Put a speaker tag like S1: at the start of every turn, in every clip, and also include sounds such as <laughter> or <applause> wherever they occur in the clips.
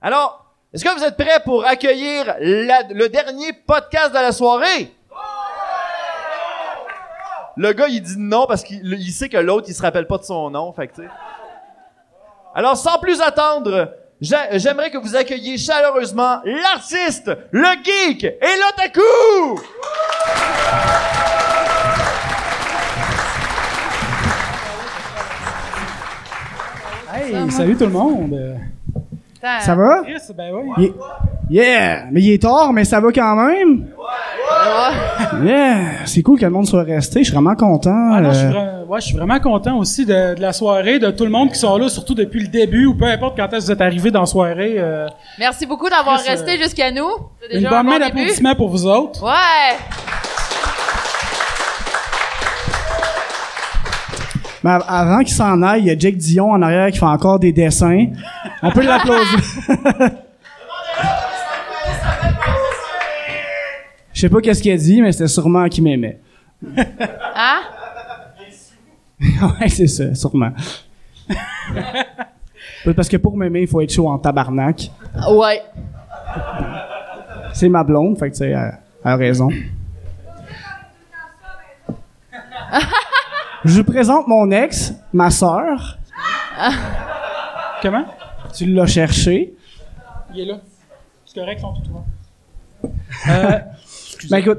S1: Alors, est-ce que vous êtes prêts pour accueillir la- le dernier podcast de la soirée? Le gars, il dit non parce qu'il il sait que l'autre, il se rappelle pas de son nom. Fait que, tu sais. Alors, sans plus attendre, j'a- j'aimerais que vous accueilliez chaleureusement l'artiste, le geek et l'otaku!
S2: Hey,
S3: Ça, moi.
S2: salut tout le monde. Euh,
S3: Attends,
S2: Ça va?
S4: Chris, ben oui.
S2: Ye- Yeah! Mais il est tard, mais ça va quand même. Yeah! C'est cool que le monde soit resté. Je suis vraiment content.
S4: Ah non, je, suis
S2: Euh,
S4: vra- ouais, je suis vraiment content aussi de, de la soirée, de tout le monde qui sont là, surtout depuis le début ou peu importe quand est-ce que vous êtes arrivés dans la soirée. euh,
S3: Merci beaucoup d'avoir
S4: Chris,
S3: resté jusqu'à nous. C'est
S4: une
S3: déjà un
S4: bonne
S3: bon
S4: main
S3: début.
S4: d'applaudissements pour vous autres.
S3: Ouais.
S2: mais av- avant qu'il s'en aille, il y a Jake Dion en arrière qui fait encore des dessins. On peut l'applaudir. <laughs> Je sais pas qu'est-ce qu'il a dit, mais c'était sûrement qu'il m'aimait. <laughs>
S3: Hein?
S2: ouais, c'est ça, sûrement. <laughs> Parce que pour m'aimer, il faut être chaud en tabarnak.
S3: Ouais.
S2: C'est ma blonde, fait que tu sais, elle elle a raison. Je vous présente mon ex, ma sœur.
S4: Comment?
S2: Tu l'as cherché.
S4: Il est là. C'est correct, ils sont Euh, tout ouverts.
S2: Ben écoute,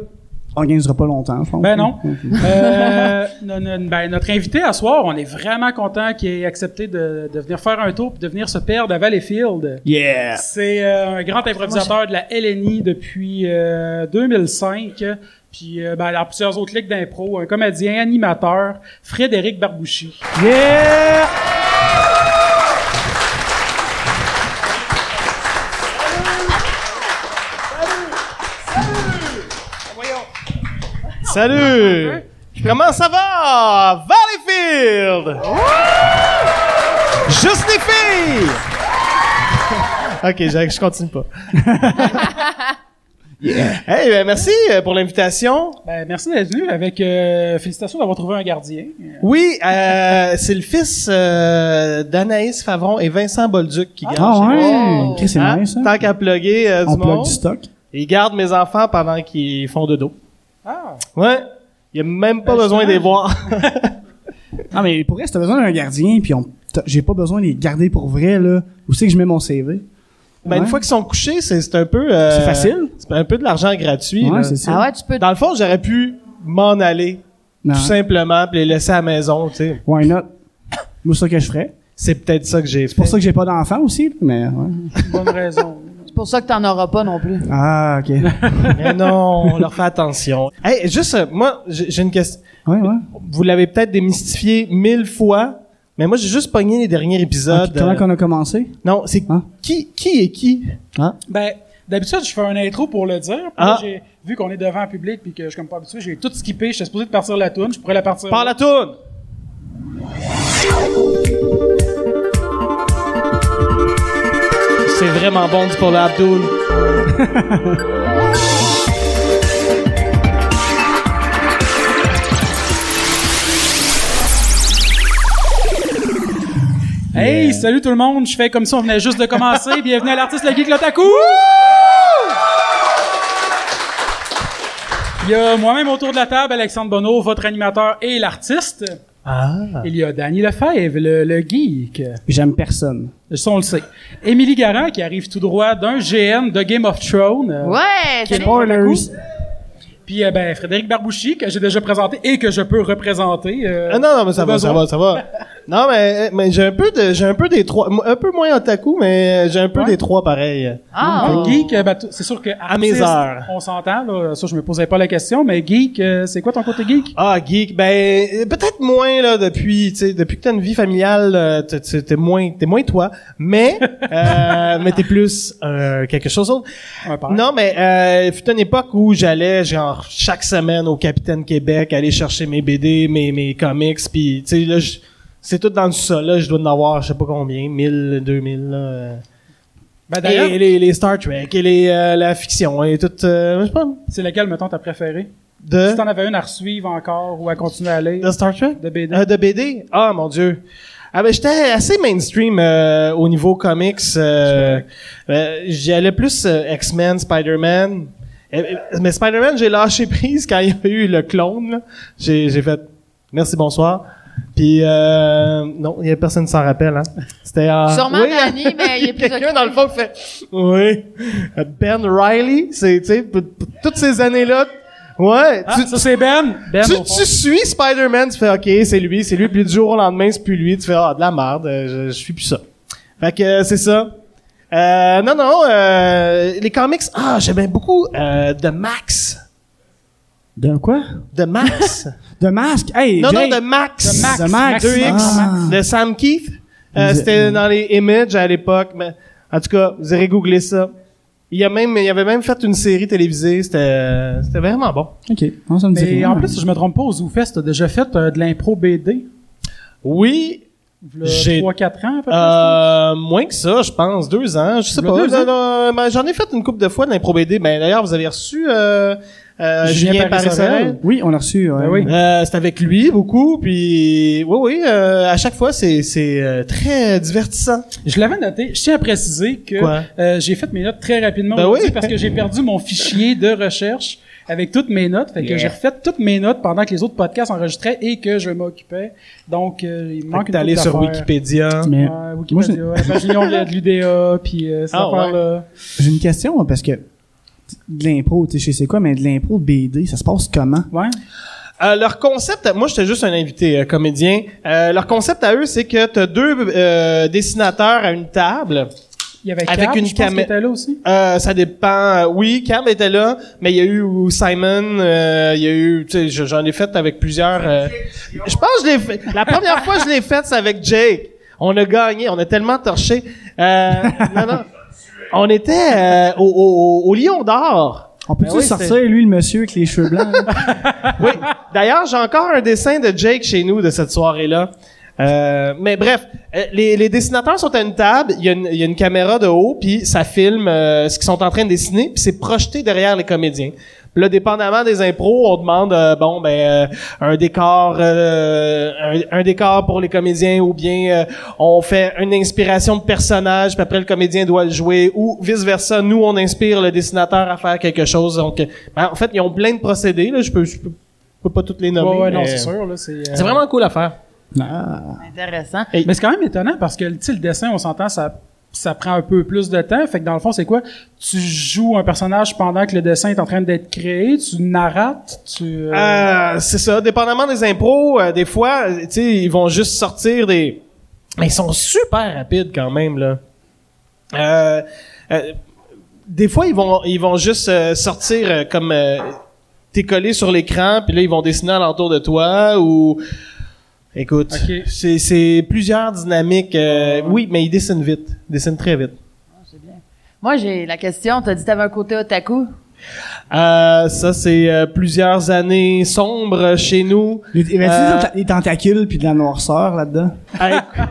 S2: on gagnera pas longtemps, je pense.
S4: Ben non. Euh, no- no- ben, notre invité à soir, on est vraiment content qu'il ait accepté de, de venir faire un tour et de venir se perdre à Valleyfield.
S2: Yeah!
S4: C'est euh, un grand improvisateur de la LNI depuis euh, 2005. Puis, euh, ben, dans plusieurs autres ligues d'impro, un comédien, animateur, Frédéric Barbouchi.
S2: Yeah!
S5: Salut! Comment ça va? Valleyfield! Juste les filles! ok, je, je continue pas. Hey, ben, merci euh, pour l'invitation.
S4: Ben, merci d'être venu avec euh, félicitations d'avoir trouvé un gardien.
S5: Oui, euh, c'est le fils euh, d'Anaïs Favron et Vincent Bolduc qui garde
S2: Ah
S5: chez nous.
S2: ouais!
S3: Oh.
S2: Chris, c'est
S5: Hein?
S2: nice, hein?
S5: Tant qu'à plugger euh, du
S2: On plug
S5: monde,
S2: du stock.
S5: ils gardent mes enfants pendant qu'ils font de dos.
S4: Ah!
S5: Ouais, il a même pas
S4: Ben,
S5: besoin de les voir. <laughs>
S2: Non, mais pour vrai, si t'as besoin d'un gardien, puis on... t'as- j'ai pas besoin de les garder pour vrai, là, où c'est que je mets mon CV?
S5: Ben,
S2: Ouais.
S5: Une fois qu'ils sont couchés, c'est c'est un peu... euh,
S2: C'est facile.
S5: C'est un peu de l'argent gratuit. là.
S2: Ouais, c'est ça.
S3: Ah ouais, tu peux.
S5: Dans le fond, j'aurais pu m'en aller,
S2: Non.
S5: tout simplement, puis les laisser à la maison, tu sais.
S2: Why not? Moi, c'est ça que je ferais.
S5: C'est peut-être ça que j'ai
S2: C'est pour
S5: fait.
S2: ça que j'ai pas d'enfant aussi, mais ouais.
S4: Bonne raison.
S3: C'est pour ça que t'en auras pas non plus.
S2: Ah, ok. ouais,
S5: Mais non, on leur fait
S2: <laughs>
S5: attention. Hey, juste, euh, moi, j'ai j'ai une question.
S2: ouais.
S5: Vous l'avez peut-être démystifié mille fois, mais moi, j'ai juste pogné les derniers épisodes.
S2: Ok, Ah, Comment
S5: euh,
S2: qu'on a commencé?
S5: Non, c'est
S2: Hein?
S5: qui, qui est qui?
S4: <laughs> Ben, d'habitude, je fais un intro pour le dire. Puis
S5: Ah.
S4: là, j'ai- vu qu'on est devant un public puis que je suis comme pas habitué, j'ai tout skippé. J'étais supposé de partir la toune. Je pourrais la partir.
S5: Par la toune! C'est vraiment bon du Paul Abdul.
S4: Hey,
S3: euh,
S4: salut tout le monde. Je fais comme si on venait juste de commencer. Bienvenue à l'artiste Le Geek Lotaku. Il y a moi-même autour de la table Alexandre Bonneau, votre animateur et l'artiste.
S5: Ah!
S4: Il y a Danny Lefebvre, le, le geek.
S2: J'aime personne.
S4: Ça, on le sait. Émilie Garant, qui arrive tout droit d'un GM de Game of Thrones. Euh,
S3: Ouais. salut.
S2: Spoilers!
S4: Puis, euh, ben, Frédéric Barbouchi, que j'ai déjà présenté et que je peux représenter. euh,
S5: Ah non, non, mais ça
S4: pas
S5: va, ça
S4: besoin.
S5: va, ça va. Non, mais, mais j'ai un peu de, j'ai un peu des trois, un peu moins otaku, mais j'ai un peu
S4: Ouais.
S5: des trois pareils.
S3: Ah.
S4: Le geek, euh, ben, t- c'est sûr que
S5: Oh. À mes
S4: artiste,
S5: heures.
S4: On s'entend, là. Ça, je me posais pas la question, mais geek, euh, c'est quoi ton côté geek?
S5: Ah, geek, ben, euh, peut-être moins, là, depuis, tu sais, depuis que t'as une vie familiale, euh, t'es- t'es t'es moins, t'es moins toi, mais, euh, mais t'es plus, euh, quelque chose d'autre.
S4: Un père.
S5: Non, mais euh, il fut une époque où j'allais genre chaque semaine au Capitaine Québec aller chercher mes BD, mes, mes comics, puis tu sais là je- c'est tout dans le sol là, je dois en avoir je sais pas combien, 1000, 2000 là. euh.
S4: Ben, d'ailleurs,
S5: Et les, les Star Trek et les euh, la fiction et tout euh, je sais pas
S4: c'est lequel, mettons, t'as préféré?
S5: de
S4: Si t'en avais une à suivre encore ou à continuer à aller
S5: Euh, de Star Trek
S4: de BD.
S5: Euh, de BD. Ah mon dieu. Ah ben j'étais assez mainstream euh, au niveau comics. Euh, euh, J'y allais plus euh, X-Men, Spider-Man. Euh, euh, Mais Spider-Man, j'ai lâché prise quand <laughs> il y a eu le clone. là. J'ai j'ai fait merci bonsoir. Puis euh, non, il y a personne qui s'en rappelle. Hein. C'était euh,
S3: Sûrement
S5: oui,
S3: Danny,
S5: <laughs>
S3: mais il est plus
S5: quelqu'un dans le fond qui fait oui. Ben Riley, c'est tu sais p- p- toutes ces années-là. Ouais,
S4: Ah,
S5: tu-
S4: ça, c'est Ben. Ben,
S5: tu,
S4: au fond.
S5: tu suis Spider-Man, tu fais OK, c'est lui, c'est lui, puis du jour au lendemain, c'est plus lui, tu fais Ah, de la merde, euh, je, je suis plus ça. Fait que euh, c'est ça. Euh, non, non, euh, les comics, ah, j'aimais beaucoup euh, de Max.
S2: De quoi?
S5: De Max.
S2: De masque? Hey,
S5: non, non,
S2: Jay.
S5: de Max.
S4: De Max.
S2: De Max.
S5: 2X.
S2: Ah.
S5: De Sam Keith. Euh,
S2: Vous-
S5: C'était dans les Images à l'époque. mais En tout cas, vous irez googler ça. Il y a même, il avait même fait une série télévisée. C'était, euh, c'était vraiment bon.
S2: OK. Non, ça me dit
S4: Mais
S2: rien.
S4: en plus, si je me trompe pas, aux ZooFest, t'as déjà fait euh, de l'impro BD.
S5: Oui, J'ai-
S4: 3-4 ans, à peu près,
S5: Euh, moins que ça, je pense. Deux ans, je sais
S4: Le
S5: pas.
S4: deux
S5: Non,
S4: ans?
S5: non, ben, J'en ai fait une couple de fois de l'impro BD. Ben, D'ailleurs, vous avez reçu euh, euh,
S4: Julien
S5: Julien Paris-Sorel.
S4: Paris-Sorel.
S2: Oui, on l'a reçu. ouais.
S4: Ben oui.
S5: Euh, c'est avec lui beaucoup, puis oui, oui, euh, à chaque fois, c'est c'est, euh, très divertissant.
S4: Je l'avais noté. Je tiens à préciser que
S5: Quoi?
S4: euh, j'ai fait mes notes très rapidement
S5: Ben
S4: aujourd'hui
S5: oui.
S4: parce que j'ai perdu mon fichier de recherche avec toutes mes notes. Fait que j'ai refait toutes mes notes pendant que les autres podcasts enregistraient et que je m'occupais. Donc, euh, il me manque
S5: Fait que
S4: une
S5: T'es allé
S4: couple
S5: sur
S4: d'affaires.
S5: Wikipédia.
S2: Mais
S4: Ouais, Euh, Wikipédia, ouais, parce que l'union de de l'UDA, puis euh, ces
S5: Ah, ouais.
S4: affaires-là.
S2: j'ai une question, hein, parce que de l'impro, tu sais, je sais c'est quoi, mais de l'impro de BD, ça se passe comment?
S4: Ouais.
S5: Euh, leur concept, moi j'étais juste un invité euh, comédien. Euh, leur concept à eux, c'est que t'as deux euh, dessinateurs à une table.
S4: Il y avait
S5: Avec
S4: Cap,
S5: une
S4: je pense,
S5: cam-
S4: qui était là aussi.
S5: Euh, ça dépend. Oui, Cam était là, mais il y a eu Simon, euh, il y a eu, tu sais, je- j'en ai fait avec plusieurs. euh, je pense que je l'ai fait. La première fois que je l'ai faite, c'est avec Jake. On a gagné, on a tellement torché. Euh, non, non. On était euh, au, au, au Lion d'Or.
S2: On peut-tu
S5: Ben oui,
S2: sortir,
S5: c'est-
S2: lui, le monsieur avec les cheveux blancs? là?
S5: <laughs> Oui. D'ailleurs, j'ai encore un dessin de Jake chez nous de cette soirée-là. Euh, mais bref, euh, les, les dessinateurs sont à une table, il y, a une- il y a une caméra de haut, puis ça filme euh, ce qu'ils sont en train de dessiner, puis c'est projeté derrière les comédiens. Puis là, dépendamment des impros, on demande euh, bon ben euh, un décor, euh, un, un décor pour les comédiens, ou bien euh, on fait une inspiration de personnage, puis après le comédien doit le jouer, ou vice versa. Nous, on inspire le dessinateur à faire quelque chose. Donc, euh, ben, en fait, ils ont plein de procédés. Là, je peux, je peux, je peux pas toutes les nommer.
S4: Ouais, ouais, non,
S5: mais-
S4: c'est sûr. Là, c'est, euh,
S5: c'est vraiment cool à faire.
S2: Ah.
S3: Intéressant.
S4: Mais c'est quand même étonnant parce que tu sais, le dessin, on s'entend, ça, ça prend un peu plus de temps. Fait que dans le fond, c'est quoi? Tu joues un personnage pendant que le dessin est en train d'être créé, tu narrates, tu... euh,
S5: Euh, c'est ça. Dépendamment des impros, euh, des fois, euh, tu sais, ils vont juste sortir des. Mais ils sont super rapides quand même là. Euh, euh, des fois, ils vont, ils vont juste euh, sortir euh, comme euh, t'es collé sur l'écran, puis là ils vont dessiner alentour de toi ou. Écoute,
S4: Ok.
S5: c'est, c'est plusieurs dynamiques. euh, oui, mais ils dessinent vite, ils dessinent très vite.
S3: Moi, j'ai la question. T'as dit que t'avais un côté otaku.
S5: Euh, ça, c'est euh, plusieurs années sombres chez nous.
S2: Il y avait-tu des
S5: Euh,
S2: tenta- des tentacules puis de la noirceur là-dedans?
S5: à, éc-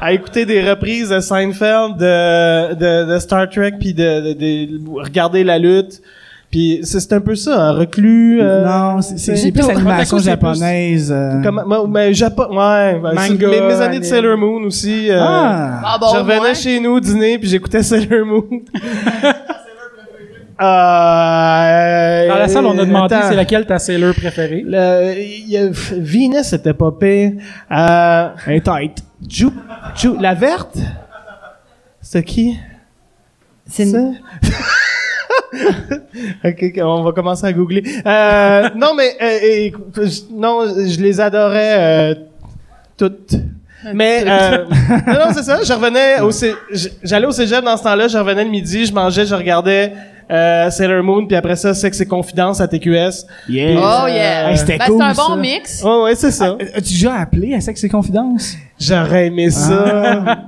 S5: à écouter des reprises de Seinfeld, de, de, de Star Trek, puis de, de- de regarder la lutte. Puis c'est c'est un peu ça, un reclus. euh,
S2: non, c'est- c'est
S5: c'est-
S2: c'est plus animation
S5: Otaku, c'est plus-
S2: japonaise. euh.
S5: Comment, moi, mais Japon, ouais, ben, c'est-
S4: Manga,
S5: mes, mes années
S4: anime.
S5: de Sailor Moon aussi. euh,
S2: Ah!
S3: Ah bon,
S5: je revenais
S3: ouais.
S5: chez nous dîner puis j'écoutais <laughs> Sailor
S4: <laughs>
S5: Moon. Euh,
S4: dans la salle, on a demandé
S5: attends.
S4: c'est laquelle ta sailor préférée.
S5: Le- il y a- Venus, c'était pas pire. Euh,
S2: Elle est tight.
S5: Ju, Ju- la verte? C'est qui?
S3: C'est
S5: ça? <laughs>
S3: une...
S5: ok, ok, on va commencer à googler. Euh, non, mais euh, et- je- non, je les adorais euh, toutes. Mais euh, <laughs> non, non, c'est ça. Je revenais au cé- j- j'allais au cégep dans ce temps-là. Je revenais le midi, je mangeais, je regardais euh, Sailor Moon, puis après ça, Sex et Confidence à TQS.
S2: Yeah.
S3: Oh yeah.
S2: Hey, c'était
S3: Ben,
S2: cool,
S3: c'est un bon
S2: ça.
S3: mix.
S5: Ouais, ouais, c'est ça.
S2: As-tu déjà appelé à Sexe et Confidence?
S5: J'aurais
S2: Ah.
S5: aimé ça.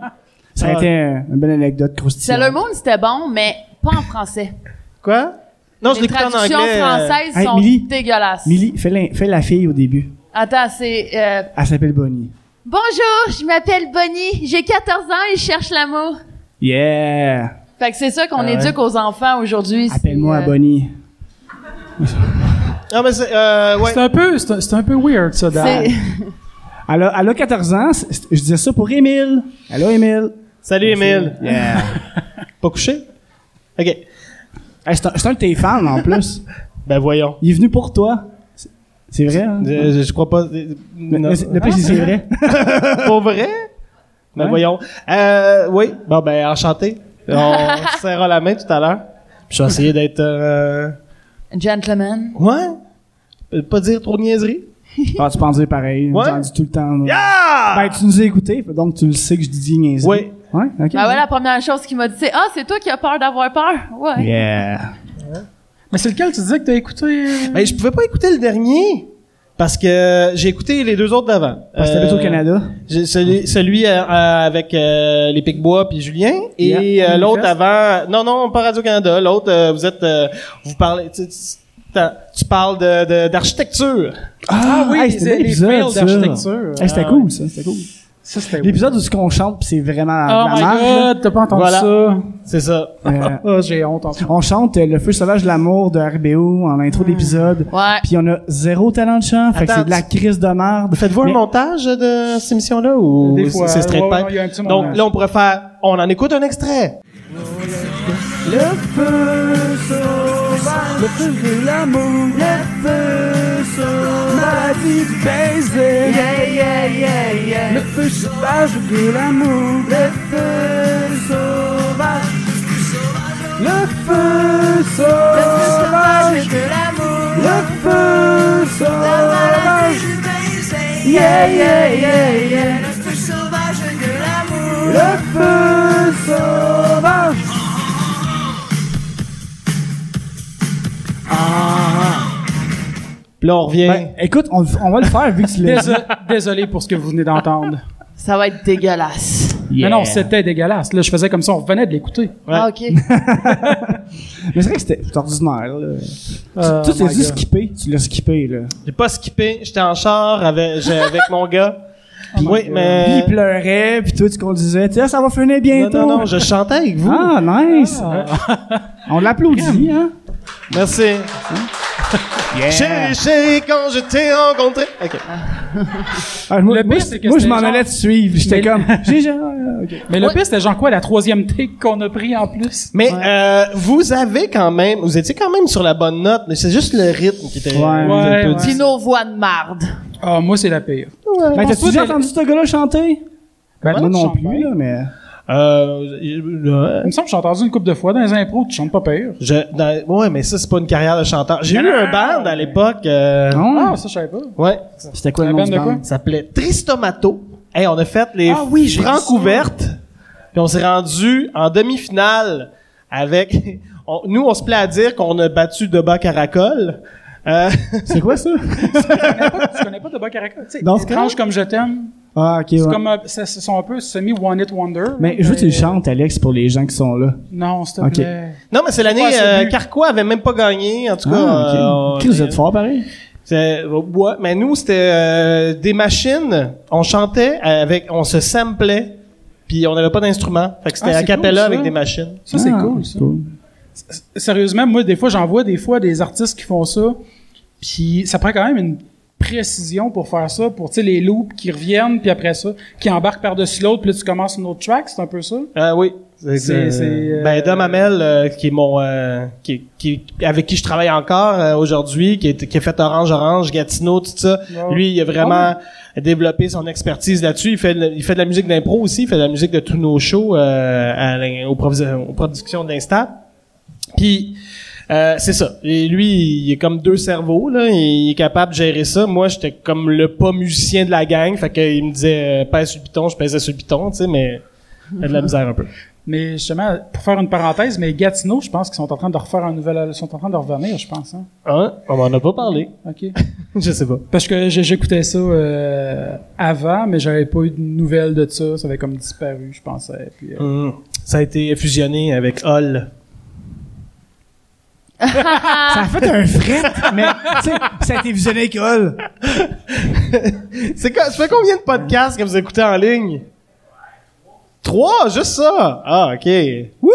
S2: Ça a
S5: Ah.
S2: été un- une belle anecdote croustillante.
S3: Sailor Moon, c'était bon, mais pas en français.
S5: Quoi? Non, je
S3: Les
S5: l'écoutais en anglais.
S3: traductions
S5: euh,
S3: françaises
S2: Hey,
S3: sont
S2: Millie.
S3: dégueulasses.
S2: Millie, fais la, fais la fille au début.
S3: Attends, c'est... euh,
S2: Elle s'appelle Bonnie.
S3: Bonjour, je m'appelle Bonnie, j'ai 14 ans et je cherche l'amour.
S2: Yeah!
S3: Fait que c'est ça qu'on
S5: Ah ouais.
S3: éduque aux enfants aujourd'hui. c'est,
S2: Appelle-moi
S3: euh,
S2: Bonnie.
S5: Non, mais c'est, euh, ouais.
S4: C'est un peu, c'est un, c'est un peu weird ça. Dan.
S3: c'est-
S2: Elle a, elle a 14 ans. c'est- c'est- Je disais ça pour Émile. Allô, Émile.
S5: Salut, Émile.
S2: Yeah.
S5: Pas couché? OK.
S2: <laughs> Hey, c'est un, c'est un de tes fans, en plus.
S5: Ben, voyons. Euh,
S2: Il est venu pour toi. C'est- C'est vrai, hein?
S5: Je, je- je crois pas...
S2: Mais-
S5: Non.
S2: mais c'est- Le pire, c'est c'est vrai.
S5: <laughs> Pour vrai? Ben
S2: Ouais.
S5: voyons. Euh, oui, bon ben enchanté. On <laughs> se serra la main tout à l'heure. Puis je vais essayer d'être... Euh...
S3: Gentleman.
S5: Ouais? Euh, Pas dire trop de niaiseries.
S2: Ah, tu peux en dire pareil.
S5: Ouais.
S2: J'en dis tout le temps. là.
S5: Yeah!
S2: Ben, tu nous as écoutés, donc tu le sais que je dis niaiserie.
S5: Oui.
S2: Ouais, ok.
S6: Ah,
S3: Ben ouais, la première chose qu'il m'a dit, c'est « Ah, c'est toi qui as peur d'avoir peur? » Ouais.
S2: Yeah.
S4: Mais c'est lequel tu disais que t'as écouté? euh?
S5: Ben je pouvais pas écouter le dernier parce que j'ai écouté les deux autres d'avant.
S2: Parce que t'habites Ah, au
S5: Euh,
S2: Canada.
S5: j'ai- celui celui euh, euh, avec euh, les Picbois puis Julien et
S4: Yeah.
S5: euh, l'autre
S4: Manifeste.
S5: avant non non pas Radio Canada l'autre euh, vous êtes euh, vous parlez tu, tu- t'as- tu parles de de- d'architecture
S4: Ah oui,
S2: hey,
S4: les-
S2: c'était un bel
S4: les
S2: épisode,
S4: fails
S2: ça.
S4: d'architecture.
S2: Hey, c'était
S5: Ah,
S2: cool, ça. C'était cool.
S4: Ça, c'était
S2: L'épisode où ce qu'on chante, pis c'est vraiment
S4: Oh
S2: la
S4: my
S2: marge, là.
S4: god, t'as pas entendu
S5: Voilà.
S4: ça?
S5: c'est ça
S2: Euh,
S4: Ah, j'ai honte en
S2: on chante euh, Le feu sauvage de l'amour de RBO en
S4: Hmm.
S2: intro d'épisode.
S3: Ouais.
S2: Puis on a zéro talent de chant, fait que
S5: Attends,
S2: c'est de la crise de merde.
S5: Faites-vous
S2: Mais-
S5: un montage de cette émission-là ou
S4: Des fois,
S5: c'est straight
S4: ouais,
S5: pipe?
S4: ouais, il y a un petit
S5: Donc
S4: montage.
S5: là, on pourrait faire, on en écoute un extrait. Puis là, on revient.
S2: Ben, écoute, on, on va le faire vu que tu l'as dit.
S4: Désolé, <laughs> désolé pour ce que vous venez d'entendre.
S3: Ça va être dégueulasse.
S4: Mais non, c'était dégueulasse. Là, je faisais comme ça, on revenait de l'écouter.
S5: Ouais.
S3: Ah, OK.
S2: Mais c'est vrai que c'était c'est ordinaire, là.
S4: Euh,
S2: tu tu l'as
S4: my
S2: dû
S4: God.
S2: skipper. Tu l'as skippé, là.
S5: J'ai pas skippé, j'étais en char avec, j'ai- avec mon <laughs> gars. Puis, oui,
S4: Euh,
S2: Puis
S5: mais
S2: il pleurait, puis toi, tu conduisais. Tu sais, Ah, ça va finir
S5: non,
S2: bientôt.
S5: non, non, je chantais avec vous.
S2: Ah, nice!
S4: Ah.
S2: On l'applaudit, hein?
S5: Merci. Chérie, chérie, quand je t'ai rencontré. Ok.
S2: Ah, moi,
S4: Le
S2: moi,
S4: pire, c'est que
S2: moi, je
S4: c'était
S2: m'en
S4: genre-
S2: allais te suivre. J'étais
S4: Mais- <laughs>
S2: comme, j'ai genre... ah, ok.
S4: Mais le
S3: Ouais.
S4: pire, c'était genre quoi, la troisième take qu'on a pris en plus?
S5: Mais euh, vous avez quand même, vous étiez quand même sur la bonne note, mais c'est juste le rythme qui était.
S2: Ouais.
S5: un peu
S4: Ouais,
S5: difficile.
S3: Puis nos voix de <laughs> marde.
S4: Ah, moi, c'est la pire.
S2: Ben,
S4: pense
S2: t'as-tu
S4: pas
S2: déjà
S4: que-
S2: entendu ce gars-là chanter?
S4: Ben,
S2: Moi
S4: tu
S2: non
S4: chantes
S2: plus,
S4: bien.
S2: là, mais...
S5: Euh, euh,
S4: Il me semble que j'ai entendu une couple de fois dans les impros, tu chantes pas pire.
S5: Je, dans- ouais, mais ça, c'est pas une carrière de chanteur. J'ai eu un band à l'époque. euh,
S2: Non?
S4: Ah, ça, je savais pas.
S5: Ouais.
S2: C'était quoi
S4: la
S2: le nom
S4: bande
S2: du
S4: de quoi?
S2: band?
S5: Ça s'appelait Tristomato. Hey, on a fait les
S4: Ah oui, j'ai vu
S5: francs
S4: ça.
S5: ouvertes. Puis on s'est rendu en demi-finale avec. <laughs> on- nous, on se plaît à dire qu'on a battu Deba Caracol. Euh, <laughs>
S2: C'est
S4: <laughs>
S2: quoi, ça?
S4: tu connais pas de bas caractère. Tu sais,
S2: Dans ce
S4: étrange comme je t'aime.
S2: Ah, ok,
S4: C'est
S2: ouais.
S4: comme, euh, ça- ce sont un peu semi-one hit wonder.
S2: Mais je veux que tu le
S4: Mais-
S2: chantes, Alex, pour les gens qui sont là.
S4: Non, s'il te
S2: Ok.
S4: plaît.
S5: non, mais c'est l'année
S4: Ouais, c'est le
S5: euh,
S4: but.
S5: Carquois avait même pas gagné. En tout cas,
S2: Ah,
S5: euh, on-
S2: ok. Chris, vous êtes fort, pareil?
S5: C'est- euh, ouais, mais nous, c'était euh, des machines. On chantait avec, on se samplait, puis on n'avait pas d'instrument. Fait que c'était
S4: Ah,
S5: a
S4: c'est
S5: cappella
S4: cool, ça.
S5: avec des machines.
S4: Ça, c'est
S2: Ah,
S4: cool, ça. Sérieusement, moi, des fois, j'en vois des fois des artistes qui font ça, puis ça prend quand même une précision pour faire ça, pour, tu sais, les loops qui reviennent, puis après ça, qui embarquent par-dessus l'autre, puis là, tu commences une autre track, c'est un peu ça?
S5: Ah oui.
S4: C'est-
S5: euh,
S4: c'est, euh,
S5: ben Dom Hamel, euh, qui est mon, euh, qui, qui, avec qui je travaille encore euh, aujourd'hui, qui, est- qui a fait Orange Orange, Gatineau, tout ça.
S4: Wow. Ah
S5: Lui, il a vraiment développé son expertise là-dessus. Il fait, de la- il fait de la musique d'impro aussi, il fait de la musique de tous nos shows euh, à l'in- aux, provis- aux productions de l'Insta. Puis euh, c'est ça. Et lui, il est comme deux cerveaux là. Il est capable de gérer ça. Moi, j'étais comme le pas musicien de la gang. Fait qu'il me disait euh, pèse sur le piton, je pèsais sur le piton, tu sais, mais il y a de la misère un peu.
S4: Mais justement, pour faire une parenthèse, mais Gatineau, je pense qu'ils sont en train de refaire un nouvel, ils sont en train de revenir, je pense, hein.
S5: Hein? On m'en a pas parlé.
S4: OK.
S5: <laughs> Je sais pas.
S4: Parce que j'ai- j'écoutais ça euh, avant, mais j'avais pas eu de nouvelles de ça, ça avait comme disparu, je pensais. Puis, euh,
S5: Ça a été fusionné avec Hall.
S2: Ça a fait un fret, mais, tu sais, ça a été visionné à l'école.
S5: C'est quoi, ça fait combien de podcasts que vous écoutez en ligne? Trois, juste ça! Ah, ok. Wouh!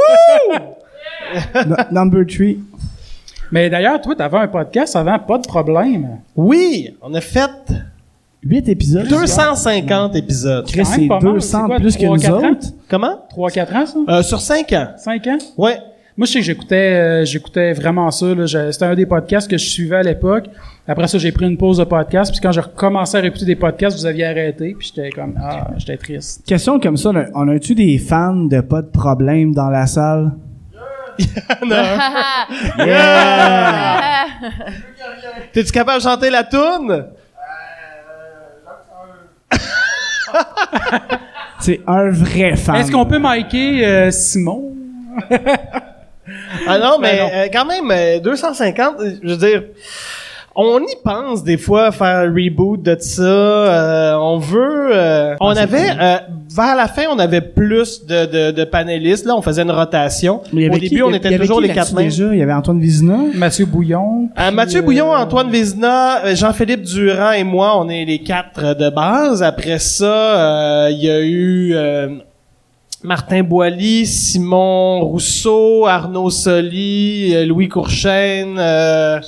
S2: No- Number three.
S4: Mais d'ailleurs, toi, t'avais un podcast avant, pas de problème.
S5: Oui, on a fait
S2: 8 épisodes.
S5: 250 épisodes.
S2: Chris,
S4: C'est
S2: c'est
S4: pas mal.
S2: 200
S4: C'est quoi,
S2: plus que
S4: trois,
S2: nous
S4: quatre ans?
S2: autres.
S5: Comment?
S4: 3-4 ans, ça?
S5: Euh, sur 5 ans.
S4: 5 ans?
S5: Ouais. <laughs>
S4: Moi, je sais que j'écoutais, euh, j'écoutais vraiment ça. là. Je- C'était un des podcasts que je suivais à l'époque. Après ça, j'ai pris une pause de podcast. Puis quand j'ai recommencé à écouter des podcasts, vous aviez arrêté. Puis j'étais comme, ah, j'étais triste.
S2: Question comme ça, là, on a-tu des fans de pas de problème dans la salle?
S5: <laughs> Yeah! T'es-tu capable de chanter la toune?
S2: C'est un vrai fan.
S4: Est-ce qu'on peut miker euh, Simon?
S5: <laughs> Ah non,
S4: Ben
S5: mais
S4: non.
S5: euh, quand même, euh, 250, euh, je veux dire, on y pense des fois faire un reboot de ça. euh, on veut...
S2: Ah,
S5: euh, on avait... euh, vers la fin, on avait plus de, de, de panélistes. Là, on faisait une rotation.
S2: Mais il y
S5: Au
S2: avait qui-
S5: début, on
S2: il y
S5: était
S2: avait
S5: toujours
S2: qui
S5: les
S2: là-dessus
S5: quatre mêmes.
S2: Déjà? Il y avait Antoine Vizina.
S4: Mathieu Bouillon?
S5: Euh,
S4: puis,
S5: Mathieu
S4: euh,
S5: Bouillon, Antoine Vézina, euh, Jean-Philippe Durand et moi, on est les quatre euh, de base. Après ça, euh, il y a eu euh, Martin Boilly, Simon Rousseau, Arnaud Soli, euh, Louis Courchaine. euh,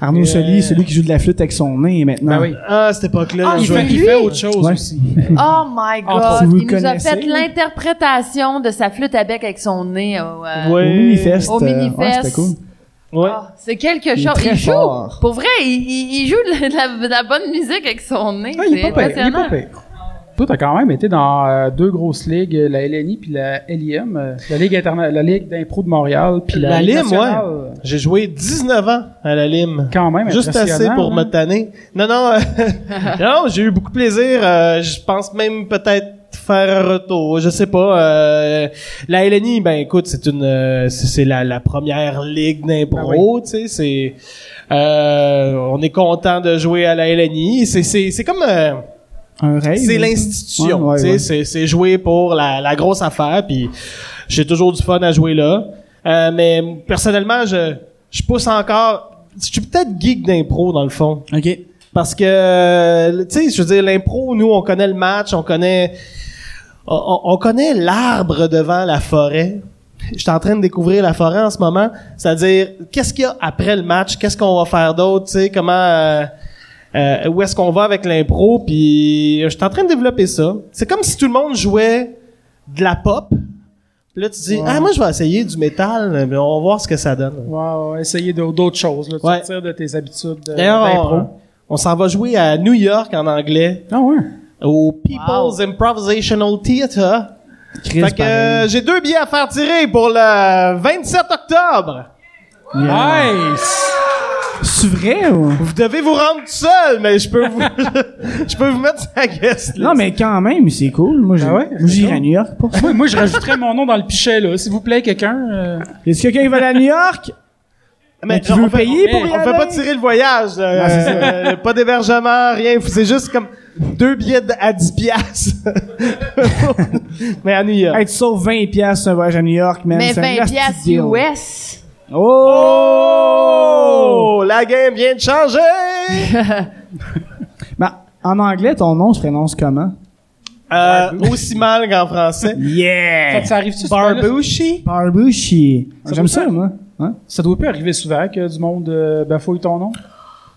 S2: Arnaud
S5: Euh,
S2: Soli, celui qui joue de la flûte avec son nez maintenant.
S4: Ben oui.
S5: ah, à cette époque-là,
S3: Ah,
S5: il
S4: Il fait,
S5: jouait-
S4: il fait autre chose
S2: Ouais.
S4: aussi.
S6: <laughs> Oh my
S4: Entre-
S6: God!
S2: Si vous
S6: il nous a
S2: connaissez,
S6: fait
S2: là.
S6: l'interprétation de sa flûte à bec avec son nez. au, euh,
S2: Au
S5: Ouais.
S2: Minifest.
S6: Au
S2: euh,
S6: Minifest.
S2: ouais, c'était cool.
S5: Ouais.
S6: ah, c'est quelque
S2: Il est
S6: chose.
S2: très
S6: Il joue.
S2: fort.
S6: Pour vrai, il, il- il joue de la, de la- de la bonne musique avec son nez.
S4: Ah, il
S6: c'est
S4: est pas pire. Il est
S6: impressionnant.
S4: pas pire. Toi, t'as quand même été dans euh, deux grosses ligues, la LNI puis la LIM, euh, la Ligue, interna- la Ligue d'impro de Montréal puis la,
S5: La
S4: Ligue
S5: LIM, ouais.
S4: nationale.
S5: J'ai joué 19 ans à la Lime.
S4: Quand même
S5: Juste assez
S4: impressionnant,
S5: pour
S4: hein.
S5: me tanner. Non, non, euh, non j'ai eu beaucoup de plaisir. euh, je pense même peut-être faire un retour. Je sais pas. euh, la LNI, ben écoute, c'est une, euh, c'est c'est la, la première ligue
S4: Ben
S5: d'impro. Tu sais, c'est, euh, on est content de jouer à la LNI. C'est, c'est, c'est comme. euh,
S2: Un rêve.
S5: c'est
S2: hein.
S5: l'institution.
S2: Ouais, ouais,
S5: tu sais,
S2: ouais.
S5: C'est, c'est joué pour la, la grosse affaire. Puis j'ai toujours du fun à jouer là. Euh, mais personnellement, je, je pousse encore. Je suis peut-être geek d'impro dans le fond.
S2: OK.
S5: Parce que, euh, tu sais, je veux dire, l'impro, nous, on connaît le match, on connaît, on- on, on connaît l'arbre devant la forêt. Je suis en train de découvrir la forêt en ce moment. C'est-à-dire, qu'est-ce qu'il y a après le match? Qu'est-ce qu'on va faire d'autre? Tu sais, comment, euh, euh, où est-ce qu'on va avec l'impro? Puis, je suis en train de développer ça. C'est comme si tout le monde jouait de la pop. Puis Là, tu dis, ah, moi, je vais essayer du métal, mais on va voir ce que ça donne.
S4: Ouais, ouais, essayer d'au- d'autres choses, là, de
S5: Ouais.
S4: sortir de tes habitudes de-
S5: D'ailleurs, euh,
S4: d'impro.
S5: on, on s'en va jouer à New York en anglais.
S4: Ah ouais.
S5: au People's Improvisational Theatre.
S2: Chris, ben,
S5: Fait que euh,
S2: pareil.
S5: j'ai deux billets à faire tirer pour le 27 octobre.
S2: Yeah.
S4: Nice!
S2: C'est vrai ou?
S5: Vous devez vous rendre tout seul, mais je peux vous, <laughs> je peux vous mettre sa guest. list.
S2: Non, mais quand même, c'est cool. Moi, j'ai-
S4: Ah ouais?
S2: moi, j'irai à New York pour ça.
S4: moi, moi, je rajouterais mon nom dans le pichet, là. S'il vous plaît, quelqu'un. euh,
S2: Est-ce que quelqu'un qui va aller à New York? <laughs> mais tu
S5: on
S2: veux
S5: fait-
S2: payer
S5: on-
S2: pour y
S5: On fait
S2: aller?
S5: pas tirer le voyage. euh, euh, pas d'hébergement, rien. C'est juste comme deux billets d- à 10 piastres. <laughs> mais à New York.
S2: Hey, tu sauves 20 piastres un voyage à New York, man.
S6: Mais
S2: C'est un
S6: 20
S2: nasty
S6: piastres
S2: deal.
S6: US.
S2: Oh!
S5: Oh, la game vient de changer.
S2: <laughs> Ben, en anglais, ton nom se prononce comment?
S5: Euh, aussi mal
S2: <laughs>
S5: qu'en français.
S4: fait
S2: Yeah!
S4: que ça arrive-tu souvent, là?
S5: Barbouchi.
S2: Barbushi. J'aime ça, moi. Hein?
S4: Ça doit pas arriver souvent que du monde euh, bafouille ton nom.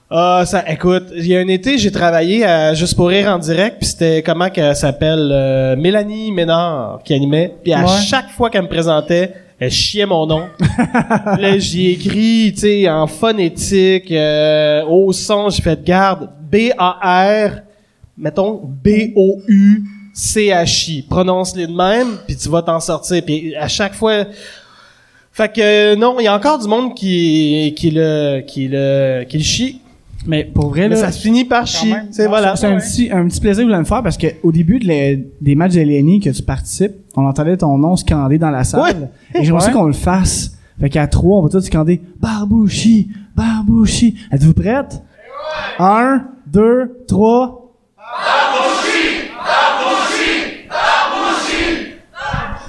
S5: Ah, ça, écoute, il y a un été, j'ai travaillé à Juste pour rire en direct, puis c'était comment qu'elle s'appelle euh, Mélanie Ménard qui animait, puis à
S4: Ouais.
S5: chaque fois qu'elle me présentait, elle chiait mon nom. Là, j'y ai écrit, tu sais, en phonétique, euh, au son, j'ai fait garde B A R, mettons B O U C H I. Prononce-les de même, puis tu vas t'en sortir. Puis à chaque fois, fait que euh, non, il y a encore du monde qui qui le qui le qui le chie.
S2: Mais pour vrai,
S5: Mais
S2: là,
S5: ça se finit par chier.
S4: même.
S5: C'est
S4: Non,
S5: voilà.
S2: c'est
S4: ouais.
S2: un, petit, un petit plaisir que vous allez me faire parce qu'au début de les- des matchs de LNI que tu participes, on entendait ton nom scander dans la salle. Et j'aimerais ça
S4: Ouais.
S2: qu'on le fasse. Fait qu'à trois, on va tous scander Barbouchi, Barbouchi. Êtes-vous prête? Un, deux, trois.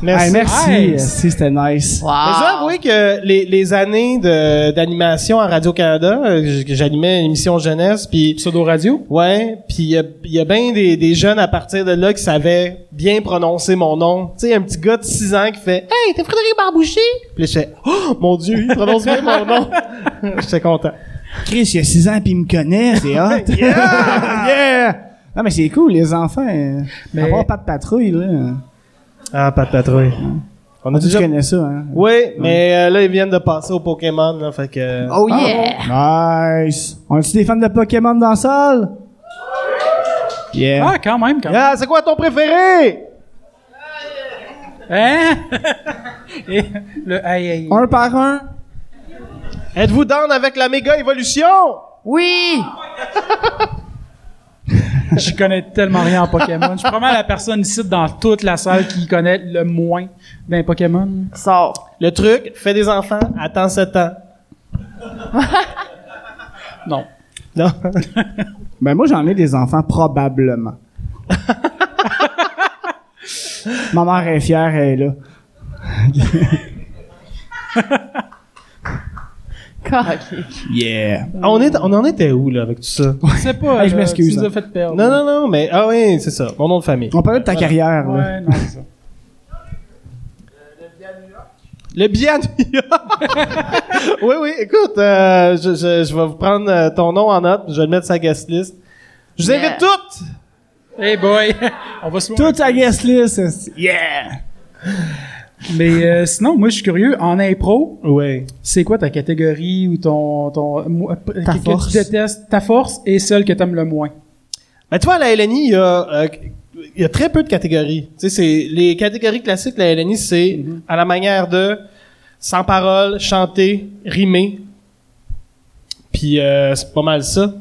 S5: Merci.
S2: Hey, merci.
S4: Nice.
S2: Si, c'était nice. Oh,
S6: Wow.
S5: Mais je dois avouer que les, les années de- d'animation à Radio-Canada, euh, j- que j'animais une émission jeunesse, puis
S4: Pseudo radio.
S5: ouais, puis il y a, il y a bien des, des jeunes à partir de là qui savaient bien prononcer mon nom. Tu sais, un petit gars de 6 ans qui fait « Hey, t'es Frédéric Barbouchi? » Puis là, je fais « Oh, mon Dieu, il prononce bien mon nom! » <laughs> J'étais content.
S2: Chris, il a 6 ans puis il me connaît, <laughs> c'est hot. yeah! Non, mais c'est cool, les enfants. euh,
S4: Mais-
S2: Avoir pas de patrouille, là.
S5: Ah, pas de patrouille. On a
S2: Tu
S5: Ah, déjà...
S2: connais ça, hein?
S5: Oui, mais euh, là, ils viennent de passer au Pokémon, là, fait que...
S3: Oh yeah!
S2: Nice! On a-tu des fans de Pokémon dans la salle? Yeah!
S4: Ah, quand même, quand même.
S5: Ah, c'est quoi ton préféré?
S4: Hein? <laughs> Et le aïe aïe.
S2: Un par un?
S5: Êtes-vous down avec la méga évolution?
S3: Oui!
S4: Je connais tellement rien en Pokémon. Je suis probablement la personne ici dans toute la salle qui connaît le moins d'un Pokémon.
S1: Sors.
S5: Le truc, fais des enfants, attends 7 ans.
S4: Non.
S5: Non.
S2: Ben, moi, j'en ai des enfants, probablement. <laughs> Ma mère est fière, elle est là. Yeah!
S5: Ah, on, est, on en était où, là, avec tout ça?
S4: Je sais pas.
S2: Hey, je
S4: là,
S2: m'excuse.
S4: Tu
S2: hein.
S4: nous as fait perdre.
S5: Non, non, non, mais... Ah oui, c'est ça, mon nom de famille.
S2: On parlait de ta carrière, là.
S4: Ouais, non, c'est ça.
S5: Le billet à New York. <laughs> oui, oui, écoute, euh, je, je- je vais vous prendre euh, ton nom en note, je vais le mettre sur la guest list. Je vous invite
S6: Yeah.
S5: toutes!
S4: Hey boy! <laughs> On va se loin.
S2: Toute ta guest list! esti. Yeah!
S4: Mais euh, sinon, moi, je suis curieux. En impro,
S5: Oui.
S4: c'est quoi ta catégorie ou ton. ton euh, mo-
S2: Ta
S4: que, que
S2: force.
S4: tu détestes, ta force et celle que t'aimes le moins?
S5: Ben, tu vois, à la LNI, il y a, euh, il y a très peu de catégories. Tu sais, c'est, les catégories classiques de la LNI, c'est à la manière de sans parole, chanter, rimer. Puis euh, c'est pas mal ça.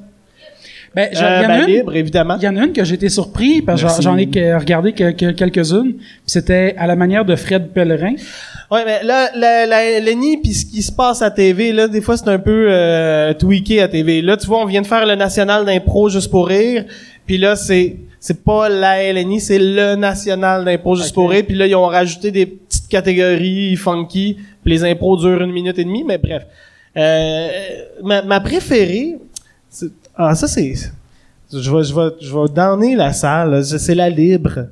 S4: Ben, j'en-
S5: Euh,
S4: y en a
S5: ben,
S4: une-
S5: libre, évidemment.
S4: Il y en a une que j'étais surpris, parce que j'en-
S5: Merci.
S4: j'en ai que- regardé que- que- quelques-unes. puis C'était à la manière de Fred Pellerin.
S5: Ouais, mais là, la, la LNI, puis ce qui se passe à TV, là, des fois, c'est un peu euh, tweaké à TV. Là, tu vois, on vient de faire le national d'impro juste pour rire. Puis là, c'est c'est pas la LNI, c'est le national d'impro juste
S4: Ok.
S5: pour rire. Puis là, ils ont rajouté des petites catégories funky. Puis les impros durent une minute et demie, mais bref. Euh, ma, ma préférée... c'est- Ah, ça, c'est... Je vais, je vais, je vais donner la salle. là. Je- C'est la libre.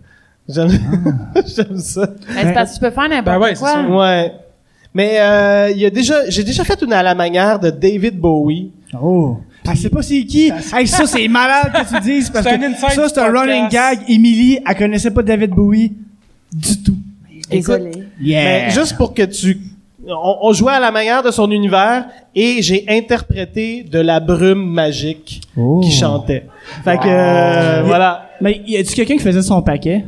S5: J'aime <laughs> j'aime ça.
S6: Ben, c'est parce que tu peux faire n'importe
S4: Ben ouais, c'est
S6: quoi.
S4: ça.
S5: Ouais. Mais euh, il y a déjà, j'ai déjà fait une à la manière de David Bowie.
S2: Oh! Elle sait pas c'est qui! Hey, ça, c'est malade que tu <laughs> dises, parce
S4: C'est
S2: que
S4: un inside
S2: ça, c'est un
S4: podcast.
S2: running gag. Émilie, elle connaissait pas David Bowie du tout.
S6: Désolé.
S2: Yeah!
S5: Mais juste pour que tu, on, on jouait à la manière de son univers et j'ai interprété de la brume magique
S2: Oh.
S5: qui chantait. Fait que euh,
S2: Wow.
S5: voilà.
S2: Mais y a-tu quelqu'un qui faisait son paquet?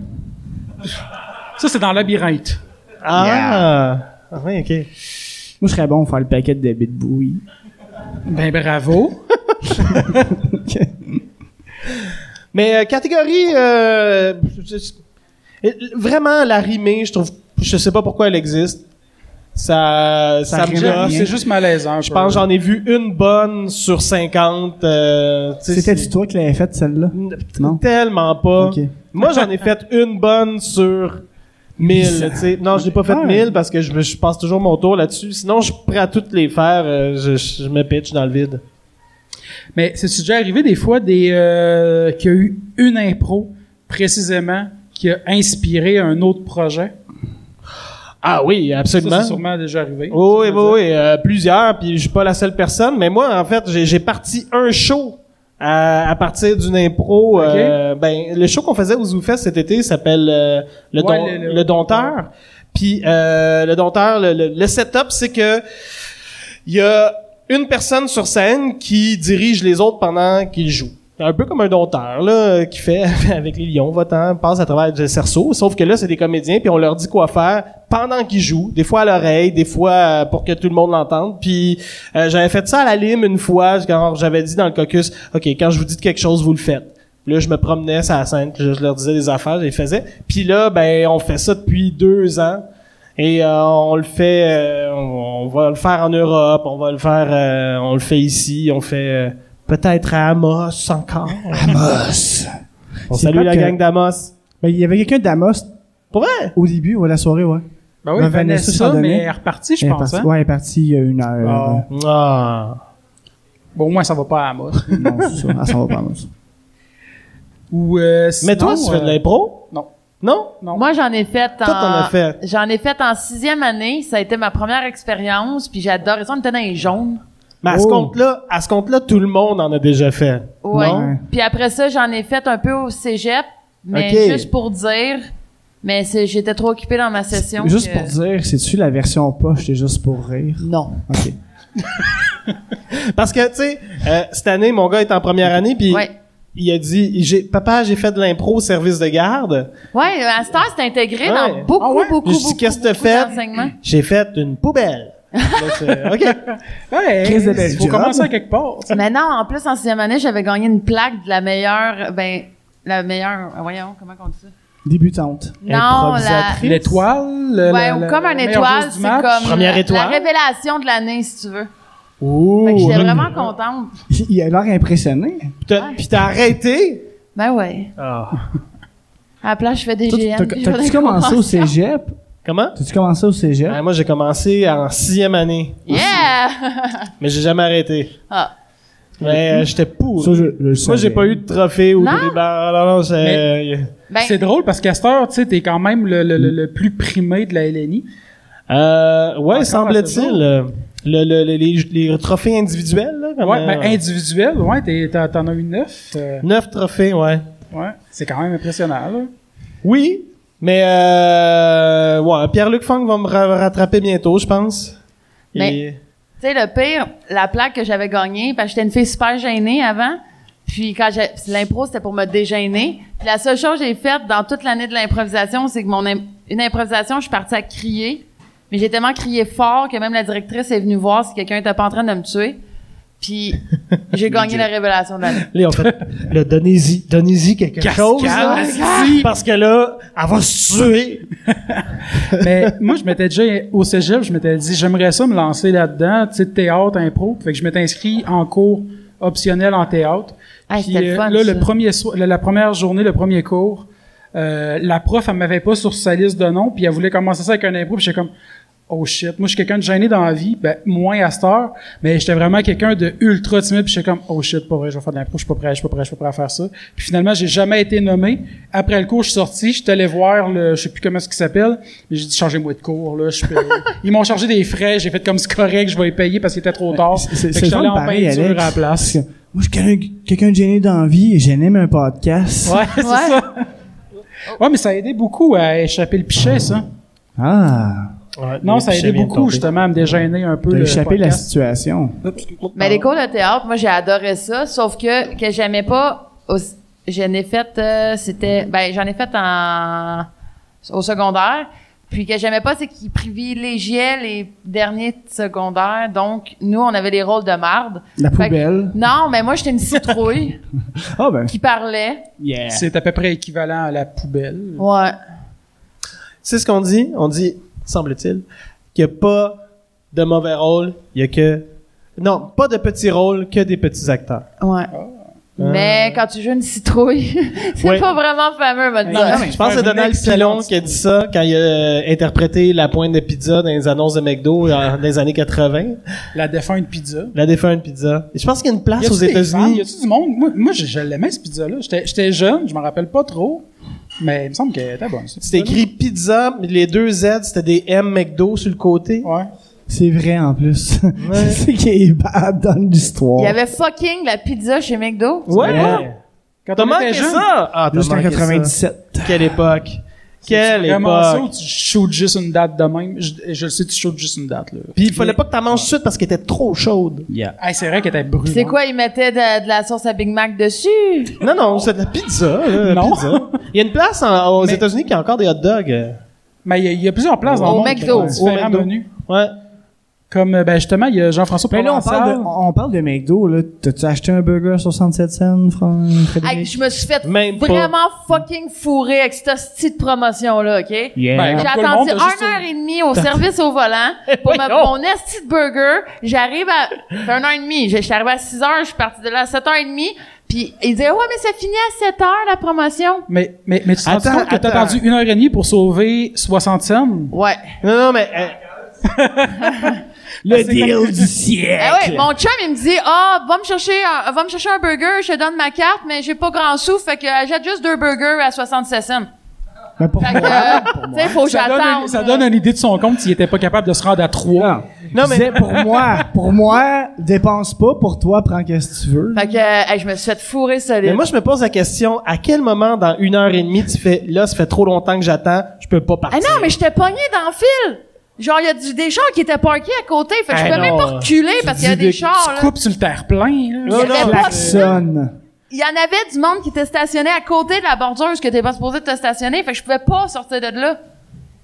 S4: Ça, c'est dans Labyrinthe.
S5: Ah. Ah oui, ok.
S2: Moi, je serais bon pour faire le paquet de David <laughs> Bowie.
S4: Ben bravo.
S5: Mais euh, catégorie, euh, je- je- vraiment la rimée, je trouve, je sais pas pourquoi elle existe. Ça, ça,
S2: Ça
S5: me
S2: rime
S5: gosse.
S2: rien.
S4: C'est juste malaisant.
S5: Je pense que j'en ai vu une bonne sur 50. euh, tu sais,
S2: C'était-tu
S5: c'est-
S2: toi qui l'avais faite, celle-là? Non?
S5: Tellement pas.
S2: Ok.
S5: Moi, j'en ai fait une bonne sur 1000. tu sais. Non, je n'ai pas fait
S2: Ah.
S5: 1000 parce que je, me- je passe toujours mon tour là-dessus. Sinon, je suis prêt à toutes les faire. euh, je, je me pitch dans le vide.
S4: Mais c'est déjà arrivé des fois des euh, qu'il y a eu une impro précisément qui a inspiré un autre projet.
S5: Ah oui,
S4: Ça,
S5: absolument.
S4: c'est sûrement déjà arrivé.
S5: Oh, oui, oui, oui, euh, plusieurs, puis je suis pas la seule personne, mais moi, en fait, j'ai j'ai parti un show à, à partir d'une impro.
S4: Ok.
S5: euh, ben, le show qu'on faisait au ZooFest cet été s'appelle euh, le,
S4: Ouais,
S5: Don-
S4: le- le-
S5: le Dompteur. Puis euh, le Dompteur, le, le- le setup, c'est que il y a une personne sur scène qui dirige les autres pendant qu'ils jouent. Un peu comme un dompteur, là, euh, qui fait <laughs> avec les lions, votant, passe à travers le cerceau. Sauf que là, c'est des comédiens, puis on leur dit quoi faire pendant qu'ils jouent. Des fois à l'oreille, des fois euh, pour que tout le monde l'entende. Puis euh, j'avais fait ça à la lime une fois, quand j'avais dit dans le caucus, OK, quand je vous dis de quelque chose, vous le faites. Là, je me promenais sur la scène, puis je leur disais des affaires, je les faisais. Puis là, ben, on fait ça depuis deux ans. Et euh, on le fait, euh, on, on va le faire en Europe, on va le faire, euh, on le fait ici, on fait euh, peut-être à Amos encore. <laughs>
S2: Amos!
S5: On
S2: C'est
S5: salue
S2: pas
S5: la
S2: que-
S5: gang d'Amos.
S2: Ben, il y avait quelqu'un d'Amos
S5: Pour vrai?
S2: au début, ou à la soirée, ouais.
S4: Ben oui,
S2: Ben,
S4: Vanessa,
S2: Vanessa s'en
S4: mais
S2: donnait.
S4: elle est repartie, je
S2: Elle est
S4: pense.
S2: partie-
S4: hein?
S2: Ouais, elle est partie il y a une heure.
S4: Ah.
S2: ouais.
S5: Ah.
S4: Bon, au moins, ça va pas à moi.
S5: <laughs>
S2: Non, c'est ça. Elle s'en va
S4: <laughs>
S2: pas, Amos.
S4: Ou, euh,
S5: Mais toi,
S4: sinon,
S5: tu fais de
S4: euh,
S5: l'impro?
S4: non.
S5: Non?
S4: Non.
S6: Moi, j'en ai fait en...
S5: Toi, t'en as fait.
S6: J'en ai fait en sixième année. Ça a été ma première expérience, puis j'ai adoré ça. On était dans les jaunes.
S5: Mais à ce
S2: Oh.
S5: compte-là, à ce compte-là, tout le monde en a déjà fait.
S6: Ouais.
S2: Non.
S6: Puis après ça, j'en ai fait un peu au cégep, mais
S5: Ok.
S6: juste pour dire. Mais c'est- j'étais trop occupée dans ma session.
S2: Juste
S6: que-
S4: euh,
S2: pour dire, c'est-tu la version poche, c'est juste pour rire?
S6: Non.
S2: Ok.
S5: Parce que, tu sais, euh, cette année, mon gars est en première année, puis
S6: Ouais.
S5: il a dit, j'ai, papa, j'ai fait de l'impro au service de garde.
S6: Ouais, à cette heure, c'est intégré
S5: Ouais.
S6: dans beaucoup,
S5: Ah ouais?
S6: beaucoup,
S5: Je dis,
S6: beaucoup,
S5: qu'est-ce que t'as
S6: beaucoup
S5: fait?
S6: d'enseignements.
S5: J'ai fait une poubelle. Là, c'est-
S6: <laughs>
S5: ok.
S4: Ouais,
S2: Chris de belle
S4: ben, faut
S2: job.
S4: commencer à quelque part. tu sais.
S6: Mais non, en plus, en sixième année, j'avais gagné une plaque de la meilleure, ben, la meilleure, voyons, comment on dit ça?
S2: Débutante.
S6: Non, la,
S5: Improvisatrice.
S4: L'étoile. le-
S6: ouais,
S4: la-
S6: ou
S4: la-
S6: comme
S4: la
S6: un
S4: meilleure
S6: étoile,
S4: joueuse du
S6: c'est
S4: match. Oh,
S6: comme
S5: Première
S6: la-
S5: étoile.
S6: la révélation de l'année, si tu veux.
S5: Ouh.
S6: Fait que j'étais vraiment contente.
S2: Il a l'air impressionné.
S5: Puis t'as- Puis t'as arrêté.
S6: Ben ouais. À la place, je fais des
S2: Toi,
S6: GN.
S2: t'as-
S6: puis je fais
S2: T'as-tu
S6: des
S2: commencé au
S6: conventions.
S2: cégep?
S5: Comment?
S2: T'as-tu commencé au cégep?
S4: Ah,
S5: Ben, moi, j'ai commencé en sixième année,
S6: Yeah! <laughs>
S5: mais j'ai jamais arrêté.
S6: Ah.
S5: Mais euh, j'étais
S2: Ça,
S5: pourri.
S2: je, je le
S5: Moi, j'ai
S2: savais.
S5: pas eu de trophée ou
S6: Non?
S5: de riband. Non, non, c'est- euh,
S6: Ben,
S4: C'est drôle parce qu'à cette heure, tu sais, t'es quand même le, le- le- le plus primé de la LNI.
S5: Euh, ouais,
S4: Encore à
S5: semble-t-il.
S4: ce
S5: euh, le- le- le- les, les trophées individuels, là. comme,
S4: Ouais, ben,
S5: euh,
S4: individuel, ouais, t'es- t'en t'en as eu neuf. euh,
S5: Neuf trophées, ouais.
S4: ouais, c'est quand même impressionnant, là.
S5: Oui, mais euh, ouais, Pierre-Luc Funk va me ra- rattraper bientôt, je pense. Et-
S6: Mais- Tu sais, le pire, la plaque que j'avais gagnée, parce que j'étais une fille super gênée avant. Puis quand j'ai puis l'impro, c'était pour me dégêner. Puis la seule chose que j'ai faite dans toute l'année de l'improvisation, c'est que mon im- une improvisation, je suis partie à crier. Mais j'ai tellement crié fort que même la directrice est venue voir si quelqu'un était pas en train de me tuer. Puis j'ai gagné la révélation de l'année.
S5: Là, en fait, là, donnez-y, donnez-y quelque chose. là. parce que là, elle va se tuer.
S4: <laughs> Mais moi, je m'étais déjà au cégep, je m'étais dit, j'aimerais ça me lancer là-dedans, tu sais, théâtre, impro. Fait que je m'étais inscrit en cours optionnel en théâtre.
S6: Ah,
S4: Puis,
S6: c'était le
S4: euh,
S6: fun,
S4: là,
S6: ça.
S4: le premier so- la- la première journée, le premier cours, euh, la prof, elle m'avait pas sur sa liste de noms, puis elle voulait commencer ça avec un impro, puis j'étais comme, oh shit, moi, je suis quelqu'un de gêné dans la vie, ben, moins à cette heure, mais j'étais vraiment quelqu'un de ultra timide, puis j'étais comme, oh shit, pas vrai, je vais faire de l'impro, je suis pas prêt, je suis pas prêt, je suis pas prêt à faire ça. Puis finalement, j'ai jamais été nommé. Après le cours, je suis sorti, je suis allé voir le, je sais plus comment ce qu'il s'appelle, mais j'ai dit, changez-moi de cours, là,
S2: <laughs>
S4: je peux- Ils m'ont chargé des frais, j'ai fait comme c'est correct, je vais les payer parce qu'il était trop tard.
S2: C'est- C'est
S4: Fait que
S2: c'est
S4: j'étais
S2: le
S4: allé
S2: fun
S4: en
S2: pareil,
S4: peinture
S2: Alex.
S4: à la place.
S2: <laughs> Parce que Moi, je suis quelqu'un quelqu'un de gêné dans la vie et j'anime un podcast.
S4: Ouais, c'est
S6: Ouais.
S4: ça. Ouais, mais ça a aidé beaucoup à échapper le pichet, ça.
S2: Ah,
S4: Non, ça a aidé beaucoup, justement, à me dégêner un peu.
S2: t'as
S4: le
S2: échappé la
S4: podcast.
S2: situation.
S6: Mais Ben, les cours de théâtre, moi j'ai adoré ça, sauf que que j'aimais pas aussi- j'en ai fait euh, c'était ben j'en ai fait en au secondaire. Puis que j'aimais pas c'est qu'ils privilégiaient les derniers de secondaire. Donc nous on avait les rôles de marde.
S2: La
S6: Fait que-
S2: poubelle.
S6: Non, mais moi j'étais une citrouille
S2: Ah ben,
S6: qui parlait.
S2: yeah.
S4: C'est à peu près équivalent à la poubelle.
S6: Ouais.
S5: C'est ce qu'on dit. On dit, semble-t-il, qu'il n'y a pas de mauvais rôle, il y a que... Non, pas de petits rôles, que des petits acteurs.
S6: Ouais. Mais quand tu joues une citrouille, <laughs> c'est
S5: Ouais.
S6: pas vraiment fameux, va te
S4: Non,
S6: dire.
S4: mais
S5: Je pense
S4: faire
S5: que c'est
S4: une
S5: Donald Pilon
S4: excellente-
S5: qui a dit ça quand il a interprété la pointe de pizza dans les annonces de McDo euh, dans dans les années 80.
S4: La défunte pizza.
S5: La défunte pizza. Et je pense qu'il y a une
S4: Y
S5: place
S4: a-tu
S5: Ah, aux
S4: des fans? Y
S5: États-Unis.
S4: a-tu du monde? Moi, moi, je, je l'aimais, cette pizza-là. J'étais j'étais jeune, je m'en rappelle pas trop, mais il me semble qu'elle était bonne. cette
S5: C'était
S4: pizza-là.
S5: écrit pizza, mais les deux Z, c'était des M McDo sur le côté.
S4: Ouais.
S2: C'est vrai en plus.
S5: Ouais.
S2: <laughs> c'est ça qui est bad dans l'histoire.
S6: Il y avait fucking la pizza chez McDo.
S5: Ouais!
S2: Ouais.
S4: Quand
S5: T'as
S4: on
S5: manqué
S4: était jeune,
S5: ça! Ah, t'as
S2: Jusqu'en
S5: manqué
S2: 97.
S5: ça. Quelle époque. Quelle
S4: tu vraiment ça ou
S5: époque.
S4: tu shootes juste une date de même? Je, je le sais, tu shootes juste une date, là.
S5: Puis il fallait pas que t'en manges tout de suite parce qu'elle était trop chaude.
S4: Ah, c'est vrai qu'elle était brûlante.
S6: C'est quoi, ils mettaient de, de la sauce à Big Mac dessus?
S5: Non, non, c'est de la pizza. là,
S4: Non. <laughs>
S5: pizza. Il y a une place en- aux
S4: Mais-
S5: États-Unis qui a encore des hot dogs. euh.
S4: Mais il y a- il y, a plusieurs places dans
S6: Au
S4: le monde.
S6: McDo.
S4: qui ont
S5: Au
S4: Différents
S5: McDo.
S4: menus.
S5: Ouais.
S4: Comme, euh, ben, justement, il y a Jean-François
S2: Mais là, on
S4: Provençal.
S2: parle, de, on parle de McDo, là. T'as-tu acheté un burger à 67 cents, Fran-
S6: Hey,
S2: Frédéric?
S6: je me suis fait
S5: Même pas.
S6: vraiment fucking fourré avec cette petite promotion-là, OK?
S4: Ben,
S2: Yeah.
S4: Comme
S6: J'ai
S4: tout le monde,
S6: attendu
S4: t'as juste
S6: un heure et demie au service
S4: <laughs>
S6: au volant pour ma-
S5: Voyons.
S6: mon esti de burger. J'arrive à... fait un heure et demie. Je je suis arrivée à 6 heures, je suis partie de là à 7 heures et demie. Puis ils disaient « Ouais, mais ça finit à 7 heures, la promotion.
S4: Mais, mais, mais tu te rends
S5: Attends,
S4: compte que t'as
S5: attends.
S4: attendu une heure et demie pour sauver 60 cents? »
S6: Ouais.
S5: Non, non, mais... euh,
S2: Le deal du siècle!
S6: Eh ouais, mon chum, il me dit, ah, va me chercher, un- va me chercher un burger, je te donne ma carte, mais j'ai pas grand sou, fait que euh, jette juste deux burgers à 76 cents.
S2: Mais pour
S6: Fait
S2: moi,
S6: que, tu sais, faut que
S4: Ça donne,
S6: j'attende.
S4: une, ça donne une idée de son compte s'il était pas capable de se rendre à trois.
S2: non. Je disais, pour moi, pour moi, dépense pas, pour toi, prends qu'est-ce que tu veux.
S6: Fait que, euh, hey, je me suis fait fourrer solide.
S5: Mais moi, je me pose la question, à quel moment dans une heure et demie tu fais, là, ça fait trop longtemps que j'attends, je peux pas
S6: Ah
S5: partir.
S6: non, mais j'étais pogné dans le fil. Genre, il y a du- des chars qui étaient parqués à côté. Fait que
S5: Ah
S6: je peux même
S5: non.
S6: pas reculer parce qu'il y a des chars,
S4: Tu
S6: là.
S4: coupes sur le terre-plein, là.
S5: Non,
S6: Il y avait
S5: non.
S6: pas de-
S2: Klaxonne.
S6: Il y en avait du monde qui était stationné à côté de la bordure parce que t'es pas supposé de te stationner. Fait que je pouvais pas sortir de là.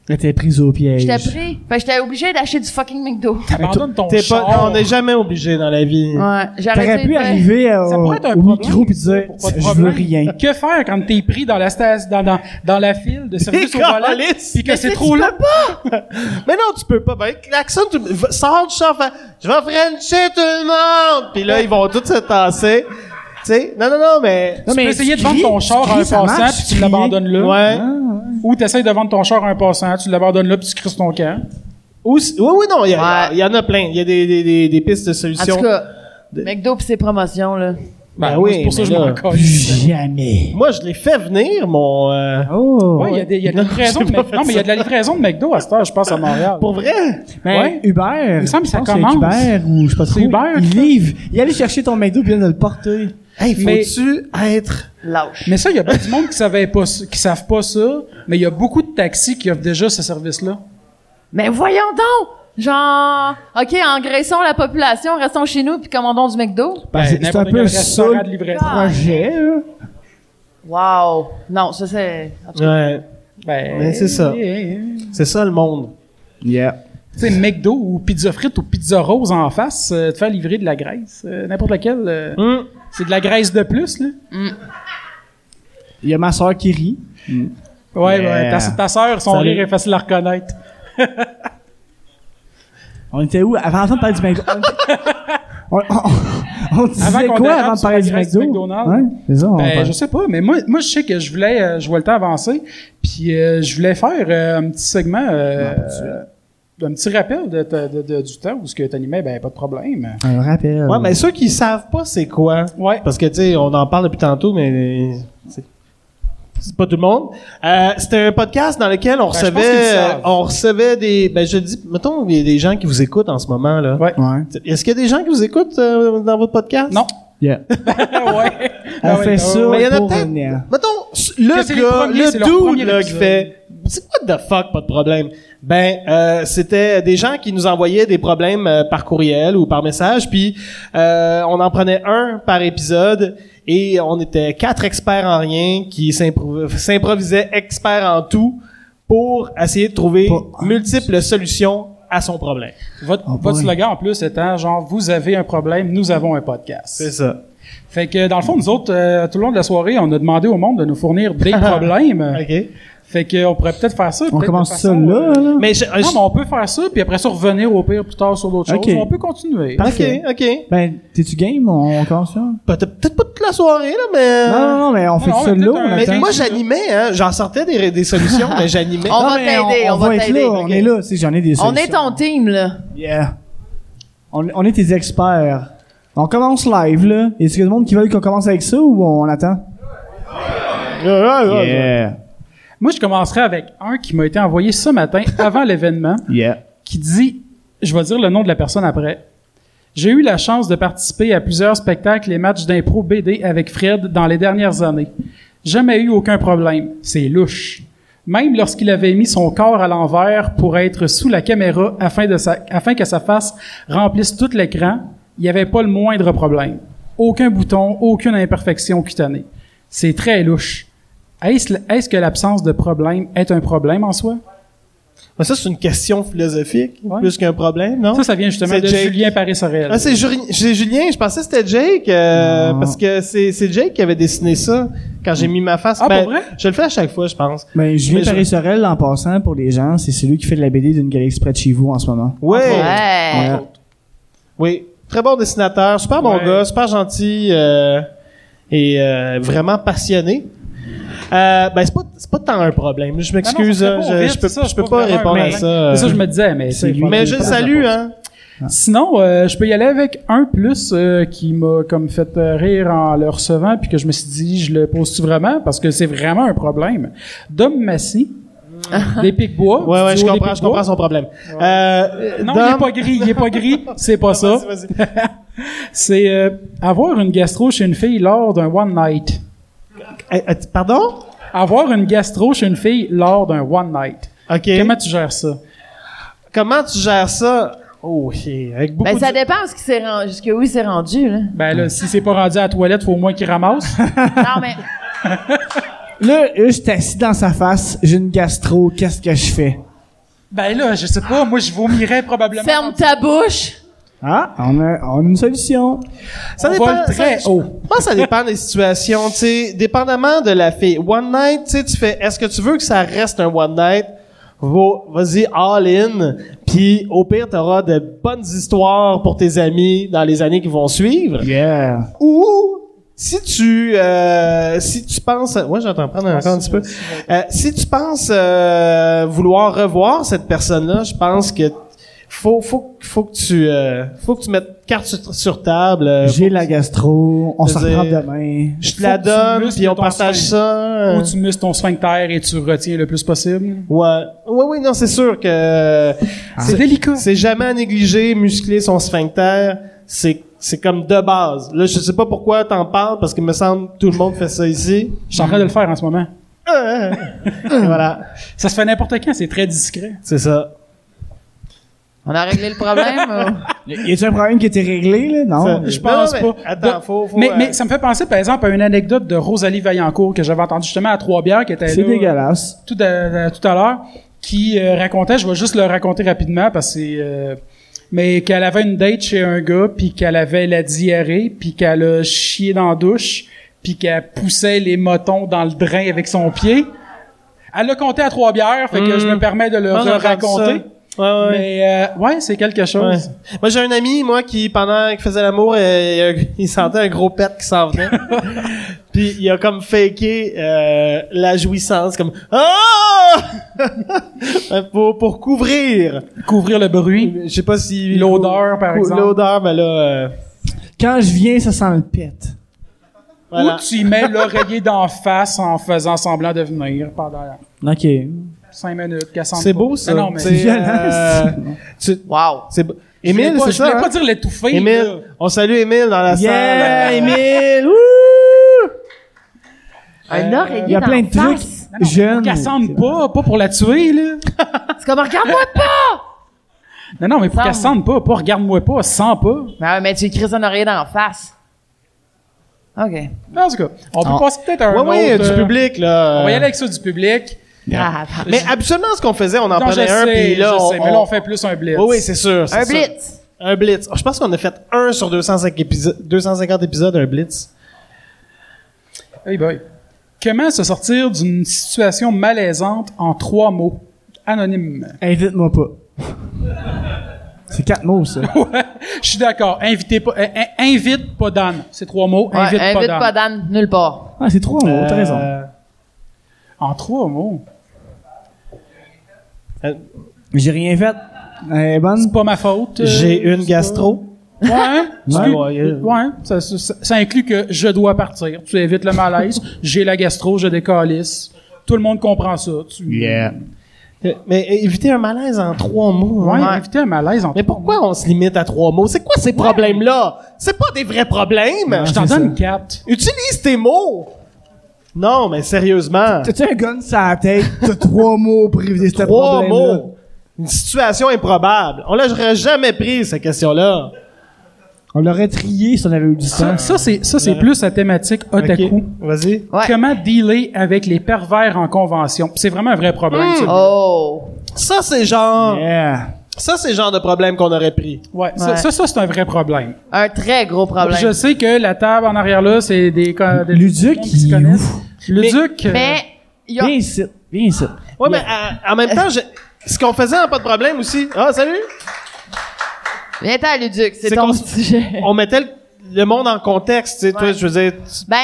S2: Là, t'es prise au piège.
S6: J'étais pris. Fait que j'étais obligé d'acheter du fucking McDo.
S4: Abandonne ton
S5: T'es
S4: char.
S5: pas, on n'est jamais obligé dans la vie.
S6: Ouais,
S2: T'aurais
S6: j'aurais
S2: pu
S6: dû-
S2: arriver euh,
S4: Ça
S2: au,
S4: pourrait être un
S2: au
S4: problème.
S2: micro puis dire
S4: Pour pas de
S2: je veux
S4: problème.
S2: rien.
S4: Que faire quand t'es pris dans la stas- dans, dans, dans la file de
S5: <laughs>
S4: service au volant
S5: Décalisse.
S4: pis que
S5: Mais
S4: c'est
S5: tu
S4: trop
S5: peux
S4: long?
S5: <laughs> Mais non, tu peux pas. Ben, klaxon, tu, va- sors du char, fais, je vais frencher tout le monde! Puis là, ils vont tous se tasser. Tu sais? Non, non, non, mais...
S4: Tu peux essayer de vendre ton char à un passant puis tu l'abandonnes là.
S5: Ouais.
S4: Ou t'essayes de vendre ton char à un passant, tu l'abandonnes là puis tu crises ton camp.
S5: Ou si- oui, oui, non, il y, a-
S6: Ouais.
S5: il y en a plein. Il y a des, des, des, des pistes de
S6: En
S5: solutions.
S6: tout cas, McDo pis ses promotions, là.
S5: Ben
S4: moi,
S5: oui,
S4: c'est pour ça que je
S5: mais
S4: m'en
S5: là-
S4: colle.
S2: Jamais.
S5: Moi, je l'ai fait venir, mon... euh,
S2: Oh.
S4: Ouais, il y a des- il y a de
S5: Non,
S4: la livraison
S5: j'ai
S4: de
S5: pas
S4: Mc-
S5: fait
S4: Non, mais il y a de la livraison de McDo à cette heure, je pense, à Montréal. Ben
S5: Pour vrai?
S2: Mais
S4: Ouais.
S2: Uber.
S4: Il me semble que ça
S2: Ben, je pense c'est
S4: commence.
S2: Uber ou je sais pas trop.
S4: C'est Uber,
S2: Il
S4: ça.
S2: livre. Il allait chercher ton McDo puis il vient de le porter.
S5: Hey,
S4: Mais-
S5: faut-tu être...
S6: Lâche.
S4: Mais ça, il y a beaucoup de monde qui savait pas, ça- qui savent pas ça, mais il y a beaucoup de taxis qui offrent déjà ce service-là.
S6: Mais voyons donc! Genre, OK, engraissons la population, restons chez nous puis commandons du McDo.
S2: Ben, c'est- c'est un
S4: n'importe
S2: peu
S4: quel
S2: ça
S4: restaurant de
S2: le
S4: livraison.
S6: Ah.
S2: projet. là.
S6: Wow! Non, ça c'est...
S5: Ouais,
S4: Ben,
S5: Mais c'est ça.
S4: eh, eh.
S5: c'est ça, le monde.
S2: Yeah.
S4: Tu sais, McDo ou Pizza Frite ou Pizza Rose en face, euh, te faire livrer de la graisse, euh, n'importe laquelle. euh,
S5: Hum.
S4: C'est de la graisse de plus, là.
S2: Il y a ma soeur qui rit.
S4: Ouais, ouais.
S2: Yeah.
S4: Ta, ta sœur, son
S5: Salut.
S4: rire est facile à reconnaître.
S2: On était où avant avant de parler du McDo? On, on- on- on disait
S4: Avant qu'on
S2: quoi
S4: dérape
S2: avant de
S4: sur
S2: parler
S4: la
S2: du
S4: graisse
S2: McDo?
S4: du McDonald's.
S2: Ouais, c'est ça. on
S4: Ben,
S2: parle-
S4: je sais pas, mais moi, moi, je sais que je voulais, euh, je vois le temps avancer, puis euh, je voulais faire euh, un petit segment, euh, euh, un petit rappel de, ta- de- de- du temps où ce que t'animais, ben pas de problème.
S2: Un rappel.
S5: Ouais, mais ceux qui savent pas c'est quoi,
S4: Ouais.
S5: parce que, tu sais, on en parle depuis tantôt, mais... c'est- C'est pas tout le monde. Euh, c'était un podcast dans lequel on
S4: Ben, je pense
S5: recevait,
S4: qu'ils le
S5: euh,
S4: savent.
S5: on recevait des, ben je dis, mettons il y a des gens qui vous écoutent en ce moment là.
S4: Ouais.
S2: Ouais.
S5: Est-ce qu'il y a des gens qui vous écoutent euh, dans votre podcast
S4: Non. <laughs>
S2: Yeah.
S4: ouais.
S2: On
S4: Ah ouais,
S2: fait
S4: ben
S2: ça
S5: Euh, Mais il y en a
S2: pour
S5: peut-être-
S2: venir.
S5: Mettons, s- le
S4: Que c'est les
S5: gars,
S4: premiers, c'est leur
S5: le
S4: premier
S5: dude là, qui
S4: épisode.
S5: fait c'est what the fuck, pas de problème. Ben, euh, c'était des gens qui nous envoyaient des problèmes euh, par courriel ou par message, puis euh, on en prenait un par épisode et on était quatre experts en rien qui s'impro- s'improvisaient experts en tout pour essayer de trouver
S2: Pas-
S5: multiples solutions à son problème.
S4: Votre,
S2: Oh boy.
S4: votre slogan en plus étant genre vous avez un problème, nous avons un podcast.
S5: C'est ça.
S4: Fait que dans le fond, nous autres, euh, tout le long de la soirée, on a demandé au monde de nous fournir des problèmes.
S5: OK.
S4: Fait que on pourrait peut-être faire ça.
S2: On
S4: peut-être de
S2: commence ça
S4: façon,
S2: là.
S4: euh,
S2: là?
S5: Mais je-
S4: Non, mais on peut faire ça, puis après ça revenir au pire plus tard sur d'autres
S2: Ah, Ok.
S4: choses. On peut continuer.
S2: Parfait.
S5: OK, OK.
S2: Ben, t'es-tu game? On commence ça? Non,
S5: Peut- Peut-être pas toute la soirée là, mais
S2: non, non, mais on fait
S4: non,
S2: ça
S4: mais
S2: là.
S4: peut-être
S2: on
S4: un-
S5: Mais
S2: attend.
S5: moi, j'animais, hein. J'en sortais des, des <laughs> solutions, mais j'animais.
S6: On
S2: Eh, Non,
S6: va
S2: mais
S6: t'aider, on va
S2: être
S6: t'aider,
S2: là,
S6: ok.
S2: On est là, si j'en ai des
S6: On
S2: solutions.
S6: est ton team, là.
S2: Yeah. On, on est tes experts. On commence live, là. Est-ce qu'il y a du monde qui veut qu'on commence avec ça ou on attend? Yeah.
S4: Moi, je commencerai avec un qui m'a été envoyé ce matin avant l'événement,
S2: Yeah.
S4: qui dit, je vais dire le nom de la personne après. J'ai eu la chance de participer à plusieurs spectacles et matchs d'impro BD avec Fred dans les dernières années. Jamais eu aucun problème. C'est louche. Même lorsqu'il avait mis son corps à l'envers pour être sous la caméra afin, de sa- afin que sa face remplisse tout l'écran, il n'y avait pas le moindre problème. Aucun bouton, aucune imperfection cutanée. C'est très louche. Est-ce est-ce que l'absence de problème est un problème en soi?
S5: Mais ça, c'est une question philosophique,
S4: Ouais.
S5: plus qu'un problème, non?
S4: Ça, ça vient justement
S5: C'est
S4: de
S5: Jake.
S4: Julien Paris-Sorel.
S5: Ah, c'est Juri- c'est Julien, je pensais que c'était Jake, euh,
S2: Non.
S5: parce que c'est c'est Jake qui avait dessiné ça quand j'ai mis ma face.
S4: Ah,
S5: Ben,
S4: pour vrai?
S5: Je le fais à chaque fois, je pense.
S2: Ben, Julien
S5: Mais je-
S2: Paris-Sorel, en passant, pour les gens, c'est celui qui fait de la BD d'une galaxie près de chez vous en ce moment.
S5: Oui,
S4: Ah,
S6: Ouais.
S5: oui. Très bon dessinateur, super bon
S4: Ouais.
S5: gars, super gentil euh, et euh, vraiment passionné. Euh, ben, c'est pas, c'est pas tant un problème. Je m'excuse,
S4: Non, non, ça serait
S5: hein,
S4: pas
S5: je,
S4: vite,
S5: je peux,
S4: ça,
S5: je peux
S4: c'est
S5: pas
S4: vraiment un
S5: répondre à
S4: problème.
S5: euh. ça.
S4: C'est ça, je me disais, mais
S2: c'est
S4: c'est
S2: lui.
S5: Mais je le salue, hein.
S4: Sinon, euh, je peux y aller avec un plus euh, qui m'a comme fait euh, rire en le recevant, puis que je me suis dit, je le pose-tu vraiment? Parce que c'est vraiment un problème. Dom <laughs> Massy, des Pic-Bois.
S5: Ouais, ouais,
S4: du
S5: je
S4: haut des
S5: comprends, je
S4: Pic-Bois.
S5: comprends son problème. Euh,
S4: Non,
S5: Dom-
S4: il est pas gris, il est pas
S5: <laughs>
S4: gris, c'est pas ça.
S5: Vas-y, vas-y.
S4: <laughs> C'est euh, avoir une gastro chez une fille lors d'un one night.
S5: Eh, eh, Pardon?
S4: Avoir une gastro chez une fille lors d'un one night.
S5: OK.
S4: Comment tu gères ça?
S5: Comment tu gères ça? Oh, ok, avec beaucoup
S6: Ben, ça
S5: de...
S6: dépend ce qui s'est rendu, jusqu'où il s'est rendu, là.
S4: Ben là, si c'est pas rendu à la toilette, faut au moins qu'il ramasse.
S6: Non,
S2: <laughs>
S6: mais,
S2: Là, là, je suis assis dans sa face, j'ai une gastro, qu'est-ce que je fais?
S4: <laughs> Ben là, je sais pas, moi je vomirais probablement.
S6: ferme ta bouche.
S2: Ah, on a, on a une solution.
S5: Ça
S4: On
S5: dépend.
S4: vole
S5: ça-
S4: très
S5: je-
S4: haut.
S5: Je pense que ça dépend des situations, tu sais, dépendamment de la fille. One night, tu sais, tu fais, est-ce que tu veux que ça reste un one night? Va- Vas-y all in, puis au pire, t'auras de bonnes histoires pour tes amis dans les années qui vont suivre.
S2: Yeah.
S5: Ou si tu euh, si tu penses, ouais, j'entends prendre encore un petit peu. Euh, si tu penses euh, vouloir revoir cette personne-là, je pense que faut faut faut que tu euh, faut que tu mettes carte sur, sur table. euh,
S2: J'ai la gastro, on
S5: je
S2: s'en
S5: veux dire-
S2: reprend demain.
S5: je te
S4: Faut
S5: la
S4: que tu
S5: donne,
S4: muscles
S5: puis on
S4: ton
S5: partage
S4: sein.
S5: ça. euh,
S4: Ou tu musses ton sphincter et tu retiens le plus possible.
S5: Ouais. Oui, oui, non, c'est sûr que
S4: Ah, C'est délicat.
S5: c'est jamais à négliger, muscler son sphincter, c'est c'est comme de base. Là, je sais pas pourquoi t'en parles, parce qu'il me semble que tout le monde fait ça ici.
S4: Je suis en train de le faire en ce moment.
S5: Euh, et voilà,
S4: Ça se fait n'importe quand, c'est très discret.
S5: c'est ça.
S6: On a réglé le problème.
S2: Y a-tu un problème qui a été réglé, là? Non.
S5: Ça-
S4: je pense
S5: Non, non, mais
S4: pas.
S5: Attends,
S4: De-
S5: faut, faut,
S4: mais,
S5: euh,
S4: mais ça me fait penser, par exemple, à une anecdote de Rosalie Vaillancourt que j'avais entendue justement à Trois-Bières, qui était
S2: C'est
S4: là,
S2: dégueulasse.
S4: tout à, tout à l'heure, qui euh, racontait, je vais juste le raconter rapidement parce que c'est... euh, mais qu'elle avait une date chez un gars, puis qu'elle avait la diarrhée, puis qu'elle a chié dans la douche, puis qu'elle poussait les motons dans le drain avec son pied. Elle l'a compté à trois bières, fait que
S5: Mm.
S4: je me permets de le
S5: on a
S4: raconter.
S5: ça. Ouais, ouais.
S4: Mais euh, ouais, c'est quelque
S5: Ouais.
S4: chose.
S5: Moi, j'ai un ami, moi, qui, pendant qu'il faisait l'amour, euh, il, a- il sentait un gros pet qui s'en
S4: <laughs>
S5: venait. Puis il a comme faké euh, la jouissance, comme « Ah! » pour, pour couvrir.
S4: Couvrir le bruit.
S5: Je sais pas si...
S4: L'odeur, par
S5: cou-
S4: exemple.
S5: L'odeur, ben là... euh,
S2: Quand je viens, ça sent le pet.
S5: voilà.
S4: Ou tu y mets l'oreiller d'en face en faisant semblant de venir pendant
S2: OK. <laughs>
S4: cinq minutes, qu'elle sente
S5: C'est
S4: pas.
S5: beau, ça.
S4: Mais non, mais-
S5: C'est
S2: violent,
S5: euh, tu-
S6: wow.
S5: c'est beau.
S4: Je voulais
S5: Émile,
S4: pas-
S5: c'est
S4: Je voulais
S5: ça,
S4: pas
S5: hein?
S4: dire l'étouffer. là.
S5: Émile, on salue Émile dans la
S2: Yeah,
S5: salle.
S2: Emile! Wouh!
S6: Un
S4: Euh,
S6: oreiller
S2: Il y a
S6: dans
S2: plein
S6: la
S2: de trucs
S6: face.
S4: Non, non,
S2: jeunes.
S4: Qu'elle sente pas, pas pour la tuer, <laughs> là.
S6: C'est comme, regarde-moi pas!
S4: Non, non, mais pour qu'elle
S6: Semble.
S4: sente pas, pas regarde-moi pas, sens pas.
S6: Ah, mais tu écris un oreiller dans la face. OK.
S4: En tout cas, on peut
S5: Ah.
S4: passer peut-être à un
S5: Ouais, ouais,
S4: autre,
S5: du
S4: euh,
S5: public, là.
S4: On va y aller avec ça du public.
S6: Ah,
S5: Mais habituellement, ce qu'on faisait, on en
S4: Non, je
S5: prenait un,
S4: sais,
S5: puis là,
S4: je
S5: on,
S4: sais, mais là, on fait plus un blitz.
S5: Oui, oui, c'est sûr. c'est
S6: un
S5: sûr.
S6: blitz.
S5: Un blitz. Oh, je pense qu'on a fait un sur 205 épiso- 250 épisodes, un blitz.
S4: Hey boy. Comment se sortir d'une situation malaisante en trois mots? Anonyme.
S2: Invite-moi pas. C'est quatre mots, ça.
S4: <laughs> Ouais, je suis d'accord. Invitez pas, euh, in- invite pas Dan. C'est trois mots.
S6: Ouais,
S4: invite, pas Dan.
S6: Dan nulle part.
S2: Ah, c'est trois mots, t'as raison.
S5: Euh,
S4: En trois mots.
S2: J'ai rien fait. Elle est bonne.
S4: C'est pas ma faute. euh,
S5: J'ai une
S4: c'est
S5: gastro.
S4: pas- Ouais. hein? Excuse-
S5: ouais, euh.
S4: ouais, ça, ça- ça- ça inclut que je dois partir. Tu évites le malaise. J'ai la gastro, je décalisse. Tout le monde comprend ça. Tu...
S5: Euh, Mais euh, éviter un malaise en trois mots.
S4: Ouais,
S5: hein.
S4: éviter un malaise en
S5: Mais
S4: trois
S5: pourquoi on se limite à trois mots? C'est quoi ces problèmes-là? C'est pas des vrais problèmes!
S4: mots.
S5: Je
S4: Je
S5: t'en-
S4: t'en
S2: c'est
S4: donne
S2: ça.
S4: une carte.
S5: Utilise tes mots! Non, mais sérieusement.
S2: T'as-tu un gun sur la tête? T'as trois mots pour éviter ce
S5: Trois
S2: problème-là.
S5: mots! Une situation improbable. On l'aurait jamais pris, cette question-là.
S2: On l'aurait trié si on avait eu du
S4: Ça,
S2: sang.
S4: ça, c'est, ça, c'est plus la thématique otaku.
S5: Ok, Vas-y.
S6: Ouais.
S4: Comment dealer avec les pervers en convention? Puis C'est vraiment un vrai problème. ça.
S6: Oh.
S5: Ça, c'est genre.
S2: Yeah.
S5: Ça, c'est le genre de problème qu'on aurait pris.
S4: Ouais, Ça,
S6: Ouais.
S4: ça, ça, c'est un vrai problème.
S6: Un très gros problème.
S4: Je sais que la table en arrière là, c'est des, co- des
S2: Luduc,
S4: qui se
S2: il-
S4: connaissent. Luduc, euh,
S6: Mais, il y a-
S2: Viens ici. Viens ici.
S5: Ouais, mais à- en même temps, je- ce qu'on faisait en pas de problème aussi. Ah, salut!
S6: Viens-t'en à Luduc, c'est
S5: C'est
S6: ton
S5: qu'on-
S6: sujet.
S5: On mettait le, le monde en contexte, tu sais, toi,
S6: Ouais.
S5: je veux dire. tu-
S6: Ben,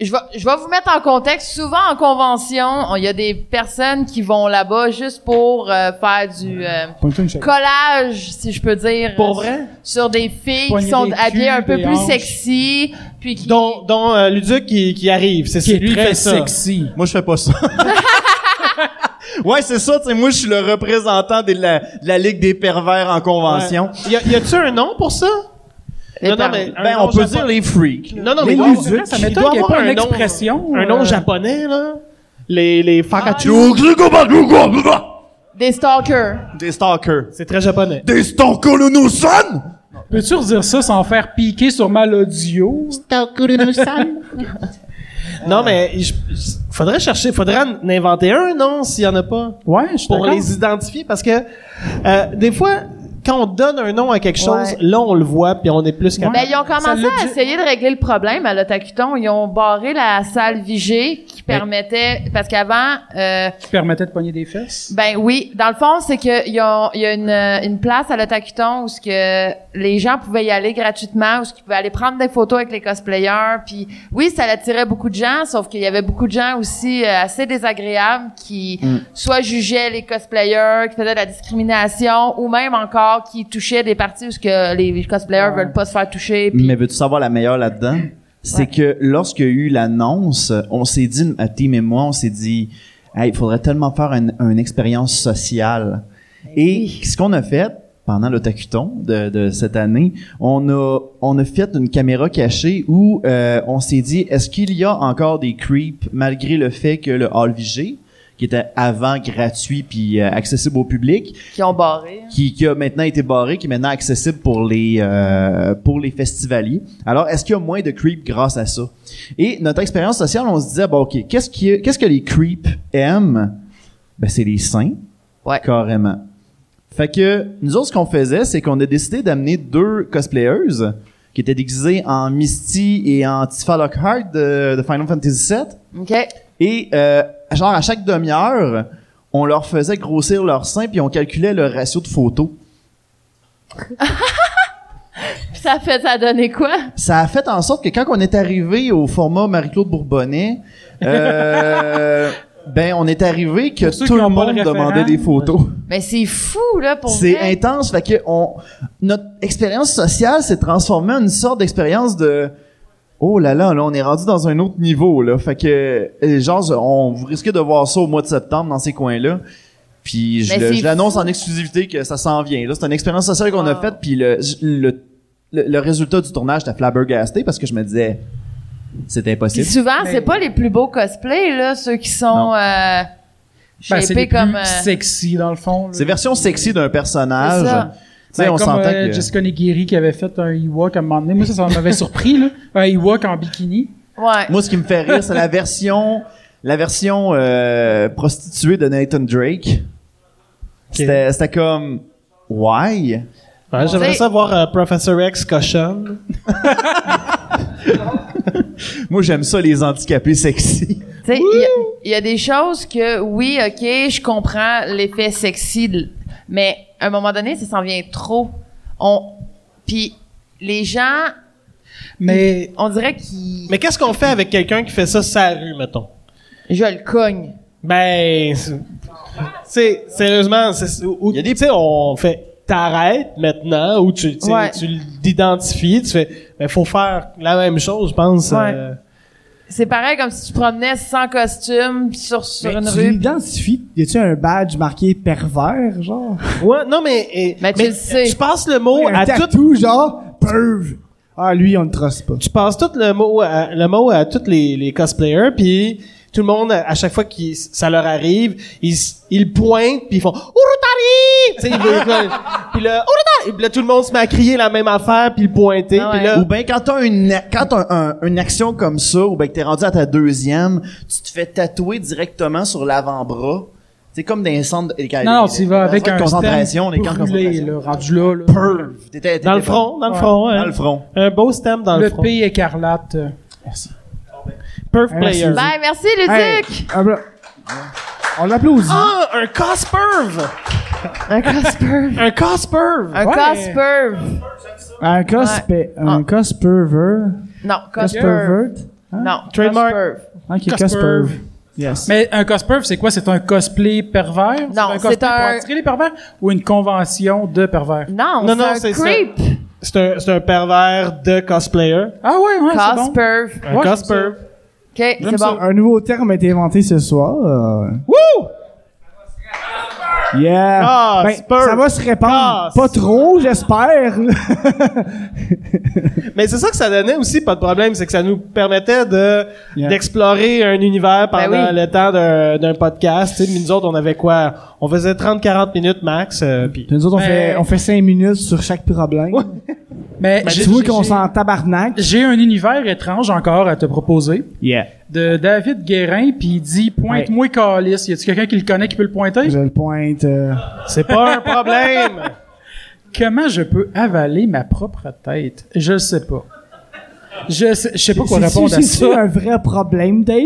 S6: je vais, je vais vous mettre en contexte. Souvent en convention, on- il y a des personnes qui vont là-bas juste pour euh, faire du euh,
S4: Pointe-toi une chaise.
S6: collage, si je peux dire.
S1: Pour vrai?
S6: Sur des filles
S4: Poigner
S6: qui sont
S4: des culs,
S6: habillées un peu
S4: des
S6: plus
S4: hanches.
S6: sexy, puis qui...
S5: Dont, dont euh, Luduc qui, qui arrive, c'est
S4: Qui
S5: c'est- lui
S4: est
S5: qui
S4: très
S5: fait ça.
S4: sexy.
S1: Moi, je fais pas ça. ouais, c'est ça, tu sais, moi, je suis le représentant des- de la, de la Ligue des pervers en convention.
S5: Y a- y a-tu un nom pour ça?
S4: Eh
S6: Les
S5: Non, non,
S6: parents.
S5: mais
S1: Ben, on peut dire les freaks.
S5: Non, non,
S4: Les
S5: mais il doit-
S4: Luducs, ça m'étonne
S5: il doit
S4: qu'il y ait
S5: avoir
S4: pas euh,
S5: un
S4: une
S5: nom,
S4: expression,
S5: Un nom
S4: euh,
S5: japonais, là. Les, les fakachu.
S6: Des stalkers.
S1: Des stalkers.
S5: C'est très japonais.
S1: Des stalkers, le nous sonne!
S4: Peux-tu redire ça sans faire piquer sur mal audio?
S5: Non, mais il faudrait chercher, faudrait en inventer un nom s'il y en a pas.
S4: Ouais, je suis
S5: Pour
S4: d'accord.
S5: les identifier parce que, euh, des fois, quand on donne un nom à quelque chose,
S6: Ouais.
S5: là, on le voit puis on est plus capable.
S6: Ben, ils ont
S4: Ça
S6: commencé
S4: l'a
S6: à
S4: dit-
S6: essayer de régler le problème à l'Otakuton. Ils ont barré la salle Vigée qui
S4: Ben
S6: permettait... Parce qu'avant... euh,
S4: Qui permettait de pogner des fesses?
S6: Ben oui, dans le fond, c'est que il y a, il y a une, euh, une place à l'Otakuton où ce que les gens pouvaient y aller gratuitement, où ce qu'ils pouvaient aller prendre des photos avec les cosplayers. Puis oui, ça attirait beaucoup de gens, sauf qu'il y avait beaucoup de gens aussi euh, assez désagréables qui
S1: Mm.
S6: soit jugeaient les cosplayers, qui faisaient de la discrimination, ou même encore qui touchaient des parties où ce que les cosplayers veulent pas se faire toucher. Puis
S1: Mais veux-tu savoir la meilleure là-dedans? C'est que lorsqu'il y a eu l'annonce, on s'est dit, ma team et moi, on s'est dit, hey, il faudrait tellement faire une, une expérience sociale. Et ce qu'on a fait pendant le tacuton de, de cette année, on a, on a fait une caméra cachée où euh, on s'est dit, est-ce qu'il y a encore des creeps malgré le fait que le Hall Vigée, qui était avant gratuit puis euh, accessible au public,
S6: qui ont barré.
S1: qui, qui a maintenant été barré, qui est maintenant accessible pour les euh, pour les festivaliers. Alors, est-ce qu'il y a moins de creeps grâce à ça Et notre expérience sociale, on se disait bon, ok, qu'est-ce qui qu'est-ce que les creeps aiment Ben, c'est les seins,
S6: Ouais.
S1: carrément. Fait que nous autres, ce qu'on faisait, c'est qu'on a décidé d'amener deux cosplayeuses qui étaient déguisées en Misty et en Tifa Lockhart de, de Final Fantasy VII.
S6: hein. Ok.
S1: Et euh, genre à chaque demi-heure, on leur faisait grossir leur sein puis on calculait le ratio de photos.
S6: Puis ça fait ça a donné quoi
S1: Ça a fait en sorte que quand on est arrivé au format Marie-Claude Bourbonnais,
S4: <laughs>
S1: euh, ben on est arrivé que
S4: Pour ceux
S1: tout
S4: qui
S1: le
S4: ont pas
S1: monde
S4: le référent,
S1: demandait des photos.
S6: Mais c'est fou là pour
S1: C'est
S6: vrai.
S1: intense, fait que on notre expérience sociale s'est transformée en une sorte d'expérience de Oh là là, là, on est rendu dans un autre niveau, là. Fait que, euh, genre, on, vous risquez de voir ça au mois de septembre dans ces coins-là. Puis je,
S6: Mais
S1: le-
S6: c'est
S1: je l'annonce
S6: fou.
S1: en exclusivité que ça s'en vient. Là, c'est une expérience sociale qu'on a
S6: Wow.
S1: faite. Puis le, le, le, le résultat du tournage, j'étais flabbergasté parce que je me disais, c'est impossible.
S6: Puis souvent,
S4: Mais-
S6: c'est pas les plus beaux cosplays, là, ceux qui
S1: Non.
S6: sont euh,
S4: Ben,
S6: shapés
S4: c'est les plus
S6: comme... euh,
S4: sexy, dans le fond. là.
S1: C'est version sexy d'un
S6: C'est
S1: personnage.
S6: ça.
S1: Tu sais,
S4: Ben,
S1: on
S4: comme
S1: s'entend
S4: euh,
S1: que...
S4: Jessica Negiri qui avait fait un Ewok à un moment donné. Moi, ça, ça
S1: <laughs>
S4: m'avait surpris, là. Un Ewok en bikini.
S6: ouais.
S1: Moi, ce qui me fait rire, c'est la version, la version euh, prostituée de Nathan Drake. C'était, c'était comme, why?
S5: Ouais, J'aimerais
S6: T'sais-
S5: ça voir euh, Professor X cochon.
S1: Moi, j'aime ça les handicapés sexy.
S6: Tu sais, il y a- il y, a des choses que, oui, OK, je comprends l'effet sexy, de- mais à un moment donné, ça s'en vient trop. On... Puis les gens,
S4: Mais
S6: on dirait qu'ils...
S5: Mais qu'est-ce qu'on fait avec quelqu'un qui fait ça sa rue, mettons?
S6: Je le cogne.
S5: Ben, c'est- c'est sérieusement, c'est, ou- ou- tu sais, on fait t'arrêtes maintenant ou tu, tu sais,
S6: Ouais.
S5: tu l'identifies, tu fais, ben faut faire la même chose, je pense.
S6: Ouais.
S5: euh,
S6: C'est pareil comme si tu promenais sans costume sur, sur
S2: Mais
S4: Ben,
S6: une
S2: tu
S6: rue.
S2: l'identifies. Y a-tu un badge marqué pervers, genre?
S5: ouais, non mais, eh,
S6: Mais tu le sais.
S5: tu passes le mot
S2: un
S5: à tout,
S2: tatou, genre, perv. Ah, lui, on le trosse pas.
S5: tu passes tout le mot, à, le mot à tous les, les cosplayers, puis tout le monde à à chaque fois que ça leur arrive, ils, s- ils pointent puis ils font Urutari, tu sais, ils veulent-
S6: <laughs>
S5: puis là Urutari, puis là tout le monde se met à crier la même affaire puis le pointer,
S6: Ah
S5: puis
S6: ouais.
S5: là
S1: Ou bien quand t'as une quand t'as un- une action comme ça, ou bien que t'es rendu à ta deuxième, tu te fais tatouer directement sur l'avant-bras. C'est comme dans les centres des
S4: non, non, tu y vas avec un
S1: de concentration, les camps de
S4: stem brûlé,
S1: concentration.
S4: là, rendu là. là.
S1: Perv. T'étais- t'étais
S5: Dans le
S1: pas-
S5: front, dans le
S4: Ouais.
S5: front, hein.
S1: Dans le front.
S5: Un beau stem dans le,
S4: Le
S1: hein.
S5: front.
S4: pays écarlate. euh, Merci.
S5: Perf
S2: Merci.
S6: Bye,
S5: player.
S6: Ben, merci
S2: Hey,
S6: Luduc!
S2: ah, ben, on l'applaudit.
S5: Ah, un cosperve!
S6: Un cosperve!
S5: Un cosperve!
S6: Un
S4: Ouais.
S6: cosperve!
S2: Un cospe, un
S6: Ah.
S2: cosperver.
S6: Non, cosperve.
S2: Cospervert.
S6: Non.
S5: Trademark.
S6: Cosperve.
S2: Ok,
S4: Cosperve.
S2: Cosperve. Yes.
S4: Mais un cosplay, c'est quoi? C'est un cosplay pervers?
S6: Non,
S4: un
S6: c'est
S4: cosplay pour
S6: un-
S4: attirer les pervers? Ou une convention de pervers?
S6: Non,
S5: Non, non,
S6: c'est
S5: c'est
S6: un
S5: ça.
S6: creep.
S5: C'est un, c'est un pervers de cosplayer.
S4: Ah ouais, ouais, c'est bon.
S6: Cosperve.
S5: Un
S4: Ouais, j'aime
S5: cosperve.
S6: OK, c'est bon.
S2: Un nouveau terme a été inventé ce soir. euh.
S5: Wouh!
S2: Yeah!
S5: Ah,
S2: Ben,
S5: spur.
S2: ça va se répandre.
S5: Ah,
S2: Pas trop, j'espère.
S5: Mais c'est ça que ça donnait aussi, pas de problème, c'est que ça nous permettait de
S2: Yeah.
S5: d'explorer un univers pendant
S6: Ben oui.
S5: le temps d'un, d'un podcast. Tu sais, nous autres, on avait quoi? On faisait 30-40 minutes max. euh, puis-
S2: Nous autres, on,
S4: Ben-
S2: fait, on fait 5 minutes sur chaque problème. Ben,
S5: Ouais.
S4: Mais
S2: Tu
S4: j'ai-
S2: vois
S4: j'ai-
S2: qu'on s'en tabarnak.
S4: J'ai un univers étrange encore à te proposer
S2: Yeah.
S4: de David Guérin, puis il dit pointe-moi Calis. Y a-tu quelqu'un qui le connaît qui peut le pointer
S2: Je le pointe. euh,
S5: C'est pas un problème!
S4: Comment je peux avaler ma propre tête Je le sais pas. Je sais, je sais pas quoi
S2: c'est-
S4: répondre à
S2: c'est- C'est
S4: ça.
S2: un vrai problème, Dave?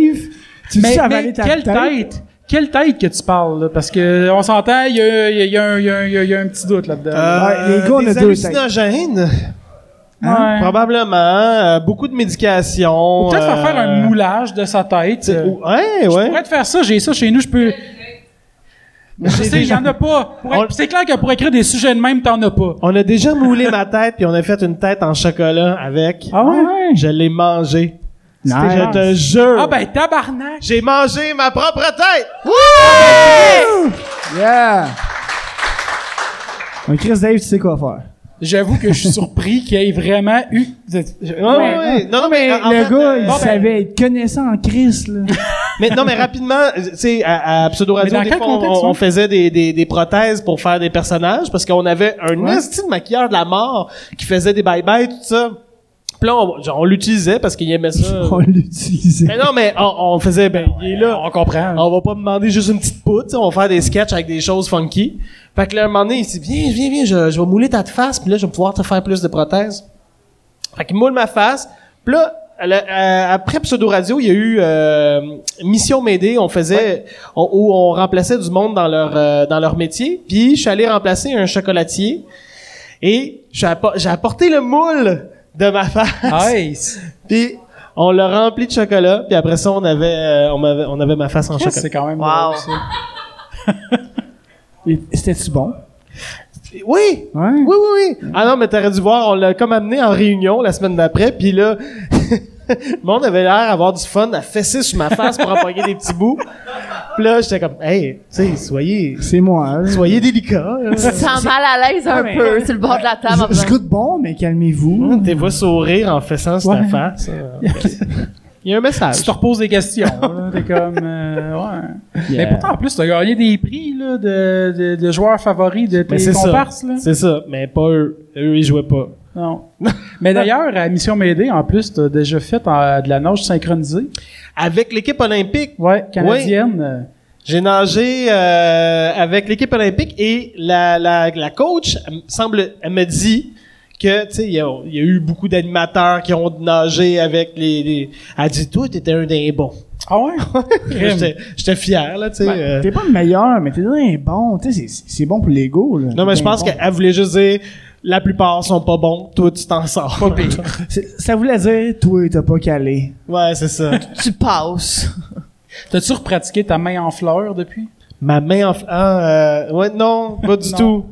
S2: Tu
S4: Mais,
S2: sais
S4: mais
S2: avaler ta
S4: quelle tête Quelle tête que tu parles là? Parce que on s'entend, il y a, il y, a, il y a- il y a- il y a un petit doute là-dedans.
S2: <laughs> Ouais, les gars, on a
S5: Euh, des
S2: deux têtes.
S5: hallucinogènes,
S2: Euh,
S4: Ouais.
S5: probablement, euh, beaucoup de médication.
S4: Ou Peut-être
S5: euh,
S4: faire faire un moulage de sa tête. euh.
S5: t'sais, ou- ouais,
S4: Je
S5: ouais.
S4: pourrais te faire ça, j'ai ça chez nous, je peux. Je sais, il y en a pas. Pour être-
S5: On-
S4: C'est clair que pour écrire des sujets de même, t'en as pas.
S5: On a déjà moulé ma tête, puis on a fait une tête en chocolat avec.
S4: Ah ouais?
S5: Je l'ai mangée.
S2: Nice.
S5: C'était- Je te jure.
S4: Ah ben tabarnak!
S5: J'ai mangé ma propre tête!
S2: Yeah! Mais Chris Dave, tu sais quoi faire.
S4: J'avoue que je suis surpris qu'il y ait vraiment eu.
S5: Ouais, ouais. Non, non, mais, en
S2: le
S5: fait,
S2: gars,
S5: euh,
S2: il
S5: bon, ben,
S2: savait être connaissant en Chris, là.
S5: mais non, mais rapidement, euh, tu sais, à, à Pseudo Radio,
S4: Mais dans
S5: des
S4: quel
S5: fois, on-
S4: contexte,
S5: on,
S4: ouais?
S5: faisait des, des, des prothèses pour faire des personnages parce qu'on avait un esti de maquilleur de la mort qui faisait des bye-bye, tout ça. Puis là, on, genre, on l'utilisait parce qu'il aimait
S2: <laughs>
S5: ça.
S4: Euh.
S2: on l'utilisait.
S5: mais non, mais on, on faisait, ben, il est là.
S4: on comprend.
S5: On va pas demander juste une petite poutre, tu sais, on va faire des sketchs avec des choses funky. Fait que là, un moment donné, il s'est dit, viens, viens, viens, je, je vais mouler ta face, puis là, je vais pouvoir te faire plus de prothèses. Fait qu'il moule ma face. Puis là, à la- à- après Pseudo Radio, il y a eu euh, Mission M'aider, on faisait, on- où on remplaçait du monde dans leur, euh, dans leur métier. Puis je suis allé remplacer un chocolatier et j'ai appo- j'ai apporté le moule de ma face.
S4: Ah, Nice!
S5: Puis on l'a rempli de chocolat, puis après ça, on avait, euh, on avait, on avait ma face en chocolat.
S4: C'est quand même
S6: Wow.
S4: drôle, ça.
S2: Et- C'était-tu bon?
S5: Oui!
S2: Ouais.
S5: Oui, oui, oui. Ah non, mais t'aurais dû voir, on l'a comme amené en réunion la semaine d'après, puis là, <laughs> le monde avait l'air d'avoir du fun à fesser sur ma face pour empoigner des petits bouts. Puis là, j'étais comme, hey, tu sais, soyez,
S2: C'est moi, hein.
S5: soyez délicats. là.
S6: Tu te sens mal à l'aise un peu sur le bord de la table. en
S2: Je, je
S6: faisant-
S2: goûte bon, mais calmez-vous.
S5: Hum,
S4: Mmh.
S5: Tes voix sourire en fessant sur ta
S4: Ouais.
S5: face. euh, Il y a un message.
S4: Tu te reposes des questions, là. T'es comme. euh, ouais. Mais pourtant, en plus, t'as gagné des prix, là, de, de, de joueurs favoris de
S5: Mais
S4: tes
S5: c'est ça.
S4: comparses, là.
S5: C'est ça, mais pas eux. Eux, ils jouaient pas. <laughs>
S4: Non. Mais d'ailleurs, à Mission M'aider, en plus, t'as déjà fait euh, de la nage synchronisée.
S5: Avec l'équipe olympique,
S4: Ouais, canadienne. euh,
S5: J'ai nagé euh, avec l'équipe olympique et la, la, la coach elle me semble elle me dit que tu sais il y, a- il y a eu beaucoup d'animateurs qui ont nagé avec les, les- elle dit toi t'étais un des bons.
S4: Ah ouais?
S5: J'étais j'étais fier là tu sais. euh.
S2: T'es pas le meilleur, mais t'es un bon. Tu sais, c'est- c'est bon pour l'ego, là.
S5: non mais
S2: T'es
S5: je pense
S2: bon.
S5: qu'elle voulait juste dire la plupart sont pas bons, toi tu t'en sors.
S2: C'est- Ça voulait dire, toi, t'as pas calé.
S5: <laughs> ouais, c'est ça.
S6: Tu passes.
S4: <laughs> T'as-tu repratiqué ta main en fleur depuis?
S5: Ma main en f- ah, euh, ouais non, pas du
S4: Non.
S5: tout.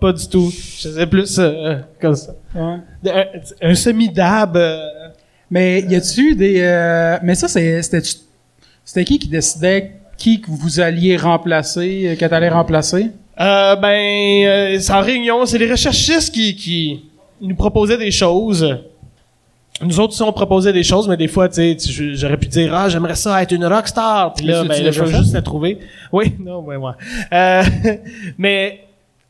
S5: Pas du tout. Je faisais plus euh, comme ça.
S4: Ouais.
S5: Un, un semi-dab euh,
S4: Mais y a-tu des. euh, mais ça, c'est- c'était. C'était qui qui décidait qui que vous alliez remplacer, euh, que t'allais remplacer?
S5: Euh, ben, euh, c'est en réunion, c'est les recherchistes qui, qui nous proposaient des choses. Nous autres, si on proposait des choses, mais des fois, tu sais, tu- j'aurais pu dire, ah, j'aimerais ça être une rockstar. Puis là,
S4: Mais ça,
S5: ben,
S4: tu
S5: il
S4: l'as
S5: faut
S4: déjà
S5: juste
S4: fait?
S5: la trouver. <laughs> Oui, non, ouais, ouais. Euh, <laughs> mais,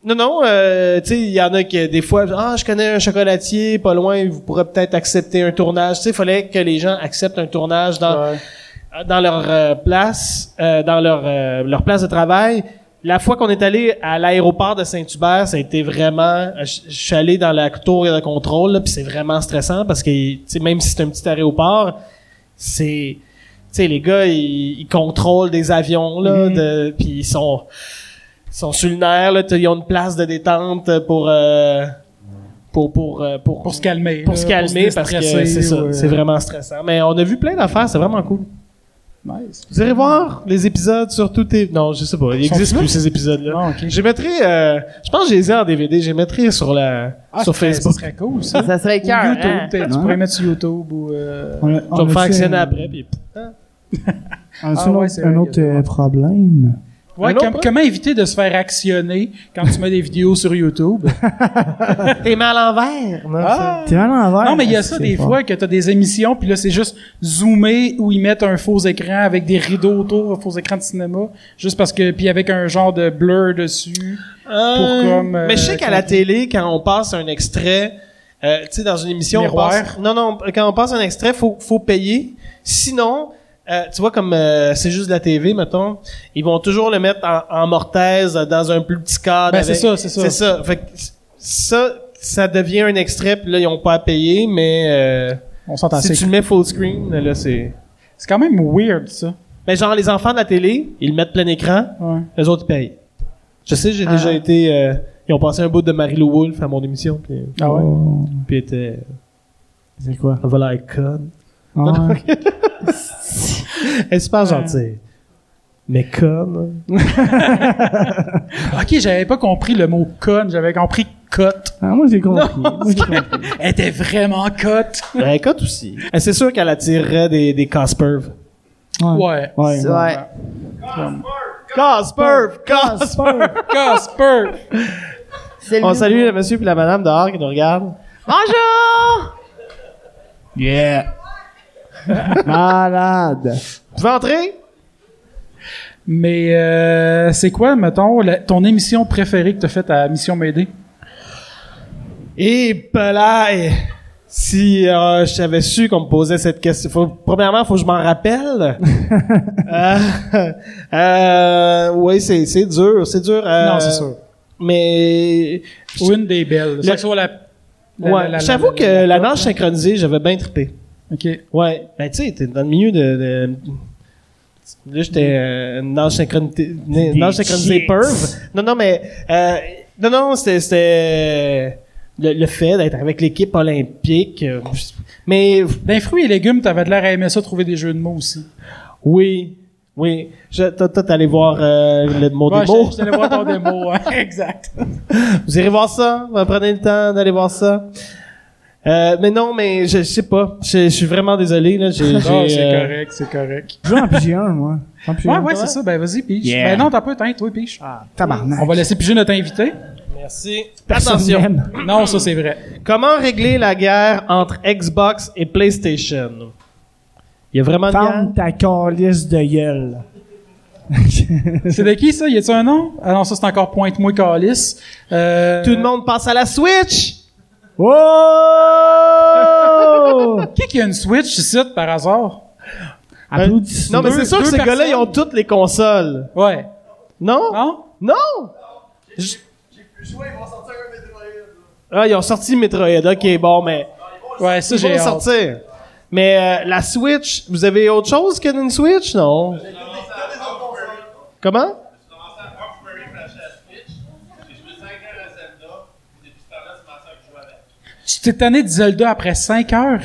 S5: non, non, euh, tu sais, il y en a qui, des fois, ah, je connais un chocolatier, pas loin, vous pourrez peut-être accepter un tournage. Tu sais, il fallait que les gens acceptent un tournage dans, dans leur euh, place, euh, dans leur, euh, leur place de travail. La fois qu'on est allé à l'aéroport de Saint-Hubert, ça a été vraiment. euh, Je je suis allé dans la tour de contrôle, là, puis c'est vraiment stressant parce que, tu sais, même si c'est un petit aéroport, c'est, tu sais, les gars, ils, ils contrôlent des avions là,
S4: Mhm.
S5: de, puis ils sont, ils sont sur le nerf, là, t'as- ils ont une place de détente pour. euh, pour pour euh, pour,
S4: Pour se calmer.
S5: pour
S4: là,
S5: se calmer parce que
S4: déstresser,
S5: c'est ça,
S4: ouais.
S5: c'est vraiment stressant. Mais on a vu plein d'affaires, c'est vraiment cool.
S4: Nice.
S5: Vous irez voir les épisodes sur tout TV. Non, je sais pas, ils
S4: Sont
S5: existent
S4: plus
S5: plus ces épisodes-là.
S4: Non, Ah, ok.
S5: Je mettrai, euh, je pense que je les ai en DVD, je les mettrai sur la,
S4: Ah,
S5: sur
S4: ça serait-
S5: Facebook.
S4: Ça serait cool, ça.
S6: Ça serait
S4: Ou
S6: cœur.
S4: YouTube,
S6: hein?
S4: peut-être. Tu
S2: Ouais.
S4: pourrais mettre sur YouTube ou. euh,
S2: On a-
S5: Je
S2: on
S5: vais me
S2: a-tu
S5: faire
S2: un-
S5: actionner après, puis
S2: On a-tu
S4: Ah
S2: un
S4: ouais,
S2: autre-
S4: c'est
S2: un
S4: vrai,
S2: autre
S4: il y a
S2: euh, problème?
S4: Ouais,
S5: Un autre
S4: com-
S5: point?
S4: comment éviter de se faire actionner quand tu mets des vidéos sur YouTube?
S5: T'es mal envers. Non,
S4: Ah!
S2: T'es mal en
S4: Non, mais il y a ça des fois que t'as des émissions, puis là, c'est juste zoomé où ils mettent un faux écran avec des rideaux autour, un faux écran de cinéma, juste parce que, puis avec un genre de blur dessus.
S5: Euh,
S4: Pour comme, euh,
S5: mais je sais qu'à la télé, quand on passe un extrait, euh, tu sais, dans une émission, on
S4: Miroir.
S5: passe, non, non, quand on passe un extrait, faut, faut payer. Sinon, euh, tu vois, comme euh, c'est juste de la TV, mettons, ils vont toujours le mettre en, en mortaise euh, dans un plus petit cadre.
S4: Ben, c'est
S5: avec-
S4: ça, c'est ça.
S5: C'est ça. Fait que ça, ça devient un extrait, puis là, ils ont pas à payer, mais euh,
S4: On s'entend,
S5: si
S4: c'est
S5: tu le mets full screen, là, c'est...
S4: c'est quand même weird, ça.
S5: Mais genre, les enfants de la télé, ils le mettent plein écran,
S4: Ouais.
S5: les autres, ils payent. Je sais, j'ai
S6: Ah.
S5: déjà été. euh, ils ont passé un bout de Marie-Lou Wolfe à mon émission, puis,
S4: Ah ouais?
S5: puis était.
S2: Oh, C'est quoi?
S5: Voilà, elle conne.
S2: Ah ouais.
S5: Elle est super
S4: Ah.
S5: gentille. Mais conne.
S4: Ok, j'avais pas compris le mot conne, j'avais compris cote.
S2: Ah, moi, j'ai compris. Moi, j'ai compris.
S4: Elle était vraiment cote.
S5: Ben, Elle conne aussi. Eh, C'est sûr qu'elle attirerait des, des cosperves.
S4: Ouais.
S2: Ouais.
S6: Ouais.
S2: ouais.
S5: Cosperves! Cosperves!
S4: Casper!
S6: C'est le
S5: On
S6: nouveau.
S5: salue le monsieur et la madame dehors qui nous regardent.
S6: Bonjour!
S2: Yeah. Malade.
S5: Vous pouvez entrer?
S4: Mais euh, c'est quoi, mettons, la- ton émission préférée que t'as faite à Mission M'aider?
S5: Et pelaille! Si euh, je savais su qu'on me posait cette question, faut, premièrement, faut que je
S4: <laughs>
S5: m'en rappelle. euh, euh, oui, c'est c'est dur, c'est dur. euh,
S4: non, c'est sûr.
S5: Mais
S4: Ou une des belles. C'est que soit la. la- la- la-
S5: ouais, j'avoue
S4: la-
S5: que la, nage synchronisée, j'avais bien trippé.
S4: Ok.
S5: Ouais, ben tu sais, t'es dans le milieu de, de- là j'étais euh, une nage synchronisée, une nage synchronisée
S4: chicks.
S5: perv. Non, non, mais euh, non, non, c'était- c'était le, le fait d'être avec l'équipe olympique. euh, Mais
S4: Dans les fruits et légumes, t'avais de l'air à aimer ça, trouver des jeux de mots aussi.
S5: oui, oui, je, toi, toi, t'es allé voir euh, le mot
S4: Ouais,
S5: des mots.
S4: j'étais- j'étais allé voir ton démo, hein. <laughs> exact.
S5: Vous irez voir ça. vous Prenez le temps d'aller voir ça. Euh, mais non, mais je, je sais pas. Je, je suis vraiment désolé. Là. <laughs> J'ai, j'ai,
S4: Non, c'est
S5: euh,
S4: correct, c'est correct.
S2: Je veux en piger un, moi. En piger
S4: Ouais,
S2: un.
S4: ouais, c'est ça. Ben, vas-y, Piche.
S2: Yeah.
S4: Ben non, t'as pas temps, toi, Piche.
S2: Tabarnak.
S4: On va laisser piger notre invité.
S5: Merci.
S2: Personne
S5: Attention.
S2: m'aime.
S4: Non, ça, c'est
S5: <laughs>
S4: vrai.
S5: Comment régler la guerre entre Xbox et PlayStation? Il y a vraiment une guerre?
S2: Ferme ta calice de <laughs> gueule.
S4: C'est de qui, ça? Y a-tu un nom? Ah non, ça, c'est encore Pointe-moi Calice. Euh...
S5: Tout le monde passe à la Switch!
S2: Oh!
S4: Qui qui a une Switch ici, par hasard?
S2: Applaudissements.
S5: Non, mais
S4: Deux-
S5: c'est sûr que
S4: deux
S5: ces gars-là, ils
S4: personnes.
S5: ont toutes les consoles.
S4: Ouais.
S5: Non?
S4: Non?
S5: Non! J- Ah, ils ont sorti Metroid. Ok, bon, mais...
S4: Ouais, ça,
S5: Ils vont
S4: j'ai
S5: le
S4: hâte.
S5: sortir. Mais euh, la Switch, vous avez autre chose qu'une Switch, non? Comment?
S4: Tu t'es tanné de Zelda après 5 heures?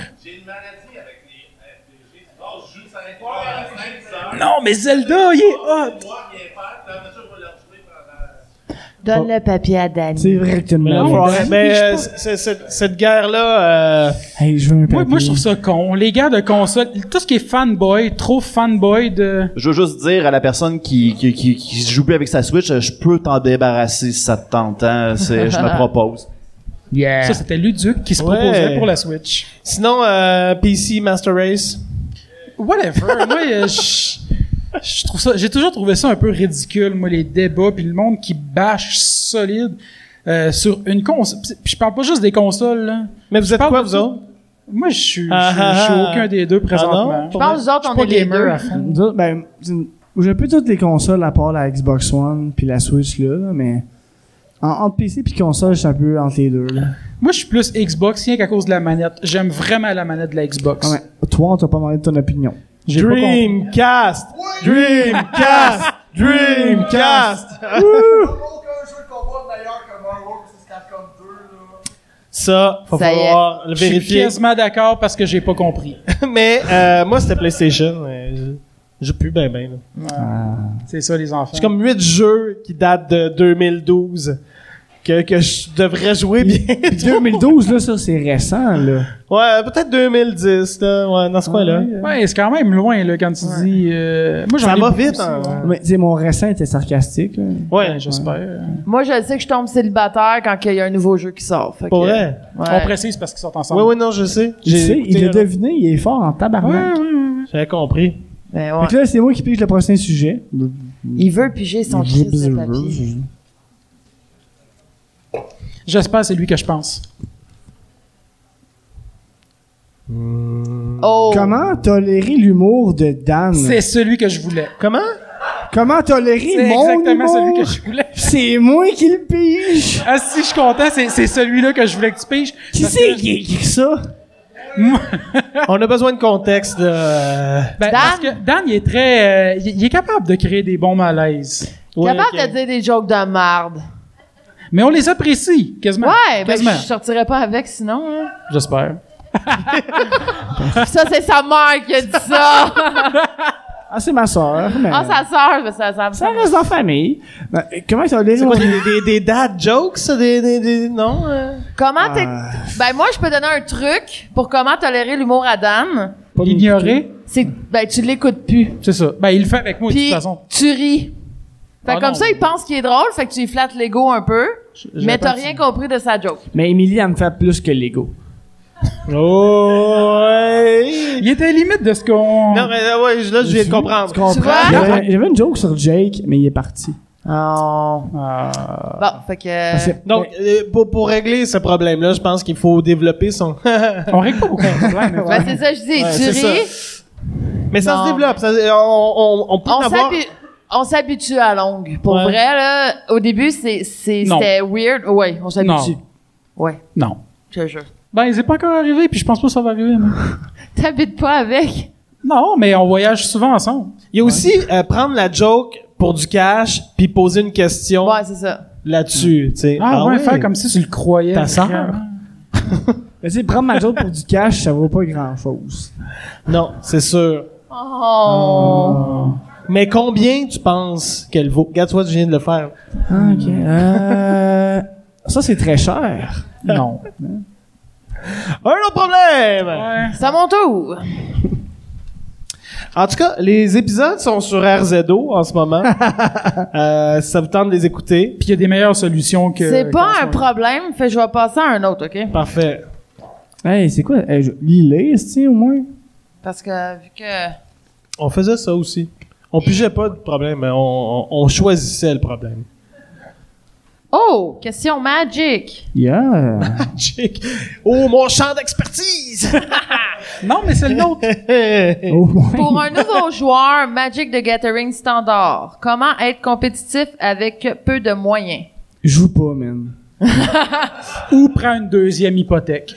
S4: Non, mais Zelda, il est hot!
S3: Donne le papier à Danny.
S2: C'est vrai que tu me
S5: Là,
S4: non,
S5: faut
S4: mais-
S5: arrêter. mais euh, c'est- c'est- cette guerre-là, euh,
S2: Hey, je veux un papier.
S4: Moi, moi, je trouve ça con. Les gars de console, tout ce qui est fanboy, trop fanboy de...
S1: Je veux juste dire à la personne qui, qui, qui, qui se joue plus avec sa Switch, euh, je peux t'en débarrasser si ça te tente, hein. C'est- je me propose.
S4: Ça, c'était Luduc qui se
S5: Euh, Ouais.
S4: proposait pour la Switch.
S5: sinon euh, PC Master Race.
S4: Whatever. <laughs> moi, euh, je... je trouve ça... J'ai toujours trouvé ça un peu ridicule, moi, les débats, puis le monde qui bâche solide euh, sur une console. Puis je parle pas juste des consoles, là.
S5: Mais vous
S4: Je
S5: êtes
S4: parle
S5: quoi,
S4: de
S5: vous
S4: ça.
S5: autres?
S4: Moi, je suis,
S5: Ah,
S4: je, je
S5: ah,
S4: suis
S5: ah.
S4: aucun des deux présentement.
S5: Je
S6: Je pense, genre,
S4: Je suis
S6: on
S4: pas
S6: est les
S4: gamer
S6: deux.
S4: à fond.
S2: Nous autres, ben, c'est une- j'ai un peu toutes les consoles à part la Xbox One puis la Switch là, là, mais en, entre PC puis console, je suis un peu entre les deux. Là.
S4: Moi, je suis plus Xbox rien qu'à cause de la manette. J'aime vraiment la manette de la Xbox.
S2: Ah, mais toi, on t'a pas demandé ton opinion.
S4: J'ai pas compris.
S5: Dreamcast! Dreamcast! Dreamcast! Ça, faut
S6: Ça y est.
S5: falloir le
S4: Je suis
S5: vérifier.
S4: quasiment d'accord parce que j'ai pas compris.
S5: <laughs> Mais euh, moi, c'était PlayStation. mais je je pue ben ben. là.
S4: C'est ça, les enfants.
S5: J'ai comme huit jeux qui datent de 2012 que, que je devrais jouer bien. <laughs>
S2: <laughs> 2012, là, ça, c'est récent, là.
S5: ouais, peut-être 2010, là, ouais, dans ce coin-là.
S4: Ouais, c'est quand même loin, là, quand tu dis. euh, Moi, j'en
S5: Ça
S4: ai
S5: va
S4: beaucoup
S5: vite.
S4: aussi.
S5: hein.
S2: Mais, tu sais, mon récent était sarcastique, là.
S5: Ouais,
S4: J'espère.
S6: Moi, je sais que je tombe célibataire quand il y a un nouveau jeu qui sort. Fait
S5: Pour
S6: que-
S5: vrai.
S6: Ouais.
S4: On précise parce qu'ils sont ensemble.
S5: Ouais, ouais, non, je sais.
S2: Tu sais,
S5: écouté
S2: il l'a
S5: un-
S2: deviné, il est fort en tabarnak.
S5: J'avais compris.
S6: Ben
S2: Fait
S6: ouais.
S2: que là, c'est moi qui pique le prochain sujet.
S6: Il veut piger son crise de papier.
S4: J'espère que c'est lui que je pense.
S6: Oh!
S2: Comment tolérer l'humour de Dan?
S4: C'est celui que je voulais.
S5: Comment?
S2: Comment tolérer
S4: C'est
S2: mon
S4: exactement
S2: humour?
S4: celui que je voulais.
S2: C'est moi qui le pige!
S4: Ah, si, je suis content, c'est c'est celui-là que je voulais que tu piges.
S2: Qui
S4: Parce
S2: c'est
S4: que-
S2: qui a écrit ça?
S4: Moi-
S5: On a besoin de contexte. euh,
S4: Ben,
S6: Dan?
S4: Parce que Dan, il est très. euh, il, il est capable de créer des bons malaises.
S5: ouais,
S6: Capable
S5: ok.
S6: de dire des jokes de marde.
S4: Mais on les apprécie, quasiment.
S6: Ouais, ben
S4: quasiment.
S6: je sortirais pas avec sinon. hein.
S4: J'espère.
S6: Ça, c'est sa mère qui a dit ça!
S2: Ah, c'est ma soeur. Mais...
S6: ah, sa soeur, ben, ça, ça,
S2: Ça reste en famille. Ben, euh, comment tolérer
S5: C'est
S2: mon
S5: quoi, des, des, des dad jokes? ça, Des, des, des- non? euh?
S6: Comment t'es...
S2: Ah.
S6: Ben, moi, je peux donner un truc pour comment tolérer l'humour à Dan.
S2: Pas
S4: L'ignorer,
S6: C'est... Ben, tu l'écoutes plus.
S4: c'est ça. Ben, il le fait avec moi, de
S6: Puis,
S4: toute façon.
S6: tu ris. Fait
S4: Ah
S6: que comme
S4: non.
S6: ça, il pense qu'il est drôle, fait que tu lui flattes l'ego un peu,
S4: je
S6: mais t'as
S4: l'ai pas
S6: rien compris de sa joke.
S2: Mais Émilie, elle me fait plus que l'ego.
S5: Oh, ouais.
S4: Il était à la limite de ce qu'on.
S5: Non, mais euh, ouais, je- là, je viens de comprendre.
S2: Tu comprends?
S6: Tu vois?
S4: Ah.
S2: J'avais j'avais une joke sur Jake, mais il est
S4: Euh,
S2: parti.
S6: Non.
S4: Ah.
S6: Bon, fait
S2: Parce que-
S6: que...
S5: Donc, euh, pour, pour régler ce problème-là, je pense qu'il faut développer son... <laughs>
S4: On règle pas beaucoup de problèmes.
S6: Ben, c'est ça, je dis,
S5: Ouais,
S6: tu
S5: c'est
S6: ris,
S5: Mais ça
S6: Non.
S5: se développe. ça- euh, on, on, on peut en
S6: on
S5: avoir...
S6: s'habi- on s'habitue à longue. Pour
S5: Ouais.
S6: vrai, là, au début, c'est, c'est,
S4: Non.
S6: c'était weird. Ouais, on s'habitue.
S4: Non.
S6: Ouais,
S4: Non.
S6: je te jure.
S4: Ben, c'est pas encore arrivé, puis je pense pas que ça va arriver. moi.
S6: T'habites pas avec.
S4: Non, mais on voyage souvent ensemble.
S5: Il y a aussi euh, prendre la joke pour du cash, puis poser une question
S6: Ouais, c'est ça.
S5: là-dessus. tu sais.
S4: Ah, ouais, faire comme si tu le croyais.
S5: Ta sœur?
S4: vraiment.
S2: Mais tu sais, prendre ben, ma joke pour du cash, ça vaut pas grand-chose.
S5: Non, c'est sûr.
S6: Oh.
S5: Mais combien tu penses qu'elle vaut? Regarde, toi, tu viens de le faire.
S2: Ah, OK. Euh... <laughs> Ça, c'est très cher.
S4: Non.
S5: Un autre problème!
S4: Ouais.
S6: C'est à mon tour.
S5: En tout cas, les épisodes sont sur RZO en ce
S4: <laughs>
S5: moment. euh, si ça vous tente de les écouter.
S4: <laughs> Puis il y a des meilleures solutions que.
S6: c'est pas
S4: qu'en soi.
S6: un problème. Fait, que je vais passer à un autre, OK?
S5: Parfait.
S2: Hey, c'est quoi? Hey, je... Lilé, est-ce au moins?
S6: Parce que, vu que...
S5: On faisait ça aussi. On pigeait pas de problème, mais on, on- on choisissait le problème. <laughs>
S6: Oh! Question magic.
S2: Yeah.
S5: Chic. Oh, mon champ d'expertise!
S4: <laughs>
S5: <laughs>
S4: Non, mais c'est le nôtre. Euh,
S2: au moins.
S6: Pour un nouveau joueur Magic de Gathering standard, comment être compétitif avec peu de moyens?
S2: Joue pas, man.
S4: Ou prends une deuxième hypothèque.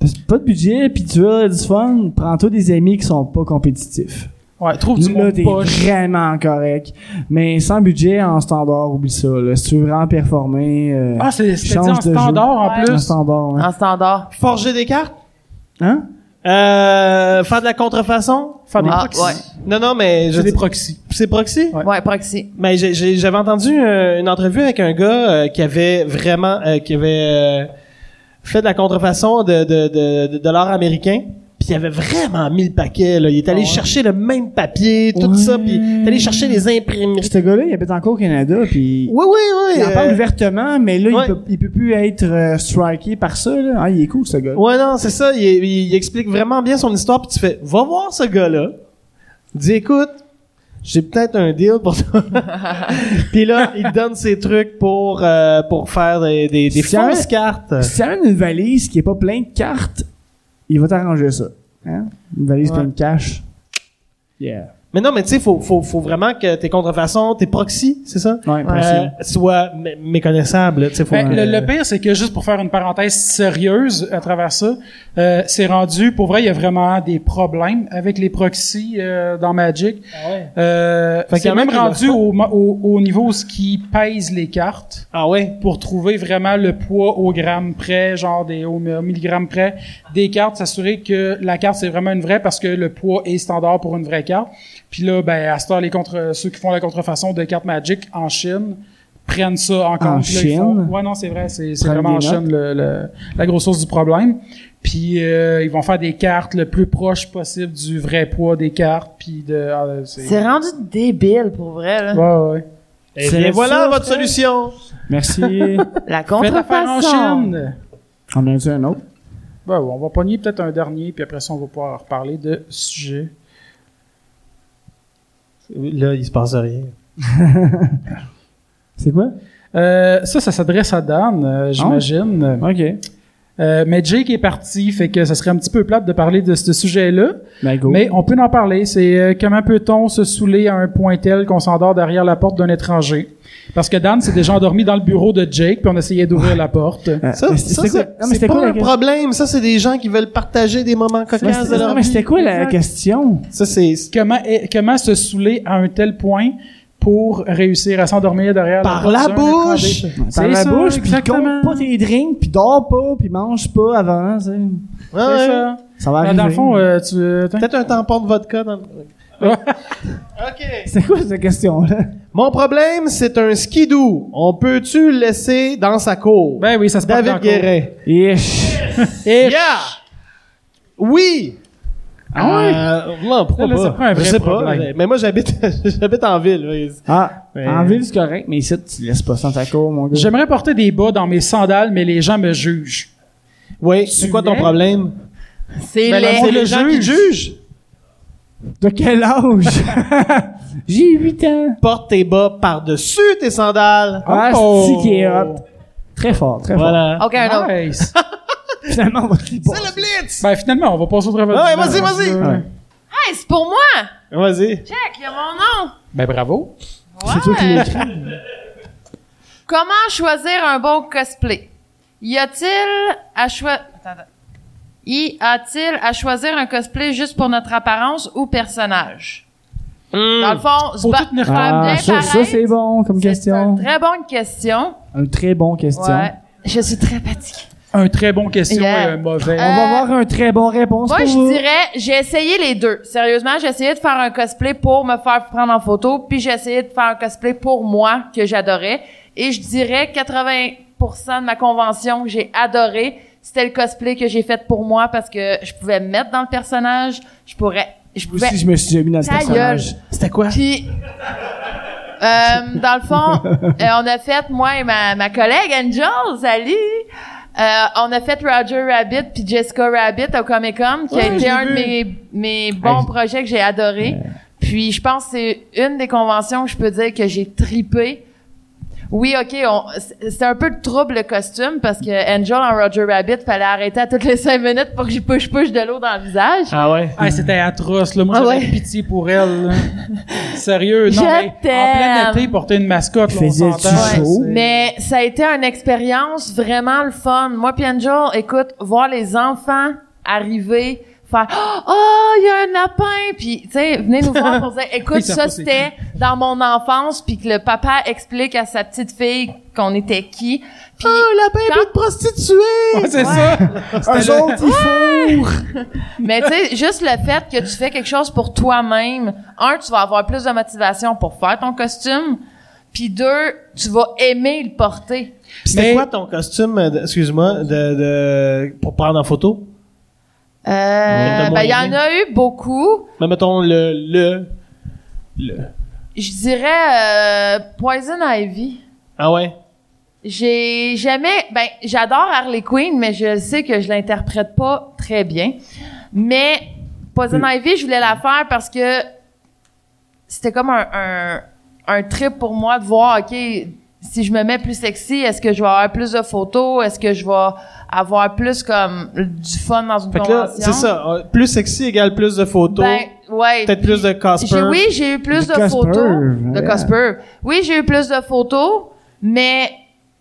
S2: Parce que pas de budget, puis tu veux du fun, prends-toi des amis qui sont pas compétitifs.
S4: Ouais, trouve du
S2: Là,
S4: monde
S2: t'es
S4: poche.
S2: vraiment correct. Mais sans budget, en standard, oublie ça. Là. Si tu veux vraiment performer, euh,
S4: Ah, c'est c'était dit
S2: change
S4: en
S2: de jeu.
S4: standard en
S2: en
S4: plus. Ah.
S2: standard, ouais.
S6: En standard.
S5: Forger des cartes?
S2: Hein?
S5: Euh, faire de la contrefaçon?
S4: Faire des
S6: Ah,
S4: proxys.
S6: ouais.
S5: Non, non, mais... je
S4: J'ai des
S5: dis-
S4: proxys.
S5: C'est proxy?
S4: Ouais.
S6: Ouais, proxy.
S5: Mais Ben, j'ai- j'ai- j'avais entendu euh, une entrevue avec un gars euh, qui avait vraiment, euh, qui avait euh, fait de la contrefaçon de, de, de, de dollars américains. Puis il avait vraiment mis le paquet. Là. Il est allé chercher le même papier, tout
S2: Ouais.
S5: ça. Puis il est allé chercher les imprimeries.
S2: Ce gars-là, il habite encore au Canada, puis
S5: Oui, oui, oui.
S2: il en parle
S5: euh,
S2: ouvertement, mais là,
S5: ouais.
S2: il, peut, il peut plus être euh, striké par ça. Là. Ah, il est cool, ce gars.
S5: Ouais, non, c'est ça. Il, il- il explique vraiment bien son histoire. Puis tu fais, va voir ce gars-là. Dis, écoute, j'ai peut-être un deal pour <laughs> toi. puis là, il te donne ses trucs pour euh, pour faire des, des, des
S2: Si jamais-
S5: fausses cartes.
S2: Si tu amènes une valise qui est pas pleine de cartes, il va t'arranger ça. Hein? Une valise
S5: Ouais.
S2: pleine de cash. Yeah.
S5: Mais non, mais tu sais, faut, faut, faut vraiment que tes contrefaçons, tes proxys, c'est ça?
S2: Ouais,
S5: Euh,
S2: possible.
S5: soient mé- méconnaissables. tu sais, faut
S4: Ben,
S5: que-
S4: le, le pire, c'est que juste pour faire une parenthèse sérieuse à travers ça, euh, c'est rendu, pour vrai, il y a vraiment des problèmes avec les proxys euh, dans Magic. Euh,
S5: Fait qu'il y
S4: c'est
S5: en a
S4: même
S5: qui le
S4: rendu
S5: font.
S4: au, mo- au, au niveau où ce qui pèse les cartes
S5: Ah ouais?
S4: pour trouver vraiment le poids au gramme près, genre des au mi- au milligramme près des cartes, s'assurer que la carte c'est vraiment une vraie parce que le poids est standard pour une vraie carte. Puis là, ben à ce temps, les contre ceux qui font la contrefaçon de cartes Magic en Chine prennent ça en compte.
S2: En
S4: Puis là, ils font-
S2: Chine?
S4: Ouais non c'est vrai, c'est c'est
S2: Prennent
S4: vraiment en
S2: des notes?
S4: Chine le- le- la grosse source du problème. Puis euh, ils vont faire des cartes le plus proche possible du vrai poids des cartes. Puis de ah,
S6: C'est rendu débile, pour vrai, là.
S4: Ouais, ouais.
S5: Et
S2: C'est
S5: Eh bien voilà
S2: ça,
S5: votre
S2: frère.
S5: solution!
S2: Merci.
S6: La
S4: Faites affaire en
S6: contrefaçon.
S4: Chine.
S2: On a dit un autre.
S4: Ben, on va pogner peut-être un dernier, puis après ça, on va pouvoir reparler de sujet.
S5: Là, il se passe rien.
S2: C'est quoi?
S4: Euh, ça, ça s'adresse à Dan, euh, j'imagine.
S2: OK.
S4: Euh, mais Jake est parti, fait que ça serait un petit peu plate de parler de ce sujet-là.
S2: Ben, go.
S4: Mais on peut en parler. C'est euh, comment peut-on se saouler à un point tel qu'on s'endort derrière la porte d'un étranger? Parce que Dan s'est déjà endormi dans le bureau de Jake, puis on essayait d'ouvrir la porte.
S2: Euh,
S5: Ça,
S2: mais
S5: ça,
S2: c'était quoi-
S5: c'est
S2: non, mais
S5: c'est
S2: c'était
S5: pas
S2: quoi la
S5: un
S2: question?
S5: problème. Ça, c'est des gens qui veulent partager des moments
S2: Mais
S5: cocasses de
S2: c'était-
S5: leur
S2: non, mais
S5: vie.
S2: c'était quoi la
S5: Exact.
S2: question?
S5: Ça, c'est
S4: Comment, est- comment se saouler à un tel point pour réussir à s'endormir derrière
S5: par
S4: la
S5: la
S4: porte d'un étranger?
S5: bouche!
S2: Par
S4: C'est
S2: la
S4: ça,
S2: bouche, puis
S4: exactement.
S2: compte pas tes drinks, puis dors pas, puis mange pas avant. tu sais.
S5: Ouais,
S4: C'est
S5: ouais.
S4: ça.
S2: Ça va
S5: Ben,
S4: Ah,
S2: arriver.
S4: dans le fond, euh, tu. euh, t'in-
S5: Peut-être un tampon de vodka dans le... OK.
S2: <laughs> C'est quoi cette question-là?
S5: Mon problème, c'est un skidoo. On peut-tu le laisser dans sa cour?
S4: Ben oui, ça se porte
S5: David
S4: en cours.
S5: Guéret.
S2: Ish.
S4: Et-
S5: Yeah! Oui!
S4: Ah ouais?
S5: Euh, non, pourquoi
S4: Là, là,
S5: pas?
S4: ça prend un vrai
S5: je sais pas.
S4: problème.
S5: Mais moi, j'habite, <laughs> j'habite en ville. oui.
S2: Ah,
S5: Ouais.
S2: en ville, c'est correct, mais ici, tu laisses pas ça dans ta cour, mon gars.
S4: J'aimerais porter des bas dans mes sandales, mais les gens me jugent.
S5: Oui, c'est quoi ton
S4: l'es?
S5: problème?
S6: C'est
S5: Ben,
S6: laid.
S5: c'est les gens qui jugent.
S2: De quel
S5: <laughs>
S2: âge? J'ai 8 ans.
S5: Porte tes bas par-dessus tes sandales.
S2: Ah,
S4: Oh!
S2: c'est qui est hot. Très fort, très
S5: Voilà.
S6: OK, un autre.
S4: Nice. <laughs>
S2: fort. Finalement, on va te le
S5: C'est le blitz!
S4: ben finalement, on va passer au travail.
S5: Ah Ouais,
S4: du
S5: vas-y,
S4: jour.
S5: vas-y.
S4: Ouais.
S6: Hey, c'est pour moi!
S5: Vas-y.
S6: Check, il y a mon nom!
S4: Ben bravo.
S2: C'est toi qui l'as écrit.
S6: Comment choisir un bon cosplay? Y a-t-il à choisir... Y a-t-il à choisir un cosplay juste pour notre apparence ou personnage? Dans le fond, se
S4: Faut
S6: ba-
S4: tout tenir
S6: faire
S2: Ah,
S6: bien
S2: ça, ça,
S6: pareil,
S2: c'est bon comme
S6: c'est une
S2: question.
S6: très bonne question.
S2: Une très bonne question.
S6: Ouais. Je suis très fatiguée.
S4: Un très bon question
S6: Yeah.
S4: et un mauvais.
S2: On
S6: Euh,
S2: va avoir un très bon réponse
S6: Moi,
S2: pour
S6: je
S2: vous.
S6: dirais, j'ai essayé les deux. Sérieusement, j'ai essayé de faire un cosplay pour me faire prendre en photo, puis j'ai essayé de faire un cosplay pour moi, que j'adorais. Et je dirais 80% de ma convention que j'ai adoré, c'était le cosplay que j'ai fait pour moi parce que je pouvais me mettre dans le personnage, je pourrais, je
S2: Moi
S6: pouvais
S2: aussi, je me suis déjà mis dans le
S6: Ben, Ta gueule.
S2: personnage.
S5: C'était quoi?
S6: puis, euh, dans le fond, euh, on a fait, moi et ma, ma collègue Angel, salut! Euh, on a fait Roger Rabbit puis Jessica Rabbit au Comic Con, qui a été un de mes, mes bons projets que j'ai adoré. Puis je pense que c'est une des conventions que je peux dire que j'ai tripé. Oui, ok, on, c'est- c'est un peu de trouble le costume parce que Angel en Roger Rabbit fallait arrêter à toutes les cinq minutes pour que je push push de l'eau dans le visage.
S5: Ah ouais?
S4: Ah, c'était atroce, là. Moi,
S6: Ah
S4: j'avais
S6: ouais.
S4: pitié pour
S6: <laughs>
S4: elle, là. Sérieux, non,
S6: Je
S4: mais en plein
S6: t'aime.
S4: été, porter une mascotte, là, on
S2: Faisais-tu
S4: s'entend.
S2: chaud?
S4: c'est-
S6: Mais ça a été une expérience vraiment le fun. Moi, puis Angel, écoute, voir les enfants arriver, faire « Oh, il y a un lapin! » Puis, tu sais, venez nous voir <laughs> pour dire « Écoute,
S4: Ils savent
S6: ça,
S4: pas c'est
S6: c'était dans mon enfance. » Puis que le papa explique à sa petite fille qu'on était qui. Ah, Puis, quand-
S4: Ouais, c'est ça.
S2: Eux
S4: le-
S2: autres, ils fourrent.
S6: mais tu sais, juste le fait que tu fais quelque chose pour toi-même, un, tu vas avoir plus de motivation pour faire ton costume. Puis deux, tu vas aimer le porter.
S5: C'était
S4: Mais-
S5: quoi ton costume, euh, de- excuse-moi, de, de, pour prendre en photo?
S6: Euh, ben, il y en a eu beaucoup.
S5: Mais mettons le, le, le.
S6: Je dirais euh, Poison Ivy.
S5: Ah ouais?
S6: J'ai jamais ben j'adore Harley Quinn mais je sais que je l'interprète pas très bien. Mais Poison Ivy, je voulais la faire parce que c'était comme un, un un trip pour moi de voir OK si je me mets plus sexy, est-ce que je vais avoir plus de photos, est-ce que je vais avoir plus comme du fun dans une
S5: Fait que là,
S6: convention
S5: c'est ça. euh, Plus sexy égale plus de photos.
S6: Ben, ouais.
S5: Peut-être plus de
S6: J'ai-
S5: Casper.
S6: Oui, j'ai eu plus
S2: Du
S6: de
S2: Casper,
S6: photos. De
S2: ouais.
S6: Casper. Oui, j'ai eu plus de photos, mais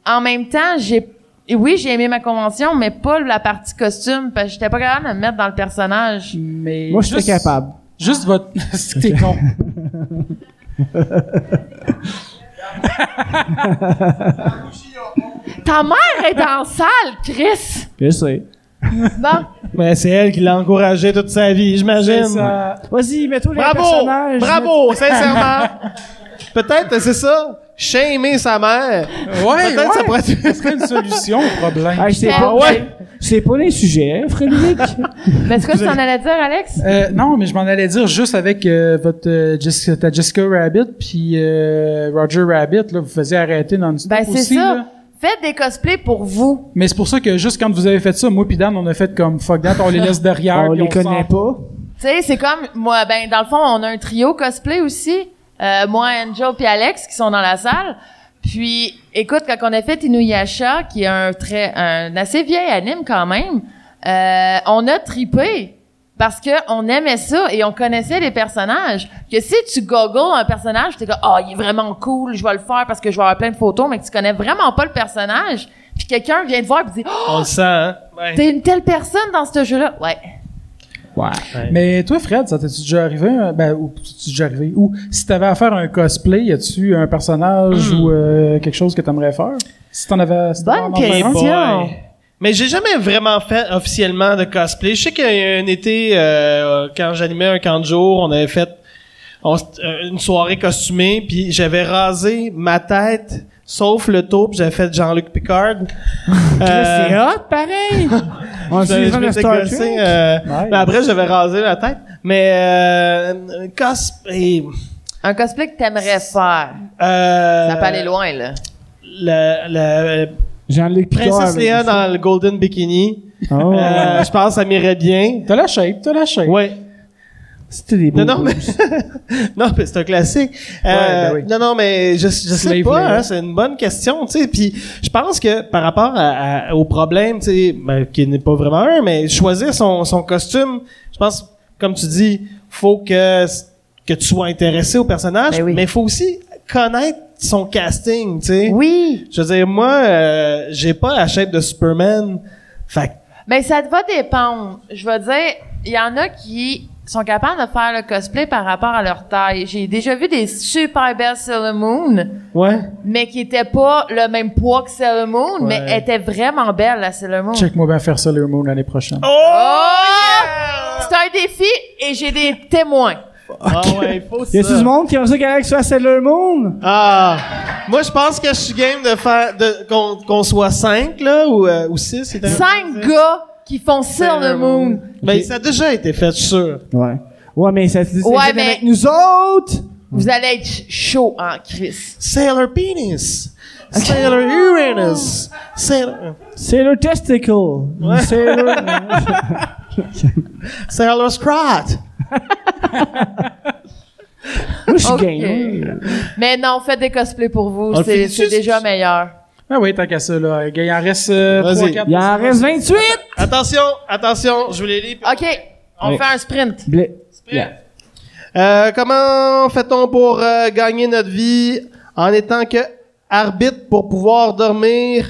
S6: en même temps, j'ai. Oui, j'ai aimé ma convention, mais pas la partie costume, parce que j'étais pas capable de me mettre dans le personnage.
S4: Mais
S2: Moi, je suis
S4: juste-
S2: capable.
S4: Juste votre. <laughs> C'est que t'es con.
S6: Ta mère est en <laughs> salle, Chris!
S2: Je sais.
S6: Bon,
S5: Mais c'est elle qui l'a encouragé toute sa vie,
S4: C'est
S5: j'imagine.
S4: ça.
S2: Vas-y, mets-toi les
S1: Bravo!
S2: personnages.
S1: Bravo, sincèrement.
S5: Peut-être, c'est ça. Shamer sa mère.
S4: Ouais, ouais.
S5: Peut-être ça pourrait être...
S4: serait une solution au problème.
S2: Ah, c'est
S6: Ben
S2: pas,
S1: ouais.
S2: c'est pas les sujets, hein, Frédéric.
S6: mais est-ce que tu en allais dire, Alex?
S4: Euh, non, mais je m'en allais dire juste avec euh, votre euh, Jessica, ta Jessica Rabbit puis euh, Roger Rabbit, là, vous faisiez arrêter dans une
S6: Ben, c'est
S4: aussi,
S6: ça.
S4: là.
S6: Faites des cosplays pour vous.
S4: Mais c'est pour ça que juste quand vous avez fait ça, moi puis Dan, on a fait comme fuck that, Ah, on les
S6: <laughs>
S4: laisse derrière.
S2: on
S4: puis
S2: les
S4: s'en-
S2: connaît pas.
S6: Tu sais, c'est comme, moi, ben, dans le fond, on a un trio cosplay aussi. Euh, moi, Angel puis Alex qui sont dans la salle. Puis, écoute, quand on a fait Inuyasha, qui est un très, un assez vieil anime quand même, euh, on a tripé parce que on aimait ça et on connaissait les personnages. Que si tu googles un personnage, t'es comme, oh, il est vraiment cool, je vais le faire parce que je vais avoir plein de photos, mais que tu connais vraiment pas le personnage. Puis quelqu'un vient te voir et dit, oh,
S5: On le sent, hein? Ouais.
S6: t'es une telle personne dans ce jeu-là. Ouais.
S4: Mais toi, Fred, ça t'es-tu déjà arrivé? hein? Ben, ou t'es-tu déjà arrivé? Ou si t'avais à faire un cosplay, y a-tu un personnage
S6: Hmm.
S4: ou euh, quelque chose que t'aimerais faire? Si t'en avais... si t'avais
S6: Bonne
S4: à en faire
S5: Hey
S4: un?
S6: question.
S5: boy. Mais j'ai jamais vraiment fait officiellement de cosplay. Je sais qu'il y a un été, euh, quand j'animais un camp de jour, on avait fait on s- euh, une soirée costumée, puis j'avais rasé ma tête, sauf le taupe, j'avais fait Jean-Luc Picard. Euh,
S2: C'est hot, pareil. on
S5: je-
S2: suit
S5: je
S2: le
S5: m'étais
S2: Star
S5: gossé,
S2: Trek.
S5: euh,
S4: Nice.
S5: mais après, j'avais rasé la tête. Mais euh, cosplay...
S6: Un cosplay que t'aimerais faire.
S5: Euh,
S6: Ça peut aller loin, là.
S5: La, la- la
S2: Jean-Luc Picard.
S5: princesse
S2: avec-
S5: Léa dans le Golden Bikini.
S2: Oh.
S5: Euh, je pense que ça m'irait bien.
S4: T'as la shape, t'as la shape.
S5: Ouais.
S2: C'était des beaux.
S5: Non, non, mais, non, mais <laughs> c'est un classique. Euh,
S4: ben oui.
S5: Non, non, mais je, je sais
S4: Slave
S5: pas,
S4: Leia.
S5: hein, c'est une bonne question, tu sais. Puis je pense que par rapport à- à- au problème, tu sais, ben, qui n'est pas vraiment un, mais choisir son, son costume, je pense, comme tu dis, faut que, que tu sois intéressé au personnage,
S6: Ben oui.
S5: mais il faut aussi connaître son casting, tu sais.
S6: Oui,
S5: Je veux dire, moi, euh, j'ai pas la shape de Superman. Fait que
S6: mais ça va dépendre. Je veux dire, il y en a qui sont capables de faire le cosplay par rapport à leur taille. J'ai déjà vu des super belles Sailor Moon,
S5: Ouais.
S6: mais qui étaient pas le même poids que Sailor Moon, mais
S5: Ouais.
S6: mais étaient vraiment belles, la Sailor Moon.
S4: Check-moi bien faire ça le Moon l'année prochaine.
S2: Oh.
S6: Oh! C'est un défi et j'ai des témoins.
S5: Ah ouais, il faut
S2: Y a-tu du monde qui aime ça qu'Alex fasse Sailor Moon?
S5: Ah! Moi, je pense que je suis game de faire, de, qu'on, qu'on soit 5, là, ou, euh, ou 6.
S6: Cinq gars qui font Sailor Moon.
S5: Ben, ça a déjà été fait, je suis sûr.
S2: Ouais. Ouais, mais ça se dit
S6: Ouais, mais-
S2: avec nous autres.
S6: Vous allez être chaud en crise.
S5: Sailor Penis! Sailor Uranus! Sailor,
S2: Sailor Testicle. Sailor.
S5: Sailor Scrot!
S2: Moi, je
S6: <laughs>
S2: suis
S6: Ok.
S2: game.
S6: Mais non, faites des cosplays pour
S5: On
S6: vous.
S5: le
S6: C'est
S5: finit-tu,
S6: c'est
S5: c'est-
S6: déjà meilleur.
S4: Ah oui, tant qu'à ça, là. Il en reste euh,
S5: Vas-y.
S4: trois, quatre.
S2: Il en reste 28!
S5: Attention, attention, je vous les lis.
S6: OK, on
S2: Ouais.
S6: fait un sprint.
S2: Blé-
S5: Euh, comment fait-on pour euh, gagner notre vie en étant que arbitre pour pouvoir dormir